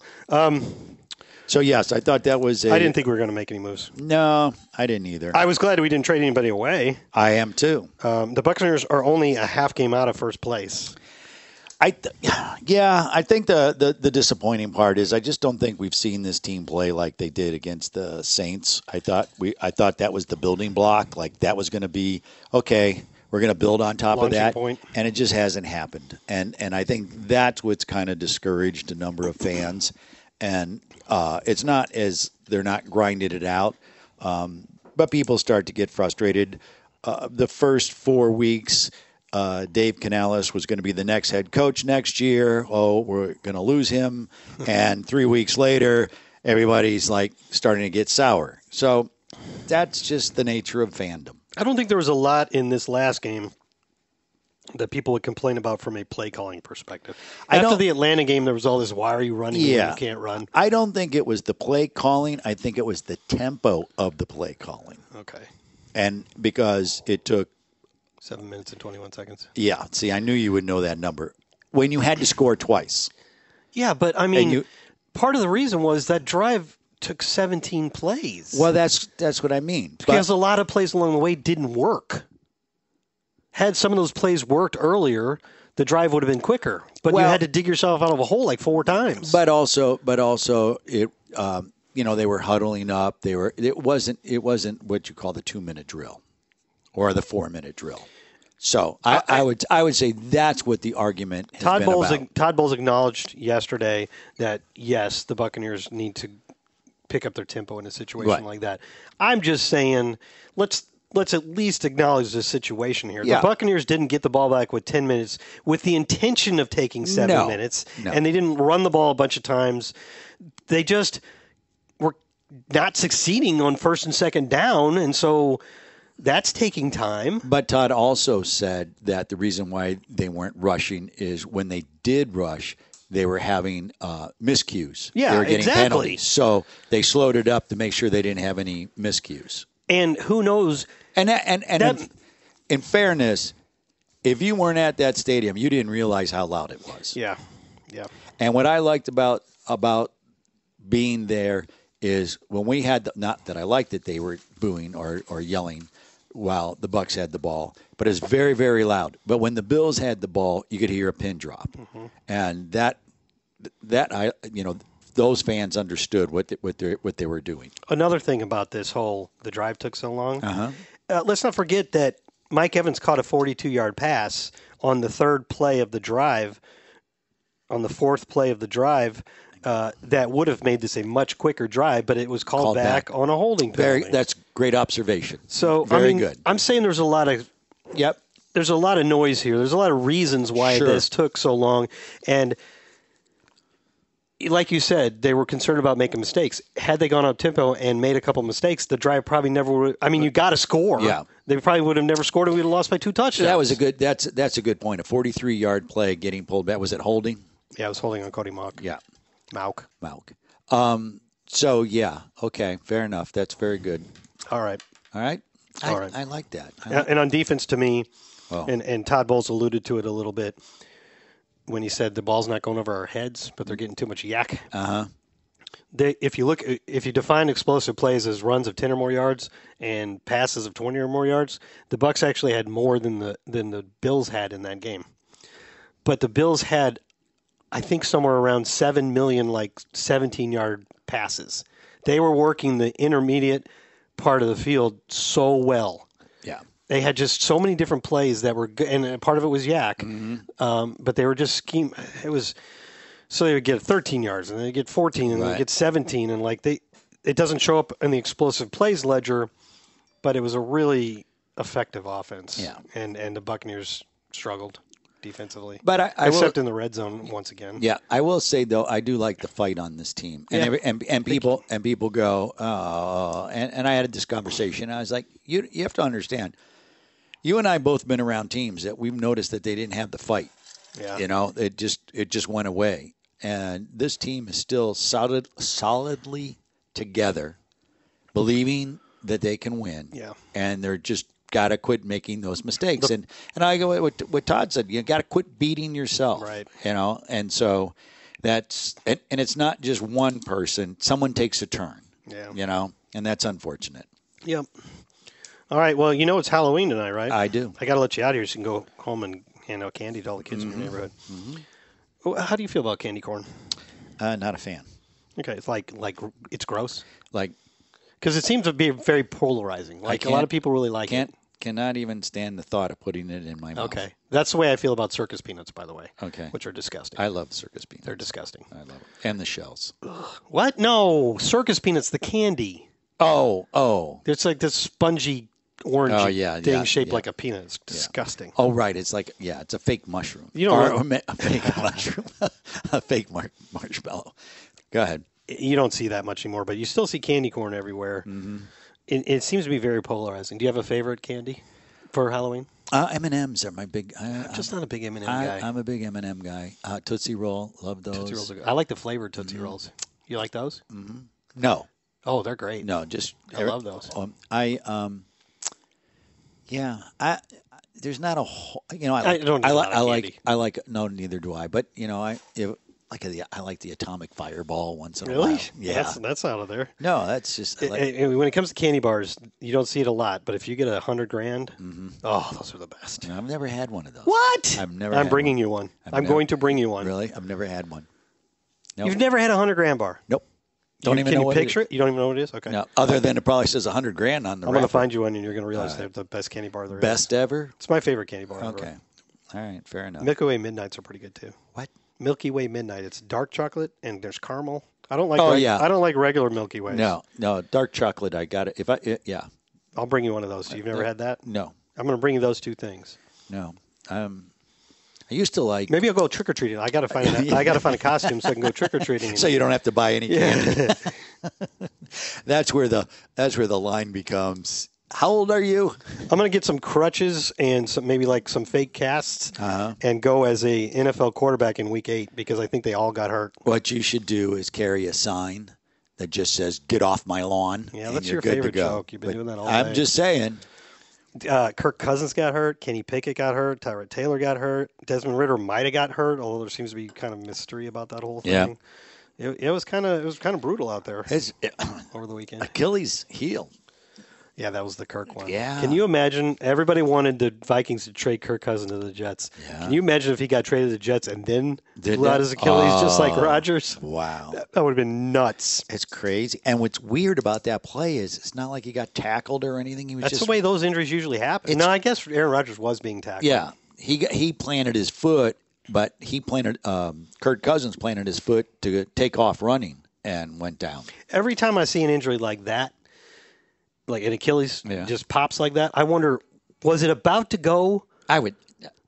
Speaker 4: So yes, I thought that was. I
Speaker 3: I didn't think we were going to make any moves.
Speaker 4: No, I didn't either. I,
Speaker 3: I was glad we didn't trade anybody away.
Speaker 4: am too.
Speaker 3: Um, the Buccaneers are only a half game out of first place.
Speaker 4: I th- [SIGHS] yeah, I think the, the the disappointing part is I just don't think we've seen this team play like they did against the Saints. I thought we I thought that was the building block, like that was going to be okay. We're going to build on top
Speaker 3: Launching
Speaker 4: of that,
Speaker 3: point.
Speaker 4: and it just hasn't happened. And and I think that's what's kind of discouraged a number of fans. And uh, it's not as they're not grinding it out, um, but people start to get frustrated. Uh, the first four weeks, uh, Dave Canales was going to be the next head coach next year. Oh, we're going to lose [LAUGHS] him. and three weeks later, everybody's like starting to get sour. So that's just the nature of fandom.
Speaker 3: I don't think there was a lot in this last game that people would complain about from a play calling perspective.
Speaker 4: I
Speaker 3: After
Speaker 4: don't-
Speaker 3: the Atlanta game, there was all this why are you running? when
Speaker 4: Yeah.
Speaker 3: you can't run.
Speaker 4: I don't think it was the play calling. I think it was the tempo of the play calling.
Speaker 3: Okay,
Speaker 4: And because it took,
Speaker 3: seven minutes and twenty one seconds.
Speaker 4: yeah, see, I knew you would know that number. When you had to score twice.
Speaker 3: Yeah, but I mean,
Speaker 4: you-
Speaker 3: part of the reason was that drive took seventeen plays.
Speaker 4: Well, that's that's what I mean. But-
Speaker 3: because a lot of plays along the way didn't work. Had some of those plays worked earlier, the drive would have been quicker. But you
Speaker 4: Well-
Speaker 3: had to dig yourself out of a hole like four times.
Speaker 4: but also but also it um, you know they were huddling up they were it wasn't it wasn't what you call the two minute drill or the four minute drill so I, I, would I would say that's what the argument has
Speaker 3: Todd
Speaker 4: been
Speaker 3: Bowles,
Speaker 4: about.
Speaker 3: Todd Bowles acknowledged yesterday that yes, the Buccaneers need to pick up their tempo in a situation
Speaker 4: Right.
Speaker 3: like that. I'm just saying, let's let's at least acknowledge the situation here.
Speaker 4: Yeah.
Speaker 3: The Buccaneers didn't get the ball back with 10 minutes with the intention of taking 7
Speaker 4: No.
Speaker 3: minutes
Speaker 4: No.
Speaker 3: and they didn't run the ball a bunch of times. They just were not succeeding on first and second down and so that's taking time.
Speaker 4: But Todd also said that the reason why they weren't rushing is when they did rush, they were having uh, miscues.
Speaker 3: Yeah,
Speaker 4: they were getting
Speaker 3: exactly.
Speaker 4: penalties, so they slowed it up to make sure they didn't have any miscues.
Speaker 3: And who knows
Speaker 4: And that, and and
Speaker 3: That-
Speaker 4: in, in fairness, if you weren't at that stadium, you didn't realize how loud it was.
Speaker 3: Yeah. Yeah.
Speaker 4: And what I liked about about being there is when we had the, not that I liked that they were booing or or yelling while the Bucks had the ball, but it's very very loud. But when the Bills had the ball, you could hear a pin drop,
Speaker 3: Mm-hmm.
Speaker 4: and that that I you know those fans understood what they, what they what they were doing.
Speaker 3: another thing about this whole the drive took so long. Uh-huh. let's not forget that Mike Evans caught a 42 yard pass on the third play of the drive, on the fourth play of the drive. Uh, that would have made this a much quicker drive, but it was called,
Speaker 4: Called
Speaker 3: back,
Speaker 4: back.
Speaker 3: on a holding
Speaker 4: Very
Speaker 3: penalty.
Speaker 4: that's great observation.
Speaker 3: so
Speaker 4: very
Speaker 3: I mean,
Speaker 4: good.
Speaker 3: I'm saying there's a lot of
Speaker 4: Yep.
Speaker 3: there's a lot of noise here. There's a lot of reasons why
Speaker 4: Sure.
Speaker 3: this took so long, and like you said, they were concerned about making mistakes. Had they gone up tempo and made a couple mistakes, the drive probably never would. I mean, you got to score.
Speaker 4: Yeah.
Speaker 3: They probably would have never scored and we'd have lost by two touchdowns.
Speaker 4: That was a good. That's that's a good point. A 43 yard play getting pulled back. Was it holding?
Speaker 3: Yeah, I was holding on Cody Mock.
Speaker 4: Yeah,
Speaker 3: Mauk.
Speaker 4: Malk. Um, so yeah, okay, fair enough. That's very good.
Speaker 3: All right.
Speaker 4: All right. I,
Speaker 3: All right.
Speaker 4: I like that. I
Speaker 3: Yeah,
Speaker 4: like-
Speaker 3: Uh, and on defense, to me,
Speaker 4: Oh.
Speaker 3: and, and Todd Bowles alluded to it a little bit when he said the ball's not going over our heads, but they're getting too much yak.
Speaker 4: Uh-huh.
Speaker 3: They, if you look, if you define explosive plays as runs of ten or more yards and passes of twenty or more yards, the Bucks actually had more than the than the Bills had in that game. But the Bills had, I think, somewhere around seven million like seventeen yard passes. They were working the intermediate part of the field so well
Speaker 4: yeah.
Speaker 3: they had just so many different plays that were good, and uh, part of it was yak,
Speaker 4: Mm-hmm.
Speaker 3: um, but they were just scheme. It was so they would get 13 yards, and then they get 14, and then
Speaker 4: Right.
Speaker 3: they get 17, and like they, it doesn't show up in the explosive plays ledger, but it was a really effective offense.
Speaker 4: Yeah.
Speaker 3: and and the Buccaneers struggled defensively,
Speaker 4: But I, I will.
Speaker 3: except in the red zone once again.
Speaker 4: Yeah, I will say though, I do like the fight on this team, and
Speaker 3: Yeah.
Speaker 4: every, and, and people and people go, oh, and, and I had this conversation. I was like, you you have to understand, you and I both been around teams that we've noticed that they didn't have the fight.
Speaker 3: yeah.
Speaker 4: You know, it just it just went away, and this team is still solid solidly together, believing that they can win.
Speaker 3: Yeah.
Speaker 4: and they're just got to quit making those mistakes. and and I go what, what Todd said. You got to quit beating yourself.
Speaker 3: Right.
Speaker 4: You know, and so that's and, and it's not just one person. Someone takes a turn.
Speaker 3: Yeah.
Speaker 4: You know, and that's unfortunate.
Speaker 3: Yep. All right. Well, you know it's Halloween tonight, right?
Speaker 4: I do.
Speaker 3: I got to let you out of here so you can go home and hand out candy to all the kids
Speaker 4: Mm-hmm.
Speaker 3: in your neighborhood. Well, How do you feel about candy corn?
Speaker 4: Uh, not a fan.
Speaker 3: Okay, it's like like it's gross
Speaker 4: Like
Speaker 3: because it seems to be very polarizing. Like a lot
Speaker 4: can't-
Speaker 3: of people really like
Speaker 4: can't cannot even stand the thought of putting it in my
Speaker 3: it.
Speaker 4: mouth.
Speaker 3: Okay, that's the way I feel about circus peanuts, by the way.
Speaker 4: Okay.
Speaker 3: which are disgusting.
Speaker 4: I Oh. love circus peanuts.
Speaker 3: They're disgusting.
Speaker 4: I love it. And the shells.
Speaker 3: What? No, circus peanuts, the candy.
Speaker 4: Oh, oh,
Speaker 3: It's like this spongy orange
Speaker 4: Oh, yeah,
Speaker 3: thing
Speaker 4: yeah,
Speaker 3: shaped
Speaker 4: yeah.
Speaker 3: like a peanut. It's disgusting.
Speaker 4: oh, right. It's like, yeah, it's a fake mushroom.
Speaker 3: You know
Speaker 4: Or
Speaker 3: what-
Speaker 4: a, ma- a fake [LAUGHS] mushroom, a fake mar- marshmallow. Go ahead.
Speaker 3: You don't see that much anymore, but you still see candy corn everywhere. Mm-hmm. It, it seems to be very polarizing. Do you have a favorite candy for Halloween?
Speaker 4: Uh, M and M's are my big. I,
Speaker 3: I'm just not a big M&M
Speaker 4: I,
Speaker 3: guy.
Speaker 4: am a big M and m guy. Uh, Tootsie Roll, love those.
Speaker 3: Tootsie Rolls are good. I like the flavored
Speaker 4: Mm-hmm.
Speaker 3: Tootsie Rolls. You like those?
Speaker 4: No,
Speaker 3: Oh, they're great.
Speaker 4: Mm. no, just
Speaker 3: I love those.
Speaker 4: Um, I um, yeah, I. There's not a whole, you know. I,
Speaker 3: I
Speaker 4: like,
Speaker 3: don't
Speaker 4: I,
Speaker 3: do a
Speaker 4: li-
Speaker 3: lot of
Speaker 4: I like.
Speaker 3: candy.
Speaker 4: I like. No, neither do I. But you know, I if, like. The, I like the atomic fireball once in a
Speaker 3: Really?
Speaker 4: while.
Speaker 3: [LAUGHS]
Speaker 4: Yeah.
Speaker 3: That's, that's out of there.
Speaker 4: no, that's just. I like,
Speaker 3: Eh, eh, when it comes to candy bars, you don't see it a lot, but if you get a hundred grand, oh, those are the best.
Speaker 4: Mm-hmm. I've never had one of those.
Speaker 3: What?
Speaker 4: I've never
Speaker 3: I'm
Speaker 4: had
Speaker 3: bringing you one.
Speaker 4: I've
Speaker 3: i am
Speaker 4: never-
Speaker 3: going to bring you one.
Speaker 4: Really? I've never had one. No.
Speaker 3: You've never had a hundred grand bar.
Speaker 4: Nope. Don't
Speaker 3: You-
Speaker 4: even
Speaker 3: can
Speaker 4: know
Speaker 3: you
Speaker 4: what
Speaker 3: picture
Speaker 4: it
Speaker 3: it, You don't even know what it is. Okay.
Speaker 4: is. No, other than it probably says a hundred grand on the.
Speaker 3: I'm going to
Speaker 4: wrapper.
Speaker 3: find you one, and you're going to realize they're the best candy bar there is.
Speaker 4: best ever.
Speaker 3: It's my favorite candy bar. ever.
Speaker 4: Okay. All right. Fair enough.
Speaker 3: Milky Way Midnights are pretty good too.
Speaker 4: What?
Speaker 3: Milky Way Midnight. It's dark chocolate and there's caramel. I don't like.
Speaker 4: Oh,
Speaker 3: reg-
Speaker 4: yeah.
Speaker 3: I don't like regular Milky Ways.
Speaker 4: No, no, dark chocolate. I got it. If I, it, yeah,
Speaker 3: I'll bring you one of those. You've never had that?
Speaker 4: no,
Speaker 3: I'm going to bring you those two things.
Speaker 4: no. Um, I used to like
Speaker 3: Maybe I'll go trick or treating. I got to find.
Speaker 4: [LAUGHS]
Speaker 3: An, I got to find a costume so I can go trick or treating.
Speaker 4: so you don't have to buy any candy.
Speaker 3: [LAUGHS]
Speaker 4: [LAUGHS] that's where the that's where the line becomes. How old are you?
Speaker 3: I'm going to get some crutches and some maybe like some fake casts
Speaker 4: Uh-huh.
Speaker 3: and go as a NFL quarterback in week eight because I think they all got hurt.
Speaker 4: What you should do is carry a sign that just says "Get off my lawn."
Speaker 3: Yeah,
Speaker 4: and
Speaker 3: that's
Speaker 4: you're
Speaker 3: your
Speaker 4: good to
Speaker 3: favorite
Speaker 4: go.
Speaker 3: joke. You've been
Speaker 4: But
Speaker 3: doing that all
Speaker 4: I'm
Speaker 3: day.
Speaker 4: just saying.
Speaker 3: Uh, Kirk Cousins got hurt. Kenny Pickett got hurt. Tyrod Taylor got hurt. Desmond Ritter might have got hurt, although there seems to be kind of mystery about that whole
Speaker 4: Yeah.
Speaker 3: thing. It, it was kind of it was kind of brutal out there
Speaker 4: His [CLEARS THROAT]
Speaker 3: over the weekend.
Speaker 4: Achilles heel.
Speaker 3: Yeah, that was the Kirk one.
Speaker 4: Yeah.
Speaker 3: Can you imagine? Everybody wanted the Vikings to trade Kirk Cousins to the Jets.
Speaker 4: Yeah.
Speaker 3: Can you imagine if he got traded to the Jets and then
Speaker 4: Did
Speaker 3: blew out
Speaker 4: that?
Speaker 3: his Achilles just like
Speaker 4: Oh.
Speaker 3: Rodgers?
Speaker 4: Wow.
Speaker 3: That would have been nuts.
Speaker 4: It's crazy. And what's weird about that play is it's not like he got tackled or anything. He was
Speaker 3: That's
Speaker 4: just
Speaker 3: the way those injuries usually happen. No, I guess Aaron Rodgers was being tackled.
Speaker 4: yeah. He got- he planted his foot, but he planted um, Kurt Cousins planted his foot to take off running and went down.
Speaker 3: Every time I see an injury like that, like an Achilles
Speaker 4: Yeah.
Speaker 3: just pops like that, I wonder was it about to go
Speaker 4: I would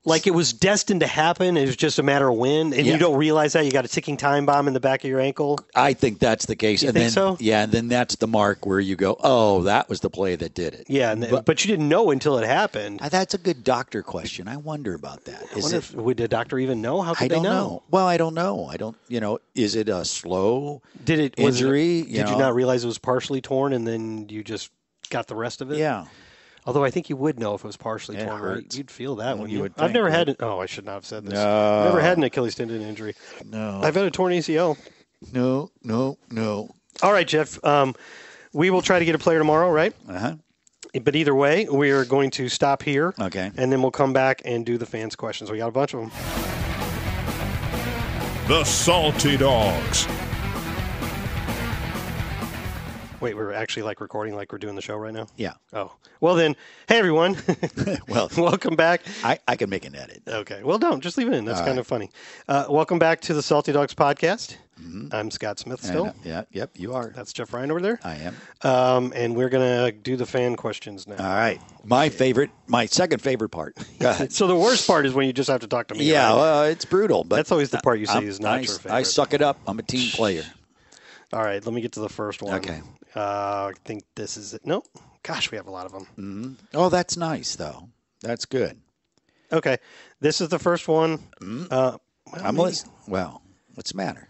Speaker 3: Like it was destined to happen. It was just a matter of when, and
Speaker 4: Yeah.
Speaker 3: you don't realize that you got a ticking time bomb in the back of your ankle.
Speaker 4: I think that's the case.
Speaker 3: You
Speaker 4: and
Speaker 3: think
Speaker 4: then,
Speaker 3: so?
Speaker 4: Yeah, and then that's the mark where you go, oh, that was the play that did it.
Speaker 3: Yeah, and, but, you didn't know until it happened.
Speaker 4: Uh, That's a good doctor question. I wonder about that.
Speaker 3: I
Speaker 4: Is
Speaker 3: wonder
Speaker 4: it-
Speaker 3: if would the doctor even know? How could
Speaker 4: I don't
Speaker 3: they
Speaker 4: know. Well, I don't know. I don't. You know, is it a slow?
Speaker 3: Did it was it-
Speaker 4: Injury, you
Speaker 3: did you
Speaker 4: know.
Speaker 3: not realize it was partially torn, and then you just got the rest of it?
Speaker 4: Yeah.
Speaker 3: Although I think you would know if it was partially
Speaker 4: Yeah, it
Speaker 3: torn. Right?
Speaker 4: hurts.
Speaker 3: You'd feel that
Speaker 4: Well,
Speaker 3: when
Speaker 4: you
Speaker 3: you.
Speaker 4: would
Speaker 3: I've
Speaker 4: think,
Speaker 3: never
Speaker 4: right?
Speaker 3: had. An, oh, I should not have said this.
Speaker 4: No.
Speaker 3: Never had an Achilles tendon injury.
Speaker 4: No.
Speaker 3: I've had a torn ACL.
Speaker 4: no. No. No.
Speaker 3: All right, Jeff. Um, we will try to get a player tomorrow, right?
Speaker 4: Uh huh.
Speaker 3: But either way, we are going to stop here.
Speaker 4: Okay.
Speaker 3: And then we'll come back and do the fans' questions. We got a bunch of them.
Speaker 2: The Salty Dogs.
Speaker 3: Wait, we're actually like recording, like we're doing the show right now.
Speaker 4: Yeah.
Speaker 3: Oh, well then. Hey everyone, [LAUGHS]
Speaker 4: Well,
Speaker 3: welcome back.
Speaker 4: I I can make an edit.
Speaker 3: Okay. Well, don't just leave it in. That's kind of funny. Uh, welcome back to the Salty Dogs podcast. I'm Scott Smith.
Speaker 4: Mm-hmm.
Speaker 3: Still,
Speaker 4: And, uh, yeah. Yep. You are.
Speaker 3: that's Jeff Ryan over there.
Speaker 4: I am.
Speaker 3: Um, and we're gonna do the fan questions now.
Speaker 4: All right. My favorite. My second
Speaker 3: [LAUGHS]
Speaker 4: favorite part. Go ahead.
Speaker 3: Uh, so the worst part is when you just have to talk to me.
Speaker 4: yeah.
Speaker 3: right?
Speaker 4: Well, it's brutal, but
Speaker 3: that's always the part you say
Speaker 4: I'm-
Speaker 3: is not
Speaker 4: I,
Speaker 3: your favorite.
Speaker 4: I suck it up. I'm a team player.
Speaker 3: All right, let me get to the first one.
Speaker 4: Okay.
Speaker 3: Uh, I think this is it. No, gosh, we have a lot of them.
Speaker 4: Oh, that's nice though. That's good.
Speaker 3: Okay, this is the first one. Uh, well,
Speaker 4: I'm
Speaker 3: maybe-
Speaker 4: listening. Well, what's the matter?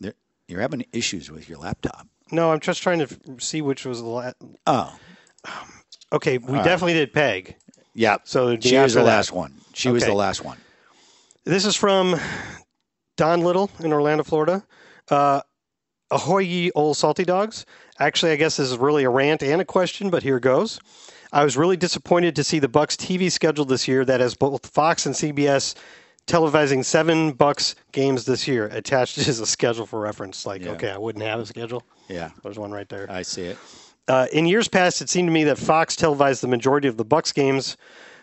Speaker 4: There, you're having issues with your laptop.
Speaker 3: No, I'm just trying to f- see which was the last.
Speaker 4: Oh,
Speaker 3: Okay, we definitely did Peg.
Speaker 4: yeah.
Speaker 3: So it'd be
Speaker 4: she was
Speaker 3: after
Speaker 4: the
Speaker 3: that.
Speaker 4: last one. She was
Speaker 3: Okay.
Speaker 4: the last one.
Speaker 3: This is from Don Little in Orlando, Florida. Uh, ahoy, ye old salty dogs. Actually, I guess this is really a rant and a question, but here goes. I was really disappointed to see the Bucks TV schedule this year that has both Fox and CBS televising seven Bucks games this year attached [LAUGHS] as a schedule for reference. Like,
Speaker 4: Yeah.
Speaker 3: okay, I wouldn't have a schedule.
Speaker 4: Yeah,
Speaker 3: There's one right there.
Speaker 4: I see it.
Speaker 3: Uh, in years past, it seemed to me that Fox televised the majority of the Bucks games.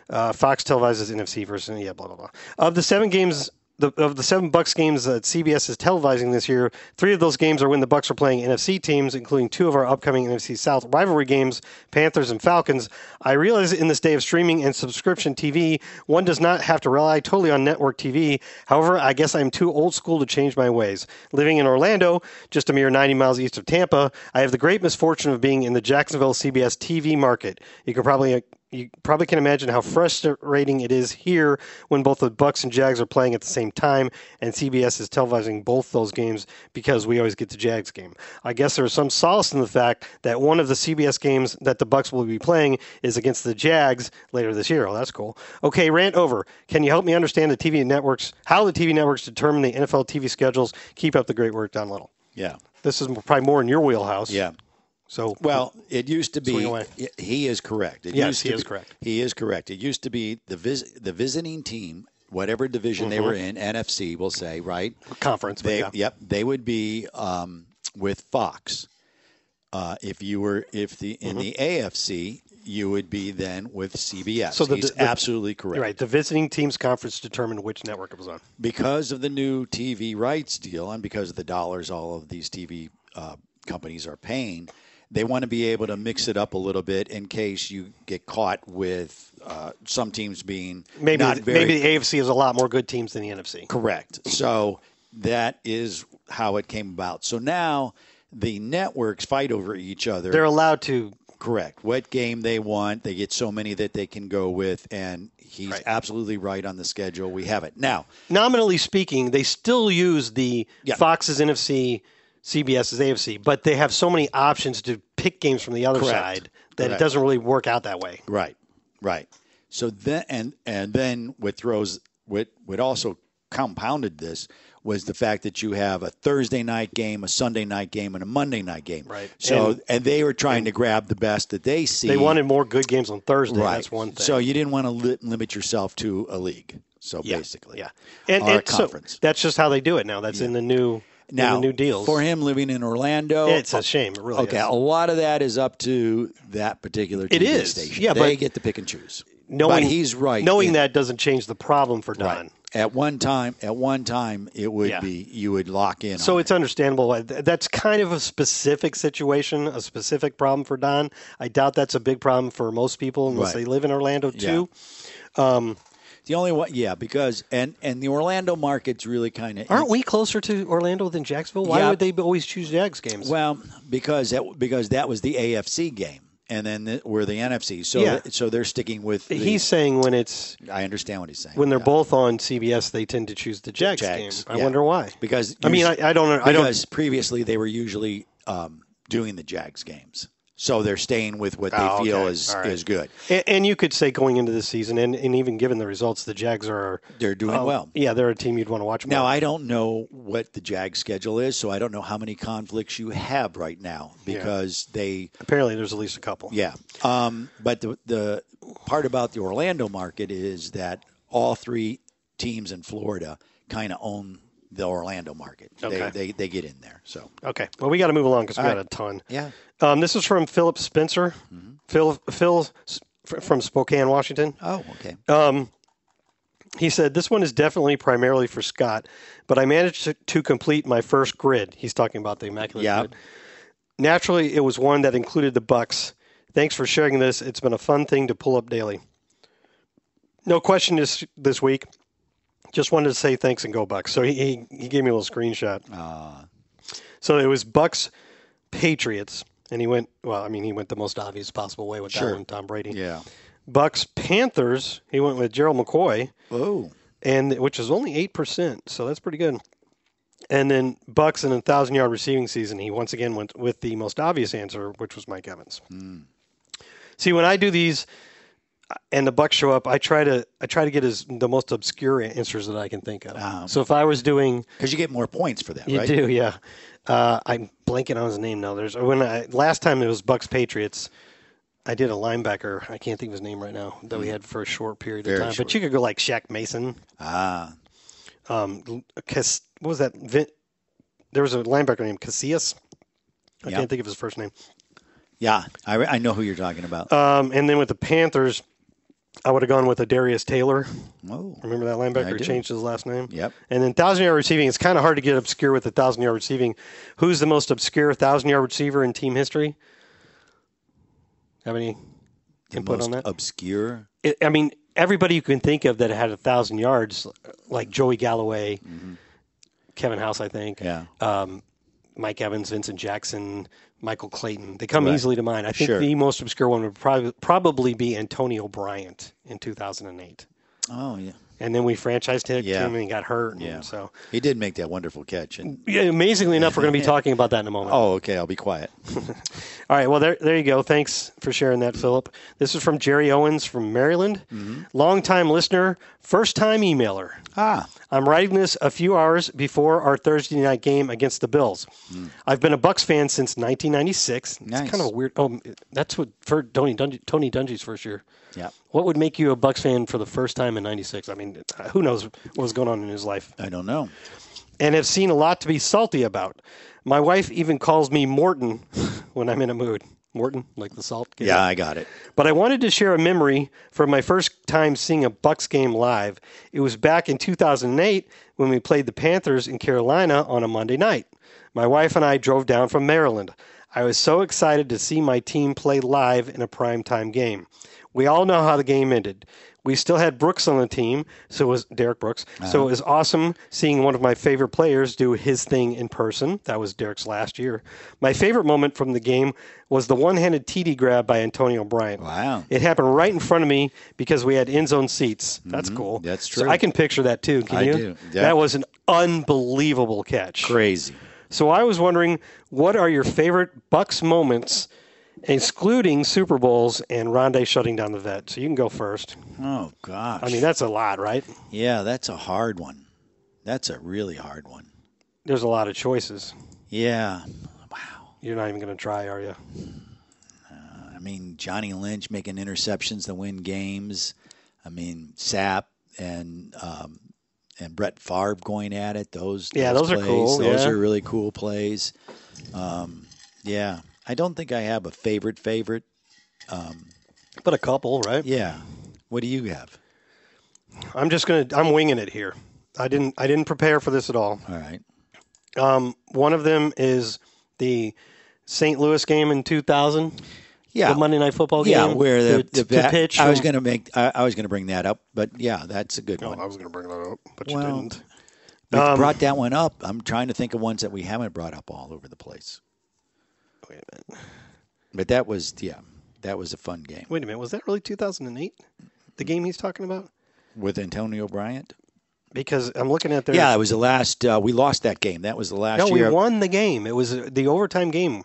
Speaker 3: Uh, Fox televises NFC versus yeah, blah blah blah. Of the seven games, the, of the seven Bucks games that CBS is televising this year, three of those games are when the Bucks are playing NFC teams, including two of our upcoming NFC South rivalry games, Panthers and Falcons. I realize in this day of streaming and subscription TV, one does not have to rely totally on network TV. However, I guess I'm too old school to change my ways. Living in Orlando, just a mere 90 miles east of Tampa, I have the great misfortune of being in the Jacksonville CBS TV market. You can probably you probably can imagine how frustrating it is here when both the Bucks and Jags are playing at the same time, and CBS is televising both those games because we always get the Jags game. I guess there is some solace in the fact that one of the CBS games that the Bucks will be playing is against the Jags later this year. Oh, that's cool. Okay, rant over. Can you help me understand the TV networks? How the TV networks determine the NFL TV schedules? Keep up the great work, Don Little.
Speaker 4: Yeah,
Speaker 3: This is probably more in your wheelhouse.
Speaker 4: yeah.
Speaker 3: So
Speaker 4: Well, it used to be.
Speaker 3: Swing away.
Speaker 4: y- He is correct. It
Speaker 3: Yes,
Speaker 4: used to
Speaker 3: he is
Speaker 4: be-
Speaker 3: correct.
Speaker 4: He is correct. It used to be the vis- the visiting team, whatever division they were in, NFC, will say right.
Speaker 3: conference. But
Speaker 4: They,
Speaker 3: yeah.
Speaker 4: Yep, they would be um, with Fox. Uh, if you were if the
Speaker 3: Mm-hmm.
Speaker 4: in the AFC, you would be then with CBS.
Speaker 3: So the-
Speaker 4: He's
Speaker 3: the-
Speaker 4: absolutely correct.
Speaker 3: You're right. The visiting teams conference determined which network it was on.
Speaker 4: Because of the new TV rights deal and because of the dollars all of these TV uh, companies are paying, they want to be able to mix it up a little bit in case you get caught with uh, some teams being
Speaker 3: Maybe
Speaker 4: not very
Speaker 3: maybe the AFC has a lot more good teams than the NFC.
Speaker 4: Correct. So that is how it came about. So now the networks fight over each other.
Speaker 3: They're allowed to.
Speaker 4: Correct. What game they want, they get so many that they can go with, and he's absolutely right on the schedule. We have it now.
Speaker 3: Nominally speaking, they still use the
Speaker 4: Yeah.
Speaker 3: Fox's NFC, CBS's AFC, but they have so many options to pick games from the other
Speaker 4: Correct.
Speaker 3: side that
Speaker 4: Correct.
Speaker 3: it doesn't really work out that way.
Speaker 4: Right. Right. So then, and and then what throws what what also compounded this was the fact that you have a Thursday night game, a Sunday night game, and a Monday night game.
Speaker 3: Right.
Speaker 4: So and,
Speaker 3: And-
Speaker 4: they were trying to grab the best that they see.
Speaker 3: They wanted more good games on Thursday. That's one thing.
Speaker 4: So you didn't want to li- limit yourself to a league. So
Speaker 3: yeah.
Speaker 4: basically,
Speaker 3: yeah, and,
Speaker 4: Or a
Speaker 3: and so
Speaker 4: conference.
Speaker 3: that's just how they do it now. That's in the new in
Speaker 4: Now,
Speaker 3: the new deals.
Speaker 4: for him living in Orlando,
Speaker 3: it's a shame. It really
Speaker 4: okay,
Speaker 3: is.
Speaker 4: a lot of that is up to that particular TV
Speaker 3: It is.
Speaker 4: station.
Speaker 3: Yeah,
Speaker 4: they
Speaker 3: but-
Speaker 4: get to pick and choose.
Speaker 3: knowing
Speaker 4: he's right.
Speaker 3: Knowing
Speaker 4: It-
Speaker 3: that doesn't change the problem for Don.
Speaker 4: At one time, at one time, it would
Speaker 3: Yeah.
Speaker 4: be you would lock in.
Speaker 3: So
Speaker 4: on
Speaker 3: it's understandable. uh, Th- That's kind of a specific situation, a specific problem for Don. I doubt that's a big problem for most people unless they
Speaker 4: Right.
Speaker 3: live in Orlando too.
Speaker 4: it. the only one. Yeah, because and and the Orlando market's really kind of
Speaker 3: Aren't we closer to Orlando than Jacksonville? Why
Speaker 4: Yeah.
Speaker 3: would they always choose Jags games?
Speaker 4: Well, because that because that was the AFC game, and then the, we're the NFC. So
Speaker 3: Yeah.
Speaker 4: so they're sticking with. The,
Speaker 3: He's saying when it's
Speaker 4: I understand what he's saying.
Speaker 3: when they're
Speaker 4: Yeah.
Speaker 3: both on CBS, they tend to choose the Jags,
Speaker 4: Jags,
Speaker 3: game. I
Speaker 4: yeah.
Speaker 3: wonder why.
Speaker 4: because
Speaker 3: I mean, I,
Speaker 4: usu-
Speaker 3: I don't. know- I don't.
Speaker 4: because previously they were usually um, doing the Jags games, so they're staying with what they
Speaker 3: Oh, okay.
Speaker 4: feel is
Speaker 3: All right.
Speaker 4: is good.
Speaker 3: And, and you could say going into the season, and, and even given the results, the Jags are
Speaker 4: They're doing
Speaker 3: uh,
Speaker 4: well.
Speaker 3: Yeah, they're a team you'd want to watch. More.
Speaker 4: Now I don't know what the Jag schedule is, so I don't know how many conflicts you have right now because they,
Speaker 3: apparently there's at least a couple.
Speaker 4: yeah. Um, but the the part about the Orlando market is that all three teams in Florida kind of own the Orlando market.
Speaker 3: Okay.
Speaker 4: They, they they get in there. So
Speaker 3: Okay. Well, we got to move along because we got
Speaker 4: right.
Speaker 3: a ton.
Speaker 4: yeah,
Speaker 3: Um, this is from Philip Spencer, Phil Phil S- fr- from Spokane, Washington.
Speaker 4: Oh, okay.
Speaker 3: Uh, He said, This one is definitely primarily for Scott, but I managed to, to complete my first grid. He's talking about the Immaculate
Speaker 4: Yeah.
Speaker 3: Grid. Naturally, it was one that included the Bucks. Thanks for sharing this. It's been a fun thing to pull up daily. No question this, this week. Just wanted to say thanks and go Bucks. So he, he, he gave me a little screenshot. So it was Bucks Patriots. And he went, well, I mean, he went the most obvious possible way with that
Speaker 4: Sure.
Speaker 3: one, Tom Brady.
Speaker 4: yeah.
Speaker 3: Bucks Panthers. He went with Gerald McCoy
Speaker 4: Oh,
Speaker 3: and which is only eight percent, so that's pretty good. And then Bucks in a thousand yard receiving season, he once again went with the most obvious answer, which was Mike Evans. See, when I do these uh, and the Bucks show up, I try to I try to get as the most obscure answers that I can think of. so if I was doing,
Speaker 4: because you get more points for that,
Speaker 3: you
Speaker 4: right?
Speaker 3: do, yeah. Uh, I'm blanking on his name now. There's when I last time it was Bucks Patriots. I did a linebacker. I can't think of his name right now that we had for a short period
Speaker 4: Mm. Very
Speaker 3: of time.
Speaker 4: short.
Speaker 3: But you could go like Shaq Mason
Speaker 4: Ah,
Speaker 3: um, Cas- what was that? Vin- there was a linebacker named Casillas. I
Speaker 4: Yeah.
Speaker 3: can't think of his first name.
Speaker 4: yeah. I I know who you're talking about.
Speaker 3: Um, and then with the Panthers, I would have gone with a Darius Taylor.
Speaker 4: oh,
Speaker 3: Remember that linebacker
Speaker 4: I do.
Speaker 3: changed his last name?
Speaker 4: Yep.
Speaker 3: And then thousand yard receiving. It's kind of hard to get obscure with the thousand yard receiving. Who's the most obscure thousand yard receiver in team history? Have any input
Speaker 4: most
Speaker 3: on that?
Speaker 4: obscure.
Speaker 3: it, I mean, everybody you can think of that had a thousand yards, like Joey Galloway, Kevin House, I think,
Speaker 4: Mm-hmm. Yeah.
Speaker 3: um, Mike Evans, Vincent Jackson, Michael Clayton. They come
Speaker 4: Right.
Speaker 3: easily to mind. I think
Speaker 4: Sure.
Speaker 3: the most obscure one would probably probably be Antonio Bryant in 2008.
Speaker 4: Oh yeah.
Speaker 3: And then we franchised him
Speaker 4: Yeah.
Speaker 3: and he got hurt. and
Speaker 4: Yeah.
Speaker 3: So,
Speaker 4: He did make that wonderful catch. And
Speaker 3: yeah, amazingly enough, we're going to [LAUGHS] be talking about that in a moment.
Speaker 4: oh, okay, I'll be quiet.
Speaker 3: All right. Well, there, there you go. Thanks for sharing that, Philip. This is from Jerry Owens from Maryland.
Speaker 4: Mm-hmm.
Speaker 3: Longtime listener, first time emailer.
Speaker 4: Ah,
Speaker 3: I'm writing this a few hours before our Thursday night game against the Bills. I've been a Bucks fan since 1996.
Speaker 4: Mm. Nice.
Speaker 3: It's kind of weird. Oh, that's what for Tony Dungy, Tony Dungy's first year.
Speaker 4: yeah.
Speaker 3: What would make you a Bucks fan for the first time in '96? I mean, who knows what was going on in his life?
Speaker 4: I don't know.
Speaker 3: And have seen a lot to be salty about. My wife even calls me Morton [LAUGHS] when I'm in a mood. Morton, like the salt. game.
Speaker 4: Yeah, I got it.
Speaker 3: But I wanted to share a memory from my first time seeing a Bucks game live. It was back in 2008 when we played the Panthers in Carolina on a Monday night. My wife and I drove down from Maryland. I was so excited to see my team play live in a primetime game. We all know how the game ended. We still had Brooks on the team, so it was Derek Brooks.
Speaker 4: Uh-huh.
Speaker 3: So it was awesome seeing one of my favorite players do his thing in person. That was Derek's last year. My favorite moment from the game was the one-handed TD grab by Antonio Bryant.
Speaker 4: Wow.
Speaker 3: It happened right in front of me because we had end zone seats. That's cool.
Speaker 4: Mm-hmm. That's
Speaker 3: So
Speaker 4: true.
Speaker 3: I can picture that too. Can
Speaker 4: I
Speaker 3: you?
Speaker 4: do. Yeah.
Speaker 3: That was an unbelievable catch.
Speaker 4: Crazy.
Speaker 3: So I was wondering, what are your favorite Bucks moments, excluding Super Bowls and Rondé shutting down the vet? So you can go first.
Speaker 4: Oh gosh.
Speaker 3: I mean, that's a lot, right?
Speaker 4: yeah, that's a hard one. That's a really hard one.
Speaker 3: There's a lot of choices.
Speaker 4: Yeah. Wow.
Speaker 3: You're not even going to try, are you?
Speaker 4: I mean, Johnny Lynch making interceptions to win games. I mean, Sapp and um, and Brett Favre going at it. Those
Speaker 3: Yeah, those are
Speaker 4: plays,
Speaker 3: cool,
Speaker 4: Those
Speaker 3: yeah.
Speaker 4: are really cool plays. Um, yeah, I don't think I have a favorite favorite.
Speaker 3: But a couple, right?
Speaker 4: Yeah. What do you have?
Speaker 3: I'm just gonna. I'm winging it here. I didn't. I didn't prepare for this at all.
Speaker 4: All right.
Speaker 3: Um, one of them is the St. Louis game in 2000,
Speaker 4: Yeah.
Speaker 3: the Monday Night Football
Speaker 4: yeah,
Speaker 3: game.
Speaker 4: where the,
Speaker 3: to, to
Speaker 4: the bat-
Speaker 3: pitch.
Speaker 4: I was
Speaker 3: from-
Speaker 4: going to make. I, I was going to bring that up, but yeah, that's a good one.
Speaker 3: I was going to bring that up, but you
Speaker 4: Well,
Speaker 3: didn't.
Speaker 4: We
Speaker 3: Um,
Speaker 4: brought that one up. I'm trying to think of ones that we haven't brought up all over the place.
Speaker 3: Wait a minute.
Speaker 4: But that was yeah, that was a fun game
Speaker 3: Wait a minute. Was that really 2008? The game he's talking about?
Speaker 4: with Antonio Bryant.
Speaker 3: Because I'm looking at their.
Speaker 4: Yeah, uh, it was the last. Uh, we lost that game. That was the last
Speaker 3: No, we
Speaker 4: year.
Speaker 3: won the game. It was uh, the overtime game.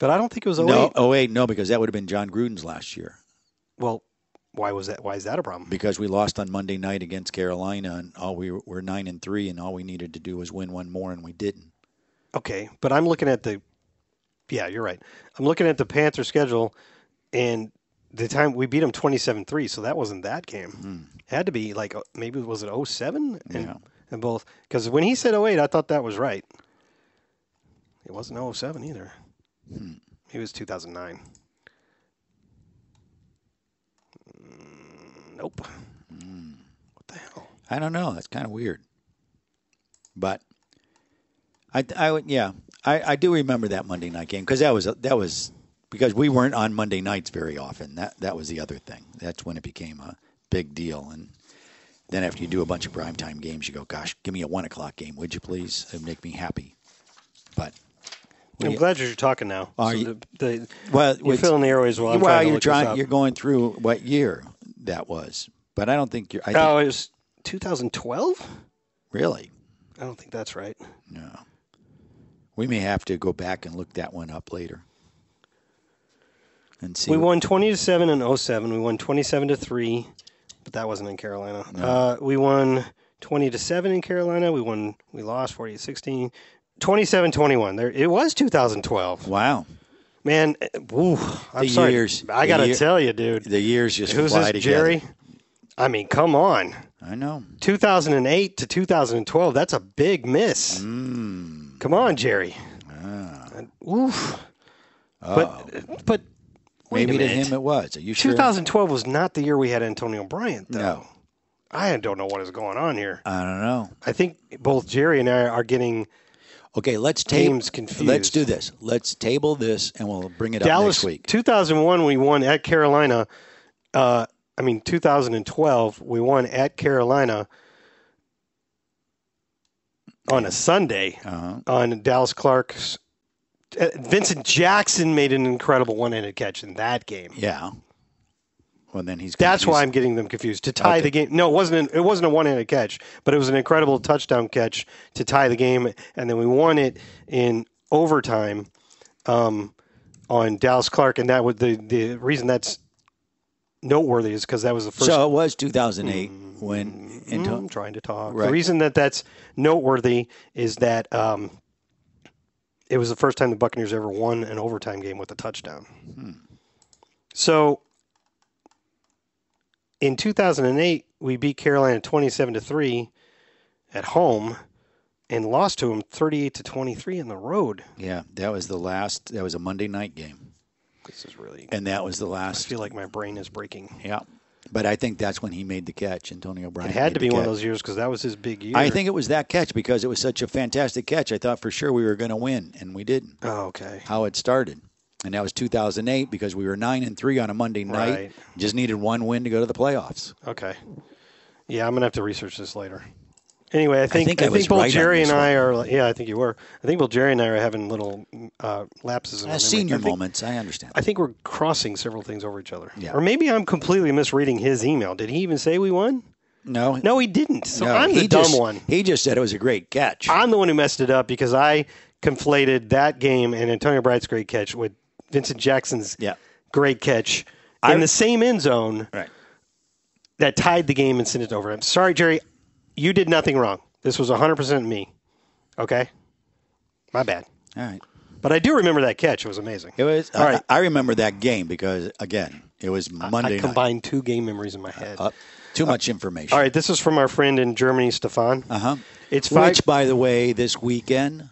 Speaker 3: But I don't think it was 08.
Speaker 4: no, oh eight, no, because that would have been John Gruden's last year
Speaker 3: Well, why was that? Why is that a problem?
Speaker 4: because we lost on Monday night against Carolina, and all we were, were nine and three, and all we needed to do was win one more, and we didn't.
Speaker 3: Okay, but I'm looking at the. Yeah, you're right. I'm looking at the Panther schedule, and the time we beat them 27-3, so that wasn't that game. It had to be like uh, maybe was it 07? And,
Speaker 4: Hmm. Yeah.
Speaker 3: and both because when he said 08, I thought that was right. It wasn't 07 either.
Speaker 4: Hmm.
Speaker 3: Maybe It was 2009. Mm, nope. What the hell?
Speaker 4: I don't know. That's kind of weird. But I, I would, yeah, I, I do remember that Monday night game because that was that was because we weren't on Monday nights very often. That that was the other thing. That's when it became a big deal. And then after you do a bunch of primetime games, you go, "Gosh, give me a one o'clock game, would you please? It'd make me happy." But
Speaker 3: I'm glad you're talking now.
Speaker 4: Are
Speaker 3: So
Speaker 4: you-
Speaker 3: the, the,
Speaker 4: well,
Speaker 3: you're filling the airways while I'm
Speaker 4: well,
Speaker 3: trying to
Speaker 4: you're
Speaker 3: look This
Speaker 4: trying,
Speaker 3: up.
Speaker 4: you're going through what year that was. But I don't think you're. I
Speaker 3: Oh,
Speaker 4: think,
Speaker 3: it was 2012?
Speaker 4: really.
Speaker 3: I don't think that's right.
Speaker 4: No. We may have to go back and look that one up later. And see.
Speaker 3: We
Speaker 4: what-
Speaker 3: won 20 to 7 in 07. We won 27 to 3, but that wasn't in Carolina. Uh, we won 20 to 7 in Carolina. We won we lost 48 16. 27 21. There it was 2012.
Speaker 4: wow.
Speaker 3: Man, eh, woo, I'm
Speaker 4: The
Speaker 3: sorry.
Speaker 4: years.
Speaker 3: I
Speaker 4: The
Speaker 3: got to
Speaker 4: year-
Speaker 3: tell you, dude.
Speaker 4: The years just
Speaker 3: Who's
Speaker 4: fly
Speaker 3: this
Speaker 4: together.
Speaker 3: Jerry? I mean, come on.
Speaker 4: I know.
Speaker 3: 2008 to 2012, that's a big miss. Come on, Jerry. Oof. But but wait
Speaker 4: Maybe
Speaker 3: a
Speaker 4: to
Speaker 3: minute.
Speaker 4: him it was. Are you sure?
Speaker 3: 2012 was not the year we had Antonio Bryant, though.
Speaker 4: No.
Speaker 3: I don't know what is going on here.
Speaker 4: I don't know.
Speaker 3: I think both Jerry and I are getting
Speaker 4: Okay, let's table.
Speaker 3: Game's confused.
Speaker 4: Let's do this. Let's table this, and we'll bring it
Speaker 3: Dallas
Speaker 4: up next week.
Speaker 3: 2001. We won at Carolina. Uh, I mean 2012. We won at Carolina on a Sunday.
Speaker 4: uh-huh.
Speaker 3: on Dallas Clark's. uh, Vincent Jackson made an incredible one-handed catch in that game.
Speaker 4: Yeah. Well, then he's.
Speaker 3: That's why
Speaker 4: confused.
Speaker 3: I'm getting them confused. To tie
Speaker 4: Okay.
Speaker 3: the game, no, it wasn't. An, it wasn't a one-handed catch, but it was an incredible touchdown catch to tie the game, and then we won it in overtime um, on Dallas Clark, and that was the the reason that's noteworthy is because that was the first. Mm-hmm.
Speaker 4: So it was 2008 when Anto-
Speaker 3: I'm trying to talk.
Speaker 4: Mm-hmm. Right.
Speaker 3: The reason that that's noteworthy is that um, it was the first time the Buccaneers ever won an overtime game with a touchdown.
Speaker 4: Hmm.
Speaker 3: So in 2008, we beat Carolina 27 to three at home and lost to them 38 to 23 in the road.
Speaker 4: Yeah, that was the last. That was a Monday night game,
Speaker 3: This is really.
Speaker 4: and that was the
Speaker 3: I
Speaker 4: last
Speaker 3: feel like my brain is breaking.
Speaker 4: Yeah. But I think that's when he made the catch, Antonio Brown.
Speaker 3: It had to be one of those years because that was his big year.
Speaker 4: I think it was that catch because it was such a fantastic catch. I thought for sure we were going to win, and we didn't.
Speaker 3: Oh, okay.
Speaker 4: How it started, and that was 2008 because we were nine and three on a Monday night.
Speaker 3: Right.
Speaker 4: Just needed one win to go to the playoffs.
Speaker 3: Okay. Yeah, I'm gonna have to research this later. Anyway, I think I
Speaker 4: think
Speaker 3: think,
Speaker 4: I was
Speaker 3: both
Speaker 4: right on
Speaker 3: Jerry
Speaker 4: this
Speaker 3: and I are like- yeah, I think you were. I think both Jerry and I are having little uh, lapses in our
Speaker 4: Uh,
Speaker 3: memory.
Speaker 4: senior
Speaker 3: I think,
Speaker 4: moments, I understand.
Speaker 3: I think we're crossing several things over each other.
Speaker 4: Yeah.
Speaker 3: Or maybe I'm completely misreading his email. Did he even say we won?
Speaker 4: no,
Speaker 3: No, he didn't. So
Speaker 4: no,
Speaker 3: I'm
Speaker 4: he
Speaker 3: the dumb
Speaker 4: just-
Speaker 3: one.
Speaker 4: He just said it was a great catch.
Speaker 3: I'm the one who messed it up because I conflated that game and Antonio Bright's great catch with Vincent Jackson's
Speaker 4: Yeah.
Speaker 3: great catch in the same end zone.
Speaker 4: right.
Speaker 3: that tied the game and sent it over. I'm sorry, Jerry. You did nothing wrong. This was 100% me. Okay? My bad.
Speaker 4: All right.
Speaker 3: But I do remember that catch. It was amazing.
Speaker 4: It was.
Speaker 3: All
Speaker 4: I-
Speaker 3: right.
Speaker 4: I, remember that game because again, it was Monday
Speaker 3: I
Speaker 4: night.
Speaker 3: combined two game memories in my head.
Speaker 4: Uh, too much information.
Speaker 3: All right, this is from our friend in Germany, Stefan.
Speaker 4: Uh huh.
Speaker 3: It's five.
Speaker 4: Which, by the way, this weekend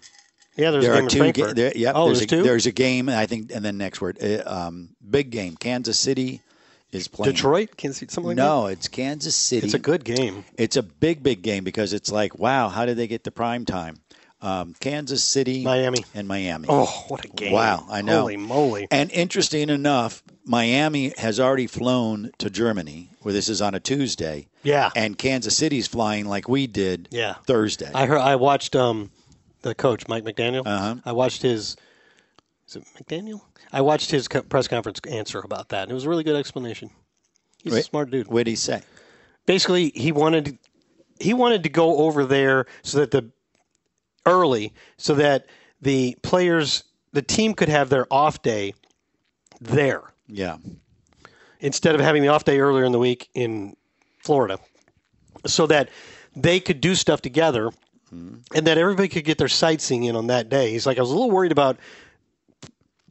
Speaker 3: yeah, there's a
Speaker 4: there
Speaker 3: game
Speaker 4: are
Speaker 3: in
Speaker 4: two. Ga-
Speaker 3: Frankfurt.
Speaker 4: there, yep,
Speaker 3: oh,
Speaker 4: there's,
Speaker 3: there's
Speaker 4: a,
Speaker 3: two?
Speaker 4: eh, There's a game, and I think, and then next word, uh, um, big game, Kansas City is playing.
Speaker 3: Detroit, Kansas City, something like that.
Speaker 4: No, it's Kansas City.
Speaker 3: It's a good game.
Speaker 4: It's a big, big game because it's like, wow, how did they get the prime time? Um, Kansas City,
Speaker 3: Miami.
Speaker 4: and Miami.
Speaker 3: Oh, what a game!
Speaker 4: Wow, I know.
Speaker 3: Holy moly!
Speaker 4: And interesting enough, Miami has already flown to Germany, where this is on a Tuesday.
Speaker 3: Yeah.
Speaker 4: And Kansas City's flying like we did
Speaker 3: Yeah.
Speaker 4: Thursday.
Speaker 3: I heard. I watched um, the coach Mike McDaniel.
Speaker 4: Uh-huh.
Speaker 3: I watched his. Is it McDaniel? I watched his co- press conference answer about that, and it was a really good explanation. He's a
Speaker 4: Wait.
Speaker 3: smart dude.
Speaker 4: what did he say?
Speaker 3: Basically, he wanted he wanted to go over there so that the early, so that the players, the team could have their off day there
Speaker 4: Yeah.
Speaker 3: instead of having the off day earlier in the week in Florida, so that they could do stuff together
Speaker 4: Mm-hmm.
Speaker 3: and that everybody could get their sightseeing in on that day. He's like, I was a little worried about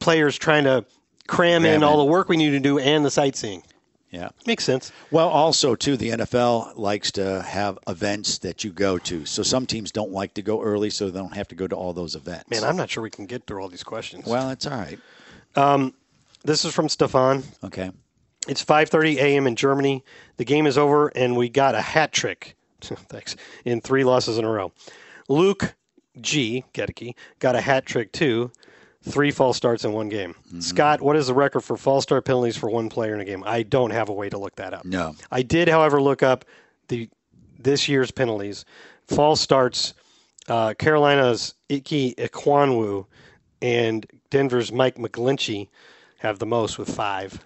Speaker 3: players trying to cram in
Speaker 4: Cram
Speaker 3: all
Speaker 4: in.
Speaker 3: the work we need to do and the sightseeing.
Speaker 4: Yeah.
Speaker 3: Makes sense.
Speaker 4: Well, also too, the NFL likes to have events that you go to. So some teams don't like to go early, so they don't have to go to all those events.
Speaker 3: Man, I'm not sure we can get through all these questions.
Speaker 4: well, it's all right.
Speaker 3: this is from Stefan.
Speaker 4: Okay.
Speaker 3: It's 5:30 a.m. in Germany. The game is over, and we got a hat trick. [LAUGHS] Thanks. In three losses in a row, Luke G. Gedeke got a hat trick too. Three false starts in one game. Scott, what is the record for false start penalties for one player in a game? I don't have a way to look that up.
Speaker 4: No.
Speaker 3: I did, however, look up the this year's penalties. False starts. Uh, Carolina's Ike Ikwanwu and Denver's Mike McGlinchey have the most with five.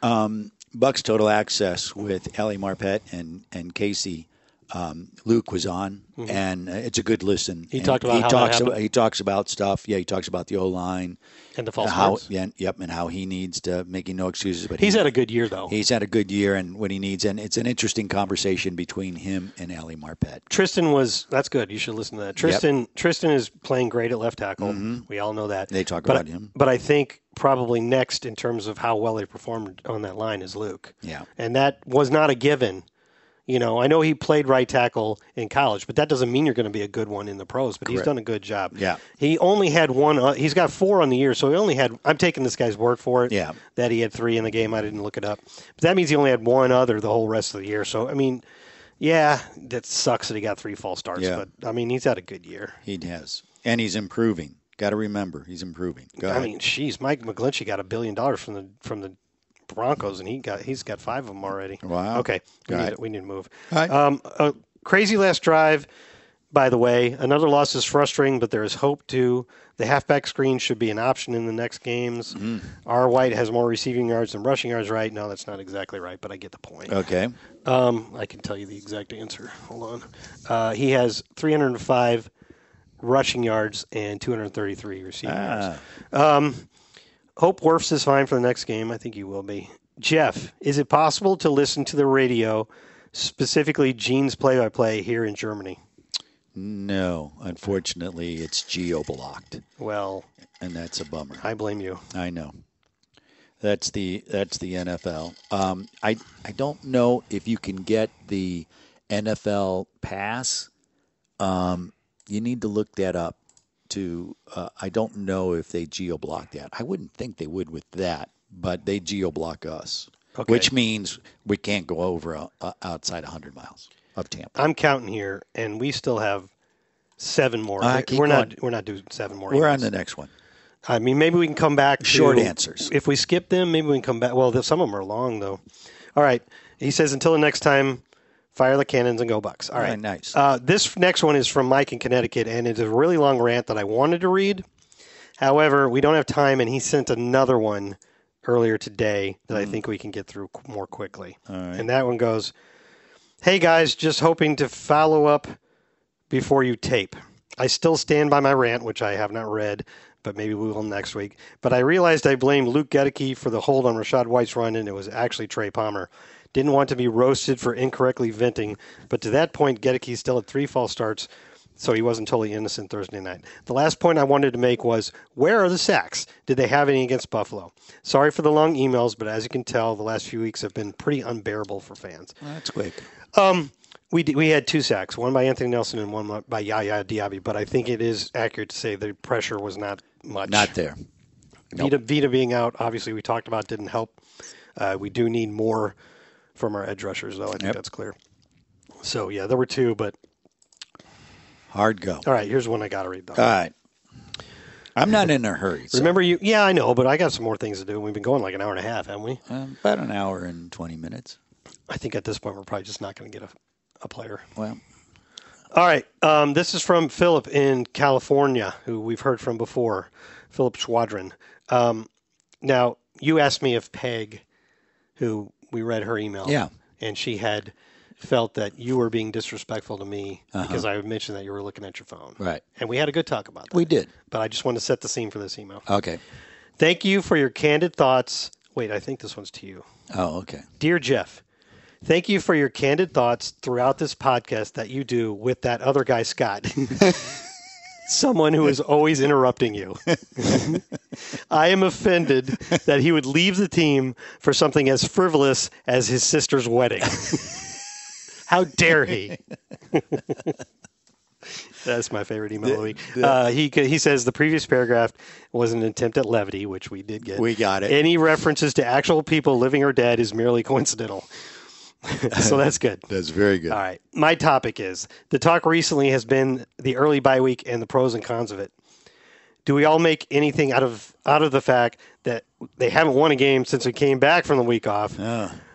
Speaker 4: Bucks Total Access with Ellie Marpet and and Casey. Um, Luke was on, and uh, it's a good listen. He
Speaker 3: Mm-hmm. talked about
Speaker 4: he
Speaker 3: how that
Speaker 4: talks
Speaker 3: happened.
Speaker 4: about, he talks about stuff. Yeah, he talks about the O line,
Speaker 3: And the false
Speaker 4: how
Speaker 3: starts.
Speaker 4: yeah, yep, and how he needs to making no excuses. But
Speaker 3: He's
Speaker 4: he,
Speaker 3: had a good year though.
Speaker 4: he's had a good year, and what he needs, and it's an interesting conversation between him and Ellie Marpet.
Speaker 3: Tristan was that's good. You should listen to that. Tristan Tristan is playing great at left tackle. We all know that.
Speaker 4: Mm-hmm. They talk
Speaker 3: but,
Speaker 4: about him.
Speaker 3: But I think probably next in terms of how well they performed on that line is Luke.
Speaker 4: Yeah.
Speaker 3: And that was not a given. You know, I know he played right tackle in college, but that doesn't mean you're going to be a good one in the pros. But he's
Speaker 4: Correct.
Speaker 3: done a good job.
Speaker 4: Yeah.
Speaker 3: He only had one. Uh, he's got four on the year, so he only had. I'm taking this guy's word for it.
Speaker 4: Yeah.
Speaker 3: That he had three in the game. I didn't look it up, but that means he only had one other the whole rest of the year. So I mean, yeah, that sucks that he got three false starts.
Speaker 4: Yeah.
Speaker 3: But I mean, he's had a good year.
Speaker 4: He has, and he's improving. Got to remember, he's improving. Go
Speaker 3: I
Speaker 4: ahead.
Speaker 3: mean, jeez, Mike McGlinchey got a billion dollars from the from the Broncos, and he got he's got five of them already.
Speaker 4: Wow.
Speaker 3: Okay, we,
Speaker 4: All
Speaker 3: need,
Speaker 4: right.
Speaker 3: to- we need to move.
Speaker 4: All right.
Speaker 3: Um, a crazy last drive. By the way, another loss is frustrating, but there is hope too. The halfback screen should be an option in the next games.
Speaker 4: Mm.
Speaker 3: R. White has more receiving yards than rushing yards, right? No, that's not exactly right, but I get the point.
Speaker 4: okay.
Speaker 3: Um, I can tell you the exact answer. Hold on. Uh, he has 305 rushing yards and 233 receiving yards. Um,
Speaker 4: Ah,
Speaker 3: Hope Werfs is fine for the next game. I think he will be. Jeff, is it possible to listen to the radio, specifically Gene's play-by-play here in Germany?
Speaker 4: no, unfortunately, it's geo blocked,
Speaker 3: Well,
Speaker 4: and that's a bummer.
Speaker 3: I blame you.
Speaker 4: I know. That's the that's the NFL. Um, I I don't know if you can get the NFL pass. Um, you need to look that up. To uh, I don't know if they geo block that. I wouldn't think they would with that, but they geo block us,
Speaker 3: Okay.
Speaker 4: which means we can't go over uh, uh, outside 100 miles of Tampa.
Speaker 3: I'm counting here, and we still have seven more.
Speaker 4: Uh, keep
Speaker 3: we're
Speaker 4: going.
Speaker 3: not. We're not doing seven more.
Speaker 4: We're
Speaker 3: emails.
Speaker 4: on the next one.
Speaker 3: I mean, maybe we can come back. To,
Speaker 4: Short answers.
Speaker 3: If we skip them, maybe we can come back. Well, th- some of them are long though. All right. He says, until the next time, fire the cannons and go Bucks. All
Speaker 4: All
Speaker 3: right.
Speaker 4: right, nice.
Speaker 3: Uh, this next one is from Mike in Connecticut, and it's a really long rant that I wanted to read. However, we don't have time, and he sent another one earlier today that
Speaker 4: Hmm.
Speaker 3: I think we can get through qu- more quickly. And that one goes, "Hey guys, just hoping to follow up." before you tape. I still stand by my rant, which I have not read, but maybe we will next week. But I realized I blamed Luke Gedeke for the hold on Rashad White's run, and it was actually Trey Palmer. Didn't want to be roasted for incorrectly venting, but to that point, Gedeke still had three false starts, so he wasn't totally innocent Thursday night. The last point I wanted to make was where are the sacks? Did they have any against Buffalo? Sorry for the long emails, but as you can tell, the last few weeks have been pretty unbearable for fans.
Speaker 4: That's quick.
Speaker 3: We did, we had two sacks, one by Anthony Nelson and one by Yaya Diaby. But I think it is accurate to say the pressure was not much.
Speaker 4: Not there.
Speaker 3: Vita Vita being out, obviously we talked about didn't help. Uh, we do need more from our edge rushers, though. I think
Speaker 4: Yep.
Speaker 3: that's clear. So yeah, there were two, but
Speaker 4: Hard go.
Speaker 3: all right. Here's one I got to read though.
Speaker 4: All right. I'm not in a hurry. So
Speaker 3: Remember you? Yeah, I know, but I got some more things to do. We've been going like an hour and a half, haven't we?
Speaker 4: um, about an hour and 20 minutes.
Speaker 3: I think at this point we're probably just not going to get a, a player.
Speaker 4: Well,
Speaker 3: All right. Um, this is from Philip in California, who we've heard from before, Philip Schwadron. Um, now, you asked me if Peg, who we read her email,
Speaker 4: Yeah.
Speaker 3: and she had felt that you were being disrespectful to me because I had mentioned that you were looking at your phone.
Speaker 4: Uh-huh. Right.
Speaker 3: And we had a good talk about that.
Speaker 4: we Uh-huh. did.
Speaker 3: But I just want to set the scene for this email.
Speaker 4: Okay.
Speaker 3: Thank you for your candid thoughts. Wait, I think this one's to you.
Speaker 4: Oh, okay.
Speaker 3: Dear Jeff, thank you for your candid thoughts throughout this podcast that you do with that other guy,
Speaker 4: [LAUGHS]
Speaker 3: Scott. Someone who is always interrupting
Speaker 4: [LAUGHS]
Speaker 3: you. I am offended that he would leave the team for something as frivolous as his sister's
Speaker 4: [LAUGHS]
Speaker 3: wedding. How dare he? [LAUGHS] That's my favorite email. of the week. uh, he he says the previous paragraph was an attempt at levity, which we did get.
Speaker 4: We got it.
Speaker 3: Any references to actual people living or dead is merely coincidental. [LAUGHS] so that's good.
Speaker 4: That's very good.
Speaker 3: All right. My topic is the talk recently has been the early bye week and the pros and cons of it. Do we all make anything out of out of the fact that they haven't won a game since we came back from the week off?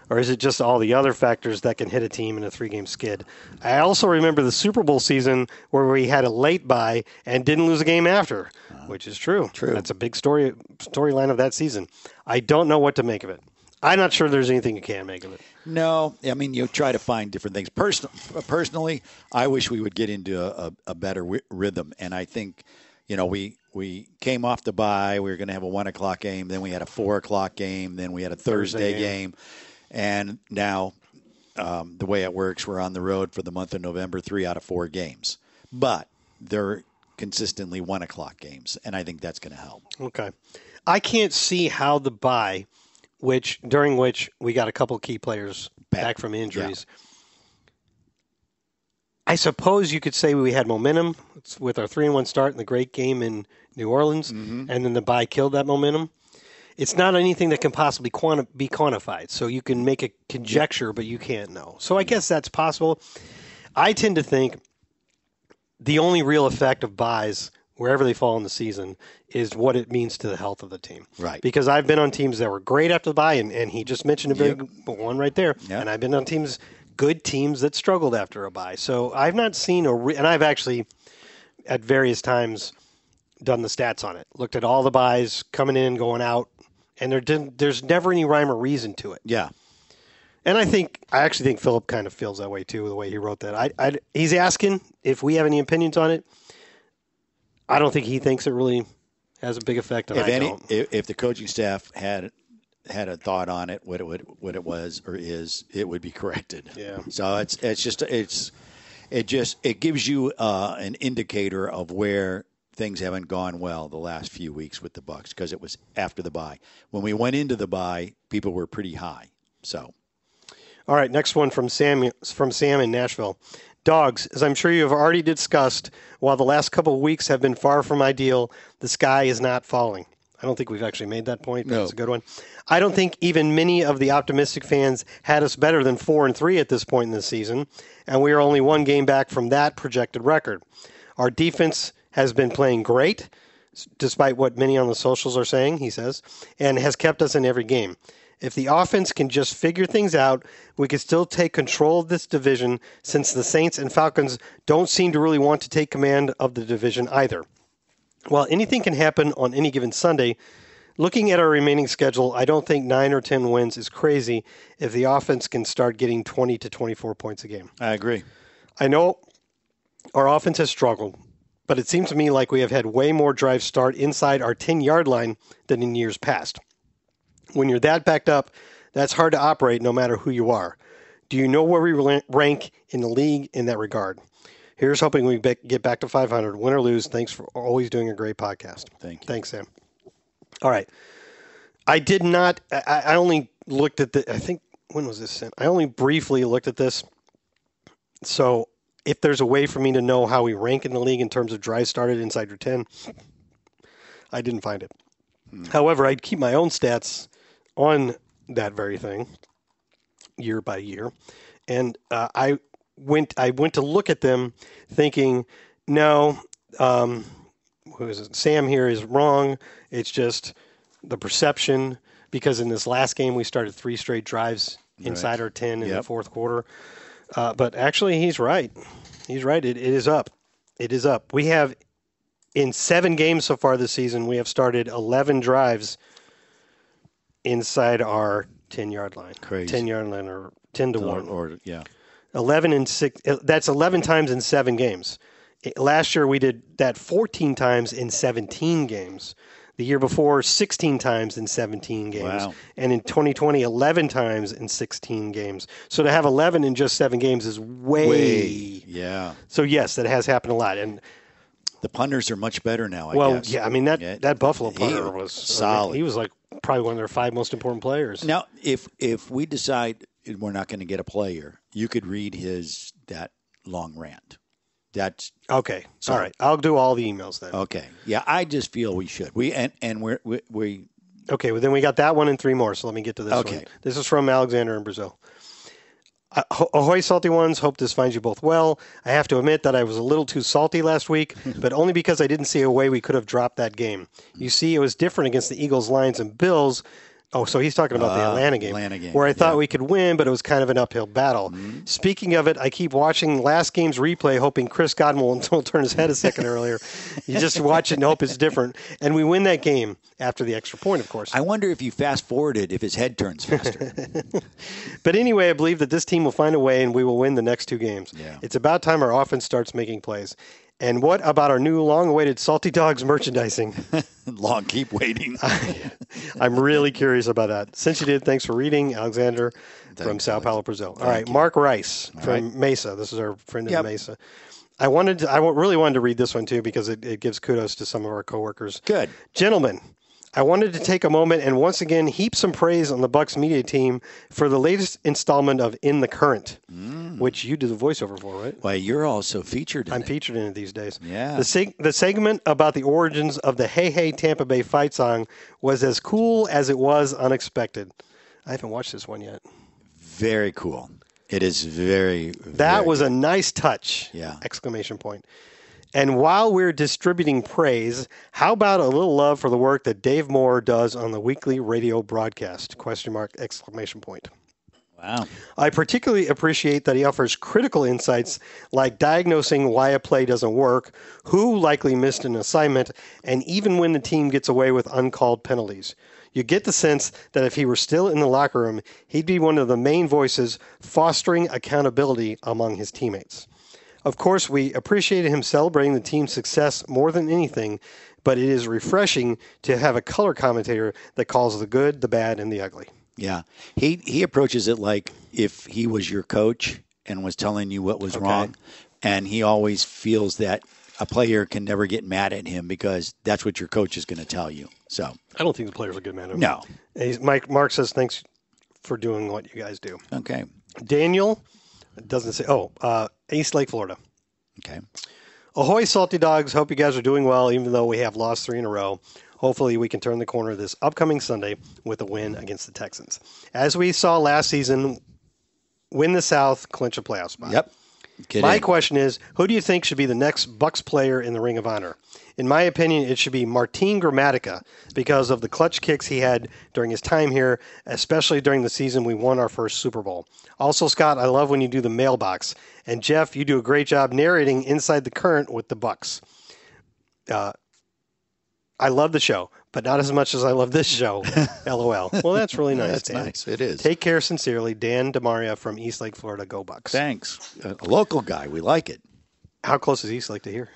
Speaker 3: Or is it just all the other factors that can hit a team in a three game skid? I also remember the Super Bowl season where we had a late bye and didn't lose a game after, which is true. True. That's a big story storyline of that season. I don't know what to make of it. I'm not sure there's anything you can make of it.
Speaker 4: No, I mean you try to find different things. Person, personally, I wish we would get into a, a, a better wi- rhythm, and I think, you know, we we came off the bye. We were going to have a one o'clock game, then we had a four o'clock game, then we had a Thursday,
Speaker 3: Thursday
Speaker 4: game. and now um, the way it works, we're on the road for the month of November, three out of four games, but they're consistently one o'clock games, and I think that's going to help.
Speaker 3: Okay. I can't see how the buy, which during which we got a couple key players back,
Speaker 4: Back.
Speaker 3: from injuries. I suppose you could say we had momentum with our three and one start and the great game in New Orleans, and then the buy killed that momentum. It's not anything that can possibly quanti- be quantified, so you can make a conjecture, but you can't know. So I guess that's possible. I tend to think the only real effect of buys wherever they fall in the season is what it means to the health of the team.
Speaker 4: Right.
Speaker 3: Because I've been on teams that were great after the buy, and, and he just mentioned a big one right there.
Speaker 4: Yeah.
Speaker 3: And I've been on teams, good teams that struggled after a buy. So I've not seen a, re- and I've actually at various times done the stats on it, looked at all the buys coming in, going out, and there didn't, there's never any rhyme or reason to it.
Speaker 4: Yeah,
Speaker 3: And I think I actually think Philip kind of feels that way too, the way he wrote that. I, I he's asking if we have any opinions on it. I don't think he thinks it really has a big effect on.
Speaker 4: if
Speaker 3: I
Speaker 4: any
Speaker 3: don't.
Speaker 4: if, if the coaching staff had had a thought on it what it would what it was or is it would be corrected
Speaker 3: Yeah.
Speaker 4: so it's it's just it's it just it gives you uh, an indicator of where things haven't gone well the last few weeks with the bucks because it was after the buy when we went into the buy people were pretty high so
Speaker 3: All right, next one from Sam from Sam in Nashville. Dogs, as I'm sure you have already discussed, while the last couple of weeks have been far from ideal, the sky is not falling. I don't think we've actually made that point, but
Speaker 4: No.
Speaker 3: it's a good one. I don't think even many of the optimistic fans had us better than four and three at this point in the season, and we are only one game back from that projected record. Our defense has been playing great, despite what many on the socials are saying, he says, and has kept us in every game. If the offense can just figure things out, we can still take control of this division since the Saints and Falcons don't seem to really want to take command of the division either. While anything can happen on any given Sunday, looking at our remaining schedule, I don't think 9 or 10 wins is crazy if the offense can start getting 20 to 24 points a game.
Speaker 4: i agree
Speaker 3: I know our offense has struggled, but it seems to me like we have had way more drives start inside our 10 yard line than in years past. When you're that backed up, that's hard to operate no matter who you are. Do you know where we rela- rank in the league in that regard? Here's hoping we be- get back to 500, win or lose. Thanks for always doing a great podcast.
Speaker 4: Thank you.
Speaker 3: Thanks, Sam. All right. I did not, I, I- I only looked at the, I think, when was this sent? I only briefly looked at this. So if there's a way for me to know how we rank in the league in terms of drives started inside your 10, I didn't find it. However, I'd keep my own stats on that very thing year by year, and uh, I went I went to look at them thinking, no, um, who is it? Sam here is wrong. It's just the perception because in this last game we started three straight drives inside our ten in the
Speaker 4: Yep.
Speaker 3: fourth quarter. Uh, but actually, he's right. He's right. It, it is up. It is up. We have in seven games so far this season, we have started eleven drives inside our ten yard line.
Speaker 4: Crazy.
Speaker 3: Ten yard line or ten to
Speaker 4: Or,
Speaker 3: one.
Speaker 4: or yeah,
Speaker 3: 11 and 6 uh, that's 11 times in 7 games It- last year we did that 14 times in 17 games the year before 16 times in 17 games
Speaker 4: Wow.
Speaker 3: and in 2020 11 times in 16 games so to have 11 in just 7 games is way,
Speaker 4: way, yeah.
Speaker 3: so yes that has happened a lot and
Speaker 4: The punters are much better now. I
Speaker 3: well
Speaker 4: guess.
Speaker 3: yeah i mean that
Speaker 4: Yeah.
Speaker 3: that buffalo
Speaker 4: He
Speaker 3: player
Speaker 4: was
Speaker 3: was
Speaker 4: solid.
Speaker 3: he was like probably one of their five most important players
Speaker 4: Now, if if we decide we're not going to get a player, you could read his that long rant. That's
Speaker 3: okay all right i'll do all the emails then
Speaker 4: okay. Yeah, I just feel we should. We and and we're, we we
Speaker 3: Okay, well, then we got that one and three more. So let me get to this
Speaker 4: Okay.
Speaker 3: one. This is from Alexander in Brazil. Uh, ho- ahoy, salty ones. Hope this finds you both well. I have to admit that I was a little too salty last
Speaker 4: [LAUGHS]
Speaker 3: week, but only because I didn't see a way we could have dropped that game. You see, it was different against the Eagles, Lions, and Bills. Oh, so he's talking about the
Speaker 4: Ah,
Speaker 3: Atlanta game,
Speaker 4: Atlanta game,
Speaker 3: where I thought
Speaker 4: yeah.
Speaker 3: we could win, but it was kind of an uphill battle.
Speaker 4: Mm-hmm.
Speaker 3: Speaking of it, I keep watching last game's replay, hoping Chris Godwin will, [LAUGHS] will turn his head a second earlier. You just watch it and hope it's different, and we win that game after the extra point, of course.
Speaker 4: I wonder if you fast forwarded if his head turns
Speaker 3: [LAUGHS]
Speaker 4: faster. [LAUGHS]
Speaker 3: But anyway, I believe that this team will find a way and we will win the next two games.
Speaker 4: Yeah.
Speaker 3: It's about time our offense starts making plays. And what about our new long awaited Salty Dogs merchandising?
Speaker 4: long
Speaker 3: [LAUGHS]
Speaker 4: keep waiting.
Speaker 3: I'm really curious about that. Since you did, thanks for reading, Alexander from
Speaker 4: Thanks,
Speaker 3: Sao
Speaker 4: Alex.
Speaker 3: Paulo, Brazil. All
Speaker 4: Thank
Speaker 3: right,
Speaker 4: you.
Speaker 3: Mark Rice from
Speaker 4: right.
Speaker 3: Mesa. This is our friend in
Speaker 4: Yep.
Speaker 3: Mesa. I wanted to, I wa- really wanted to read this one too because it, it gives kudos to some of our coworkers.
Speaker 4: Good.
Speaker 3: Gentlemen, I wanted to take a moment and once again heap some praise on the Bucks media team for the latest installment of In the Current,
Speaker 4: Mm.
Speaker 3: which you do the voiceover for, right?
Speaker 4: Why you're also featured? In
Speaker 3: I'm
Speaker 4: it.
Speaker 3: featured in it these days.
Speaker 4: Yeah.
Speaker 3: The, seg- the segment about the origins of the Hey Hey Tampa Bay fight song was as cool as it was unexpected. I haven't watched this one yet.
Speaker 4: very cool. It is very.
Speaker 3: That
Speaker 4: very
Speaker 3: was a nice touch.
Speaker 4: Yeah.
Speaker 3: Exclamation point. And while we're distributing praise, how about a little love for the work that Dave Moore does on the weekly radio broadcast? Question mark, exclamation point.
Speaker 4: wow.
Speaker 3: I particularly appreciate that he offers critical insights like diagnosing why a play doesn't work, who likely missed an assignment, and even when the team gets away with uncalled penalties. You get the sense that if he were still in the locker room, he'd be one of the main voices fostering accountability among his teammates. Of course, we appreciated him celebrating the team's success more than anything, but it is refreshing to have a color commentator that calls the good, the bad, and the ugly.
Speaker 4: Yeah, he he approaches it like if he was your coach and was telling you what was wrong, and he always feels that a player can never get mad at him because that's what your coach is going to tell you. So
Speaker 3: I don't think the players are good man. him.
Speaker 4: no,
Speaker 3: He's, Mike Mark says thanks for doing what you guys do.
Speaker 4: okay,
Speaker 3: Daniel doesn't say. Oh, uh, East Lake, Florida.
Speaker 4: okay,
Speaker 3: Ahoy, salty dogs! Hope you guys are doing well, even though we have lost three in a row. Hopefully, we can turn the corner this upcoming Sunday with a win against the Texans. As we saw last season, win the South, clinch a playoff spot.
Speaker 4: yep. Get
Speaker 3: My
Speaker 4: in.
Speaker 3: question is, who do you think should be the next Bucks player in the Ring of Honor? In my opinion, it should be Martin Gramatica because of the clutch kicks he had during his time here, especially during the season we won our first Super Bowl. Also, Scott, I love when you do the mailbox, and Jeff, you do a great job narrating inside the current with the Bucks. Uh, I love the show, but not as much as I love this [LAUGHS] show. LOL. Well, that's [LAUGHS] really nice.
Speaker 4: That's
Speaker 3: Dan.
Speaker 4: nice. It is.
Speaker 3: Take care, sincerely, Dan Demaria from East Lake, Florida. Go Bucks.
Speaker 4: Thanks, a local guy. We like it.
Speaker 3: How close is East Lake to here?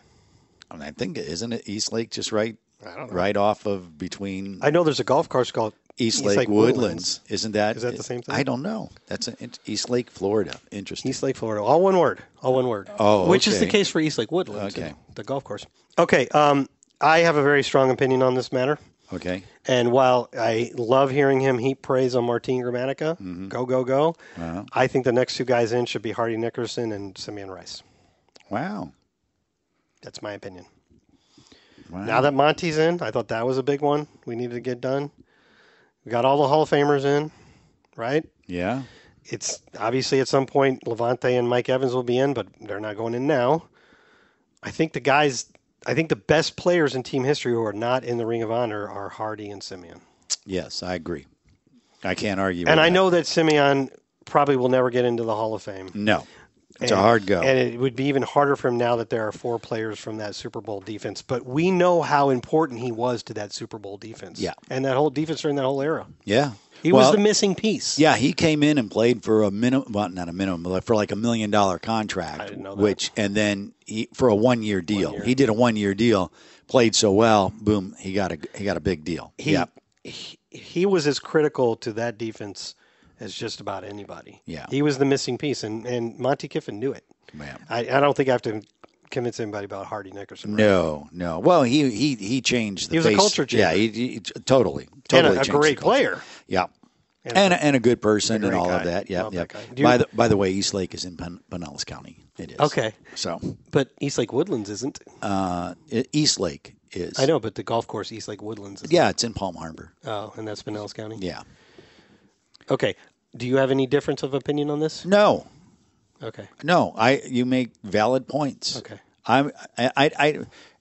Speaker 4: I mean, I think isn't it East Lake just right,
Speaker 3: I don't know.
Speaker 4: right off of between
Speaker 3: I know there's a golf course called
Speaker 4: East, Lake, Woodlands. Isn't that
Speaker 3: Is that the same thing?
Speaker 4: I don't know. That's an, East Lake, Florida. Interesting.
Speaker 3: East Lake, Florida. All one word. All one word.
Speaker 4: Oh,
Speaker 3: which is the
Speaker 4: okay.
Speaker 3: case for East Lake Woodlands,
Speaker 4: Okay.
Speaker 3: the golf course. Okay. Um, I have a very strong opinion on this matter,
Speaker 4: okay.
Speaker 3: and while I love hearing him heap praise on Martin Gramatica,
Speaker 4: Mm-hmm.
Speaker 3: go go go,
Speaker 4: Uh-huh.
Speaker 3: I think the next two guys in should be Hardy Nickerson and Simeon Rice.
Speaker 4: Wow.
Speaker 3: That's my opinion.
Speaker 4: Wow.
Speaker 3: Now that Monty's in, I thought that was a big one we needed to get done. We got all the Hall of Famers in. right?
Speaker 4: Yeah.
Speaker 3: It's obviously at some point Levante and Mike Evans will be in, but they're not going in now. I think the guys, I think the best players in team history who are not in the Ring of Honor are Hardy and Simeon.
Speaker 4: Yes, I agree. I can't argue. with
Speaker 3: And I
Speaker 4: that.
Speaker 3: know that Simeon probably will never get into the Hall of Fame.
Speaker 4: No, it's a
Speaker 3: And-
Speaker 4: hard go.
Speaker 3: And it would be even harder for him now that there are four players from that Super Bowl defense. But we know how important he was to that Super Bowl defense.
Speaker 4: Yeah.
Speaker 3: And that whole defense during that whole era.
Speaker 4: yeah.
Speaker 3: He
Speaker 4: Well,
Speaker 3: was the missing piece.
Speaker 4: Yeah, he came in and played for a minimum, well, not a minimum, but for like a million dollar contract.
Speaker 3: didn't know that.
Speaker 4: Which and then he for a one year deal. He did a one year deal, played so well, boom, he got a he got a big deal.
Speaker 3: He,
Speaker 4: yeah,
Speaker 3: he, he was as critical to that defense as just about anybody.
Speaker 4: Yeah.
Speaker 3: He was the missing piece. And, and Monty Kiffin knew it.
Speaker 4: man.
Speaker 3: I, I don't think I have to convince anybody about Hardy Nickerson. right?
Speaker 4: No, no. Well, he he he changed the
Speaker 3: He was a
Speaker 4: face-
Speaker 3: culture changer.
Speaker 4: Yeah, he, he totally
Speaker 3: And
Speaker 4: totally
Speaker 3: a- a,
Speaker 4: changed the
Speaker 3: great
Speaker 4: culture.
Speaker 3: player.
Speaker 4: Yeah. And
Speaker 3: a-
Speaker 4: and a, and a good person and
Speaker 3: great
Speaker 4: all of
Speaker 3: guy.
Speaker 4: that. Yeah,
Speaker 3: Love
Speaker 4: yeah.
Speaker 3: that guy. Do
Speaker 4: By
Speaker 3: you-
Speaker 4: the by the way, East Lake is in Pen- Pinellas County. It is
Speaker 3: Okay.
Speaker 4: So
Speaker 3: But East Lake Woodlands isn't.
Speaker 4: uh, East Lake is.
Speaker 3: I know, but the golf course East Lake Woodlands is.
Speaker 4: Yeah, it's in Palm Harbor.
Speaker 3: Oh, and that's Pinellas County?
Speaker 4: Yeah.
Speaker 3: Okay. Do you have any difference of opinion on this?
Speaker 4: No,
Speaker 3: Okay.
Speaker 4: No, I you make valid points.
Speaker 3: Okay.
Speaker 4: I'm I I, I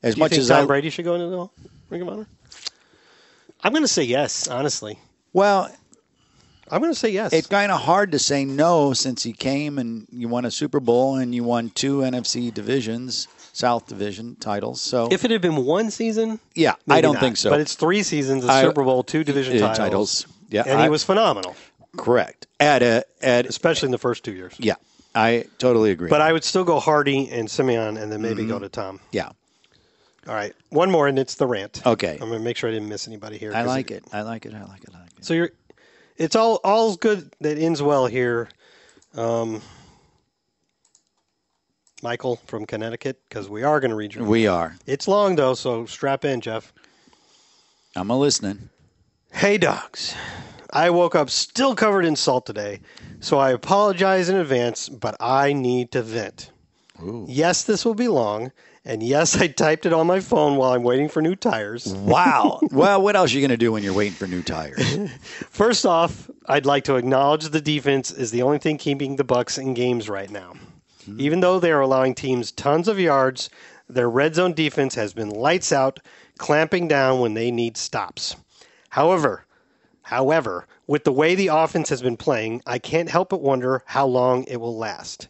Speaker 4: as
Speaker 3: Do you
Speaker 4: much
Speaker 3: think
Speaker 4: as
Speaker 3: Tom
Speaker 4: I
Speaker 3: Brady should go into the Ring of Honor? I'm going to say yes, honestly.
Speaker 4: well,
Speaker 3: I'm going to say yes.
Speaker 4: it's kind of hard to say no since he came and you won a Super Bowl and you won two NFC divisions, South Division titles. So
Speaker 3: if it had been one season,
Speaker 4: yeah, I
Speaker 3: maybe
Speaker 4: don't
Speaker 3: not.
Speaker 4: think so.
Speaker 3: But it's three seasons, a
Speaker 4: I-
Speaker 3: Super Bowl, two division
Speaker 4: Uh,
Speaker 3: titles,
Speaker 4: Yeah,
Speaker 3: and
Speaker 4: I-
Speaker 3: he was phenomenal,
Speaker 4: correct at a at
Speaker 3: especially in the first two years.
Speaker 4: yeah. I totally agree.
Speaker 3: But I would still go Hardy and Simeon, and then maybe
Speaker 4: Mm-hmm.
Speaker 3: go to Tom.
Speaker 4: yeah,
Speaker 3: All right, one more, and it's the rant.
Speaker 4: Okay.
Speaker 3: I'm going to make sure I didn't miss anybody here.
Speaker 4: I
Speaker 3: 'cause
Speaker 4: like it. I like it. I like it. I like it.
Speaker 3: So you're, it's all all's good that ends well here. Um, Michael from Connecticut, because we are going to read your.
Speaker 4: we are.
Speaker 3: It's long though, so strap in, Jeff.
Speaker 4: I'm
Speaker 3: [LAUGHS]
Speaker 4: a listening.
Speaker 3: Hey, dogs. I woke up still covered in salt today, so I apologize in advance, but I need to vent. Yes, this will be long, and yes, I typed it on my phone while I'm waiting for new tires.
Speaker 4: Wow. well, what else are you going to do when you're waiting for new tires?
Speaker 3: First off, I'd like to acknowledge the defense is the only thing keeping the Bucks in games right now. Even though they are allowing teams tons of yards, their red zone defense has been lights out, clamping down when they need stops. However, however, with the way the offense has been playing, I can't help but wonder how long it will last.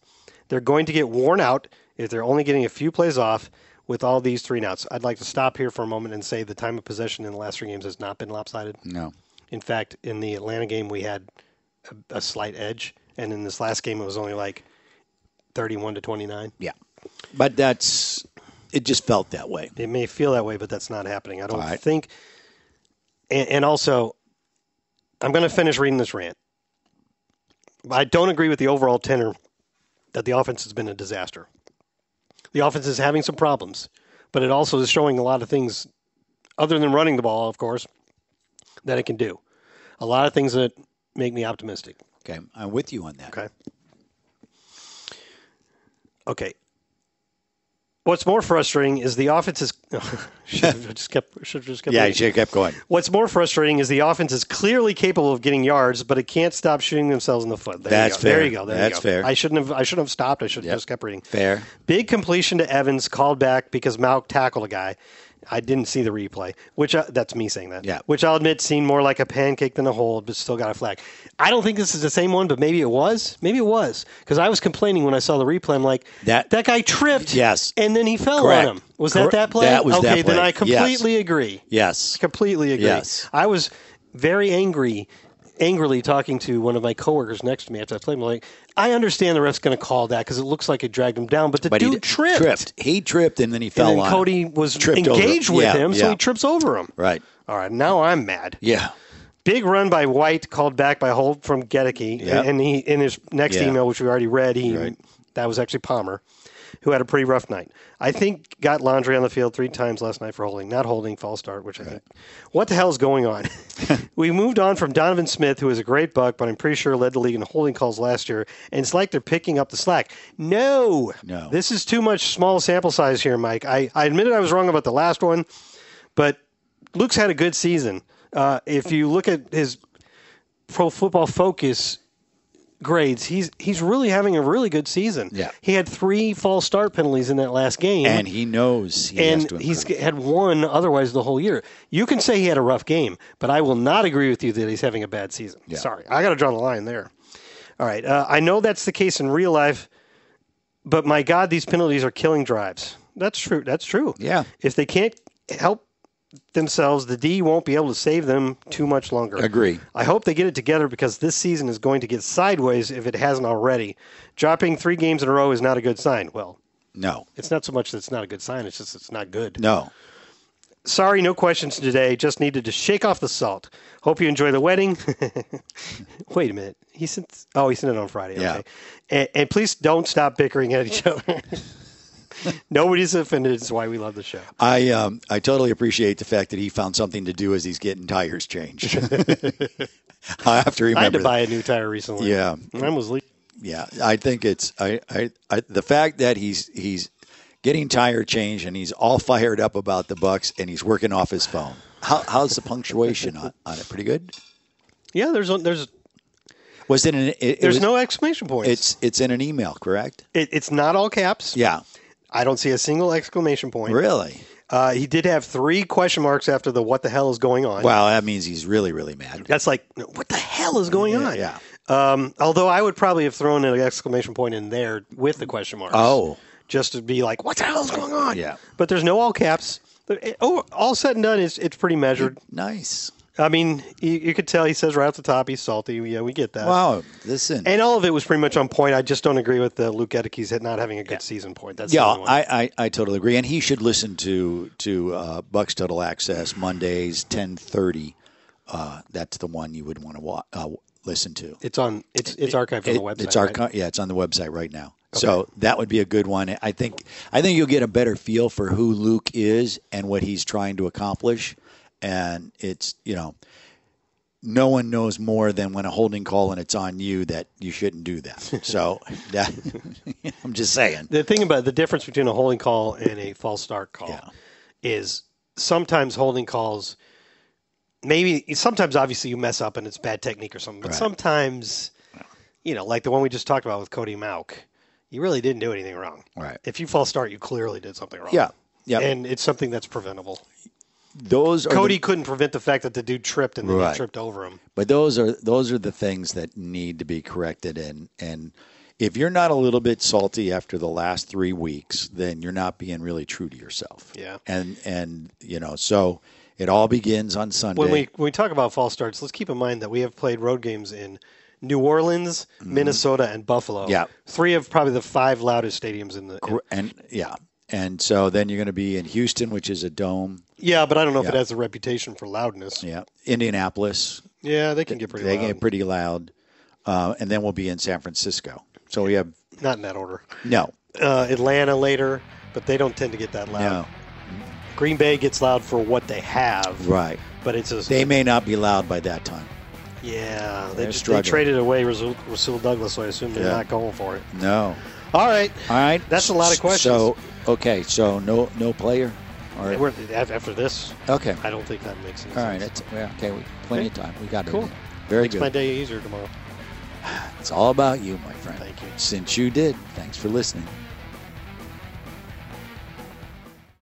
Speaker 3: They're going to get worn out if they're only getting a few plays off with all these three and outs. I'd like to stop here for a moment and say the time of possession in the last three games has not been lopsided.
Speaker 4: No.
Speaker 3: In fact, in the Atlanta game, we had a, a slight edge, and in this last game, it was only like thirty-one to twenty-nine.
Speaker 4: Yeah. But that's it just felt that way.
Speaker 3: It may feel that way, but that's not happening. I don't
Speaker 4: All right.
Speaker 3: think. And, and also, I'm going to finish reading this rant. I don't agree with the overall tenor that the offense has been a disaster. The offense is having some problems, but it also is showing a lot of things other than running the ball, of course, that it can do. A lot of things that make me optimistic.
Speaker 4: Okay. I'm with you on that.
Speaker 3: Okay. Okay. What's more frustrating is the offense is [LAUGHS] should have just kept should have just kept
Speaker 4: Yeah,
Speaker 3: reading.
Speaker 4: you should have kept going.
Speaker 3: What's more frustrating is the offense is clearly capable of getting yards, but it can't stop shooting themselves in the foot. There
Speaker 4: That's
Speaker 3: you go. There
Speaker 4: fair.
Speaker 3: you go. There
Speaker 4: That's
Speaker 3: you go.
Speaker 4: fair.
Speaker 3: I shouldn't have I shouldn't have stopped. I should have just kept reading.
Speaker 4: Fair.
Speaker 3: Big completion to Evans called back because Malk tackled a guy. I didn't see the replay, which uh, that's me saying that.
Speaker 4: Yeah.
Speaker 3: Which I'll admit seemed more like a pancake than a hold, but still got a flag. I don't think this is the same one, but maybe it was. Maybe it was because I was complaining when I saw the replay. I'm like,
Speaker 4: That-
Speaker 3: that guy tripped.
Speaker 4: Yes.
Speaker 3: And then he fell
Speaker 4: Correct.
Speaker 3: on him. Was
Speaker 4: Correct.
Speaker 3: that that play?
Speaker 4: That was
Speaker 3: okay.
Speaker 4: that
Speaker 3: Then
Speaker 4: play.
Speaker 3: I
Speaker 4: Yes.
Speaker 3: completely agree.
Speaker 4: Yes.
Speaker 3: Completely agree.
Speaker 4: Yes.
Speaker 3: I was very angry, angrily talking to one of my coworkers next to me after I played. I'm like, I understand the ref's going to call that because it looks like it dragged him down, but the
Speaker 4: But
Speaker 3: dude
Speaker 4: he d-
Speaker 3: tripped.
Speaker 4: He tripped and then he fell
Speaker 3: And then
Speaker 4: on.
Speaker 3: Cody
Speaker 4: him.
Speaker 3: was
Speaker 4: Tripped over
Speaker 3: engaged with
Speaker 4: Yeah,
Speaker 3: him, so
Speaker 4: yeah.
Speaker 3: he trips over him.
Speaker 4: Right.
Speaker 3: All right, now I'm mad.
Speaker 4: Yeah.
Speaker 3: Big run by White, called back by Holt from Gedeke,
Speaker 4: Yeah.
Speaker 3: and he in his next
Speaker 4: Yeah.
Speaker 3: email, which we already read, he
Speaker 4: Right.
Speaker 3: that was actually Palmer, who had a pretty rough night. I think got Laundry on the field three times last night for holding, not holding, false start, which I think. What the hell's going
Speaker 4: [LAUGHS]
Speaker 3: on? [LAUGHS] we moved on from Donovan Smith, who is a great buck, but I'm pretty sure led the league in holding calls last year, and it's like they're picking up the slack. No,
Speaker 4: No.
Speaker 3: this is too much small sample size here, Mike. I, I admitted I was wrong about the last one but Luke's had a good season. Uh, if you look at his Pro Football Focus grades, he's he's really having a really good season.
Speaker 4: Yeah.
Speaker 3: He had three false start penalties in that last game.
Speaker 4: and he knows he has
Speaker 3: and
Speaker 4: to
Speaker 3: he's
Speaker 4: improve.
Speaker 3: had one otherwise the whole year. You can say he had a rough game, but I will not agree with you that he's having a bad season.
Speaker 4: Yeah.
Speaker 3: Sorry, I got to draw the line there. All right, uh, I know that's the case in real life, but my God, these penalties are killing drives. That's true. That's true.
Speaker 4: Yeah.
Speaker 3: If they can't help themselves, the D won't be able to save them too much longer.
Speaker 4: Agree.
Speaker 3: I hope they get it together because this season is going to get sideways if it hasn't already. Dropping three games in a row is not a good sign. Well,
Speaker 4: No,
Speaker 3: it's not so much that it's not a good sign, it's just it's not good.
Speaker 4: no.
Speaker 3: Sorry, no questions today. Just needed to shake off the salt. Hope you enjoy the wedding. [LAUGHS] Wait a minute. He sent. Oh, he sent it on Friday.
Speaker 4: Yeah.
Speaker 3: Okay. And, and please don't stop bickering at each
Speaker 4: [LAUGHS]
Speaker 3: other. Nobody's offended. It's why we love the show.
Speaker 4: I um, I totally appreciate the fact that he found something to do as he's getting tires changed. [LAUGHS] I have to remember.
Speaker 3: I had to
Speaker 4: that.
Speaker 3: buy a new tire recently.
Speaker 4: Yeah.
Speaker 3: Mine was leaking.
Speaker 4: Yeah, I think it's I, I, I the fact that he's he's getting tire change and he's all fired up about the Bucks and he's working off his phone. How, how's the punctuation on, on it? Pretty good.
Speaker 3: Yeah. There's a- there's
Speaker 4: Was it an? It, it
Speaker 3: there's
Speaker 4: was-
Speaker 3: no exclamation points.
Speaker 4: It's it's in an email, correct?
Speaker 3: it, it's not all caps.
Speaker 4: Yeah.
Speaker 3: I don't see a single exclamation point.
Speaker 4: Really?
Speaker 3: Uh, he did have three question marks after the "What the hell is going on?"
Speaker 4: Wow, that means he's really really mad.
Speaker 3: That's like, what the hell is going on?
Speaker 4: yeah.
Speaker 3: Um, although I would probably have thrown an exclamation point in there with the question marks.
Speaker 4: Oh.
Speaker 3: Just to be like, what the hell is going on?
Speaker 4: Yeah.
Speaker 3: But there's no all caps. It- oh, all said and done, it's, it's pretty measured.
Speaker 4: Nice.
Speaker 3: I mean, you, you could tell he says right off the top he's salty. Yeah, we get that.
Speaker 4: Wow. Listen.
Speaker 3: And all of it was pretty much on point. I just don't agree with the Luke Gedeke's not having a good season point. That's the
Speaker 4: yeah,
Speaker 3: only one.
Speaker 4: I, I, I totally agree, and he should listen to to uh, Bucks Total Access Mondays ten thirty. Uh, that's the one you would want to wa- uh, listen to.
Speaker 3: it's on. It's it's archived on the
Speaker 4: It-
Speaker 3: website.
Speaker 4: It's our
Speaker 3: right?
Speaker 4: yeah, it's on the website right now. So that would be a good one. I think I think you'll get a better feel for who Luke is and what he's trying to accomplish. And it's you know, no one knows more than when a holding call and it's on you that you shouldn't
Speaker 3: [LAUGHS]
Speaker 4: do that. So that [LAUGHS] I'm just saying.
Speaker 3: the thing about the difference between a holding call and a false start call
Speaker 4: Yeah.
Speaker 3: is sometimes holding calls maybe sometimes obviously you mess up and it's bad technique or something but
Speaker 4: Right.
Speaker 3: sometimes you know like the one we just talked about with cody mauk you really didn't do anything wrong
Speaker 4: Right.
Speaker 3: if you false start you clearly did something wrong
Speaker 4: Yeah. Yeah.
Speaker 3: and it's something that's preventable
Speaker 4: those are Oh, the-
Speaker 3: cody couldn't prevent the fact that the dude tripped and then
Speaker 4: Right.
Speaker 3: he tripped over him
Speaker 4: But those are those are the things that need to be corrected and and if you're not a little bit salty after the last 3 weeks, then you're not being really true to yourself.
Speaker 3: Yeah.
Speaker 4: And and you know, so it all begins on Sunday.
Speaker 3: when we when we talk about false starts, let's keep in mind that we have played road games in New Orleans, Minnesota, and Buffalo.
Speaker 4: Mm-hmm. Yeah.
Speaker 3: three of probably the five loudest stadiums in the. in-
Speaker 4: and yeah. And so then you're going to be in Houston, which is a dome.
Speaker 3: yeah, but I don't know if it
Speaker 4: Yeah.
Speaker 3: has a reputation for loudness. Yeah,
Speaker 4: Yeah. Indianapolis,
Speaker 3: they can get pretty
Speaker 4: they
Speaker 3: loud.
Speaker 4: get pretty loud. Uh, and then we'll be in San Francisco. So we have
Speaker 3: Not in that order.
Speaker 4: no.
Speaker 3: Uh, Atlanta later, but they don't tend to get that loud.
Speaker 4: No.
Speaker 3: Green Bay gets loud for what they have,
Speaker 4: Right.
Speaker 3: but it's a
Speaker 4: They may not be loud by that time.
Speaker 3: yeah. They,
Speaker 4: They're
Speaker 3: just, they
Speaker 4: struggling.
Speaker 3: traded away Rasul, Rasul Douglas, so I assume they're
Speaker 4: Yeah.
Speaker 3: not going for it.
Speaker 4: No.
Speaker 3: All right,
Speaker 4: All right.
Speaker 3: That's a lot of questions.
Speaker 4: So okay, so no no player. All right.
Speaker 3: We're- after this,
Speaker 4: okay.
Speaker 3: I don't think that makes any
Speaker 4: All
Speaker 3: sense.
Speaker 4: right. That's well, okay. We, plenty of time. We got it.
Speaker 3: Cool.
Speaker 4: Very
Speaker 3: Makes
Speaker 4: good.
Speaker 3: my day easier tomorrow.
Speaker 4: It's all about you, my friend.
Speaker 3: Thank you.
Speaker 4: Since you did, thanks for listening.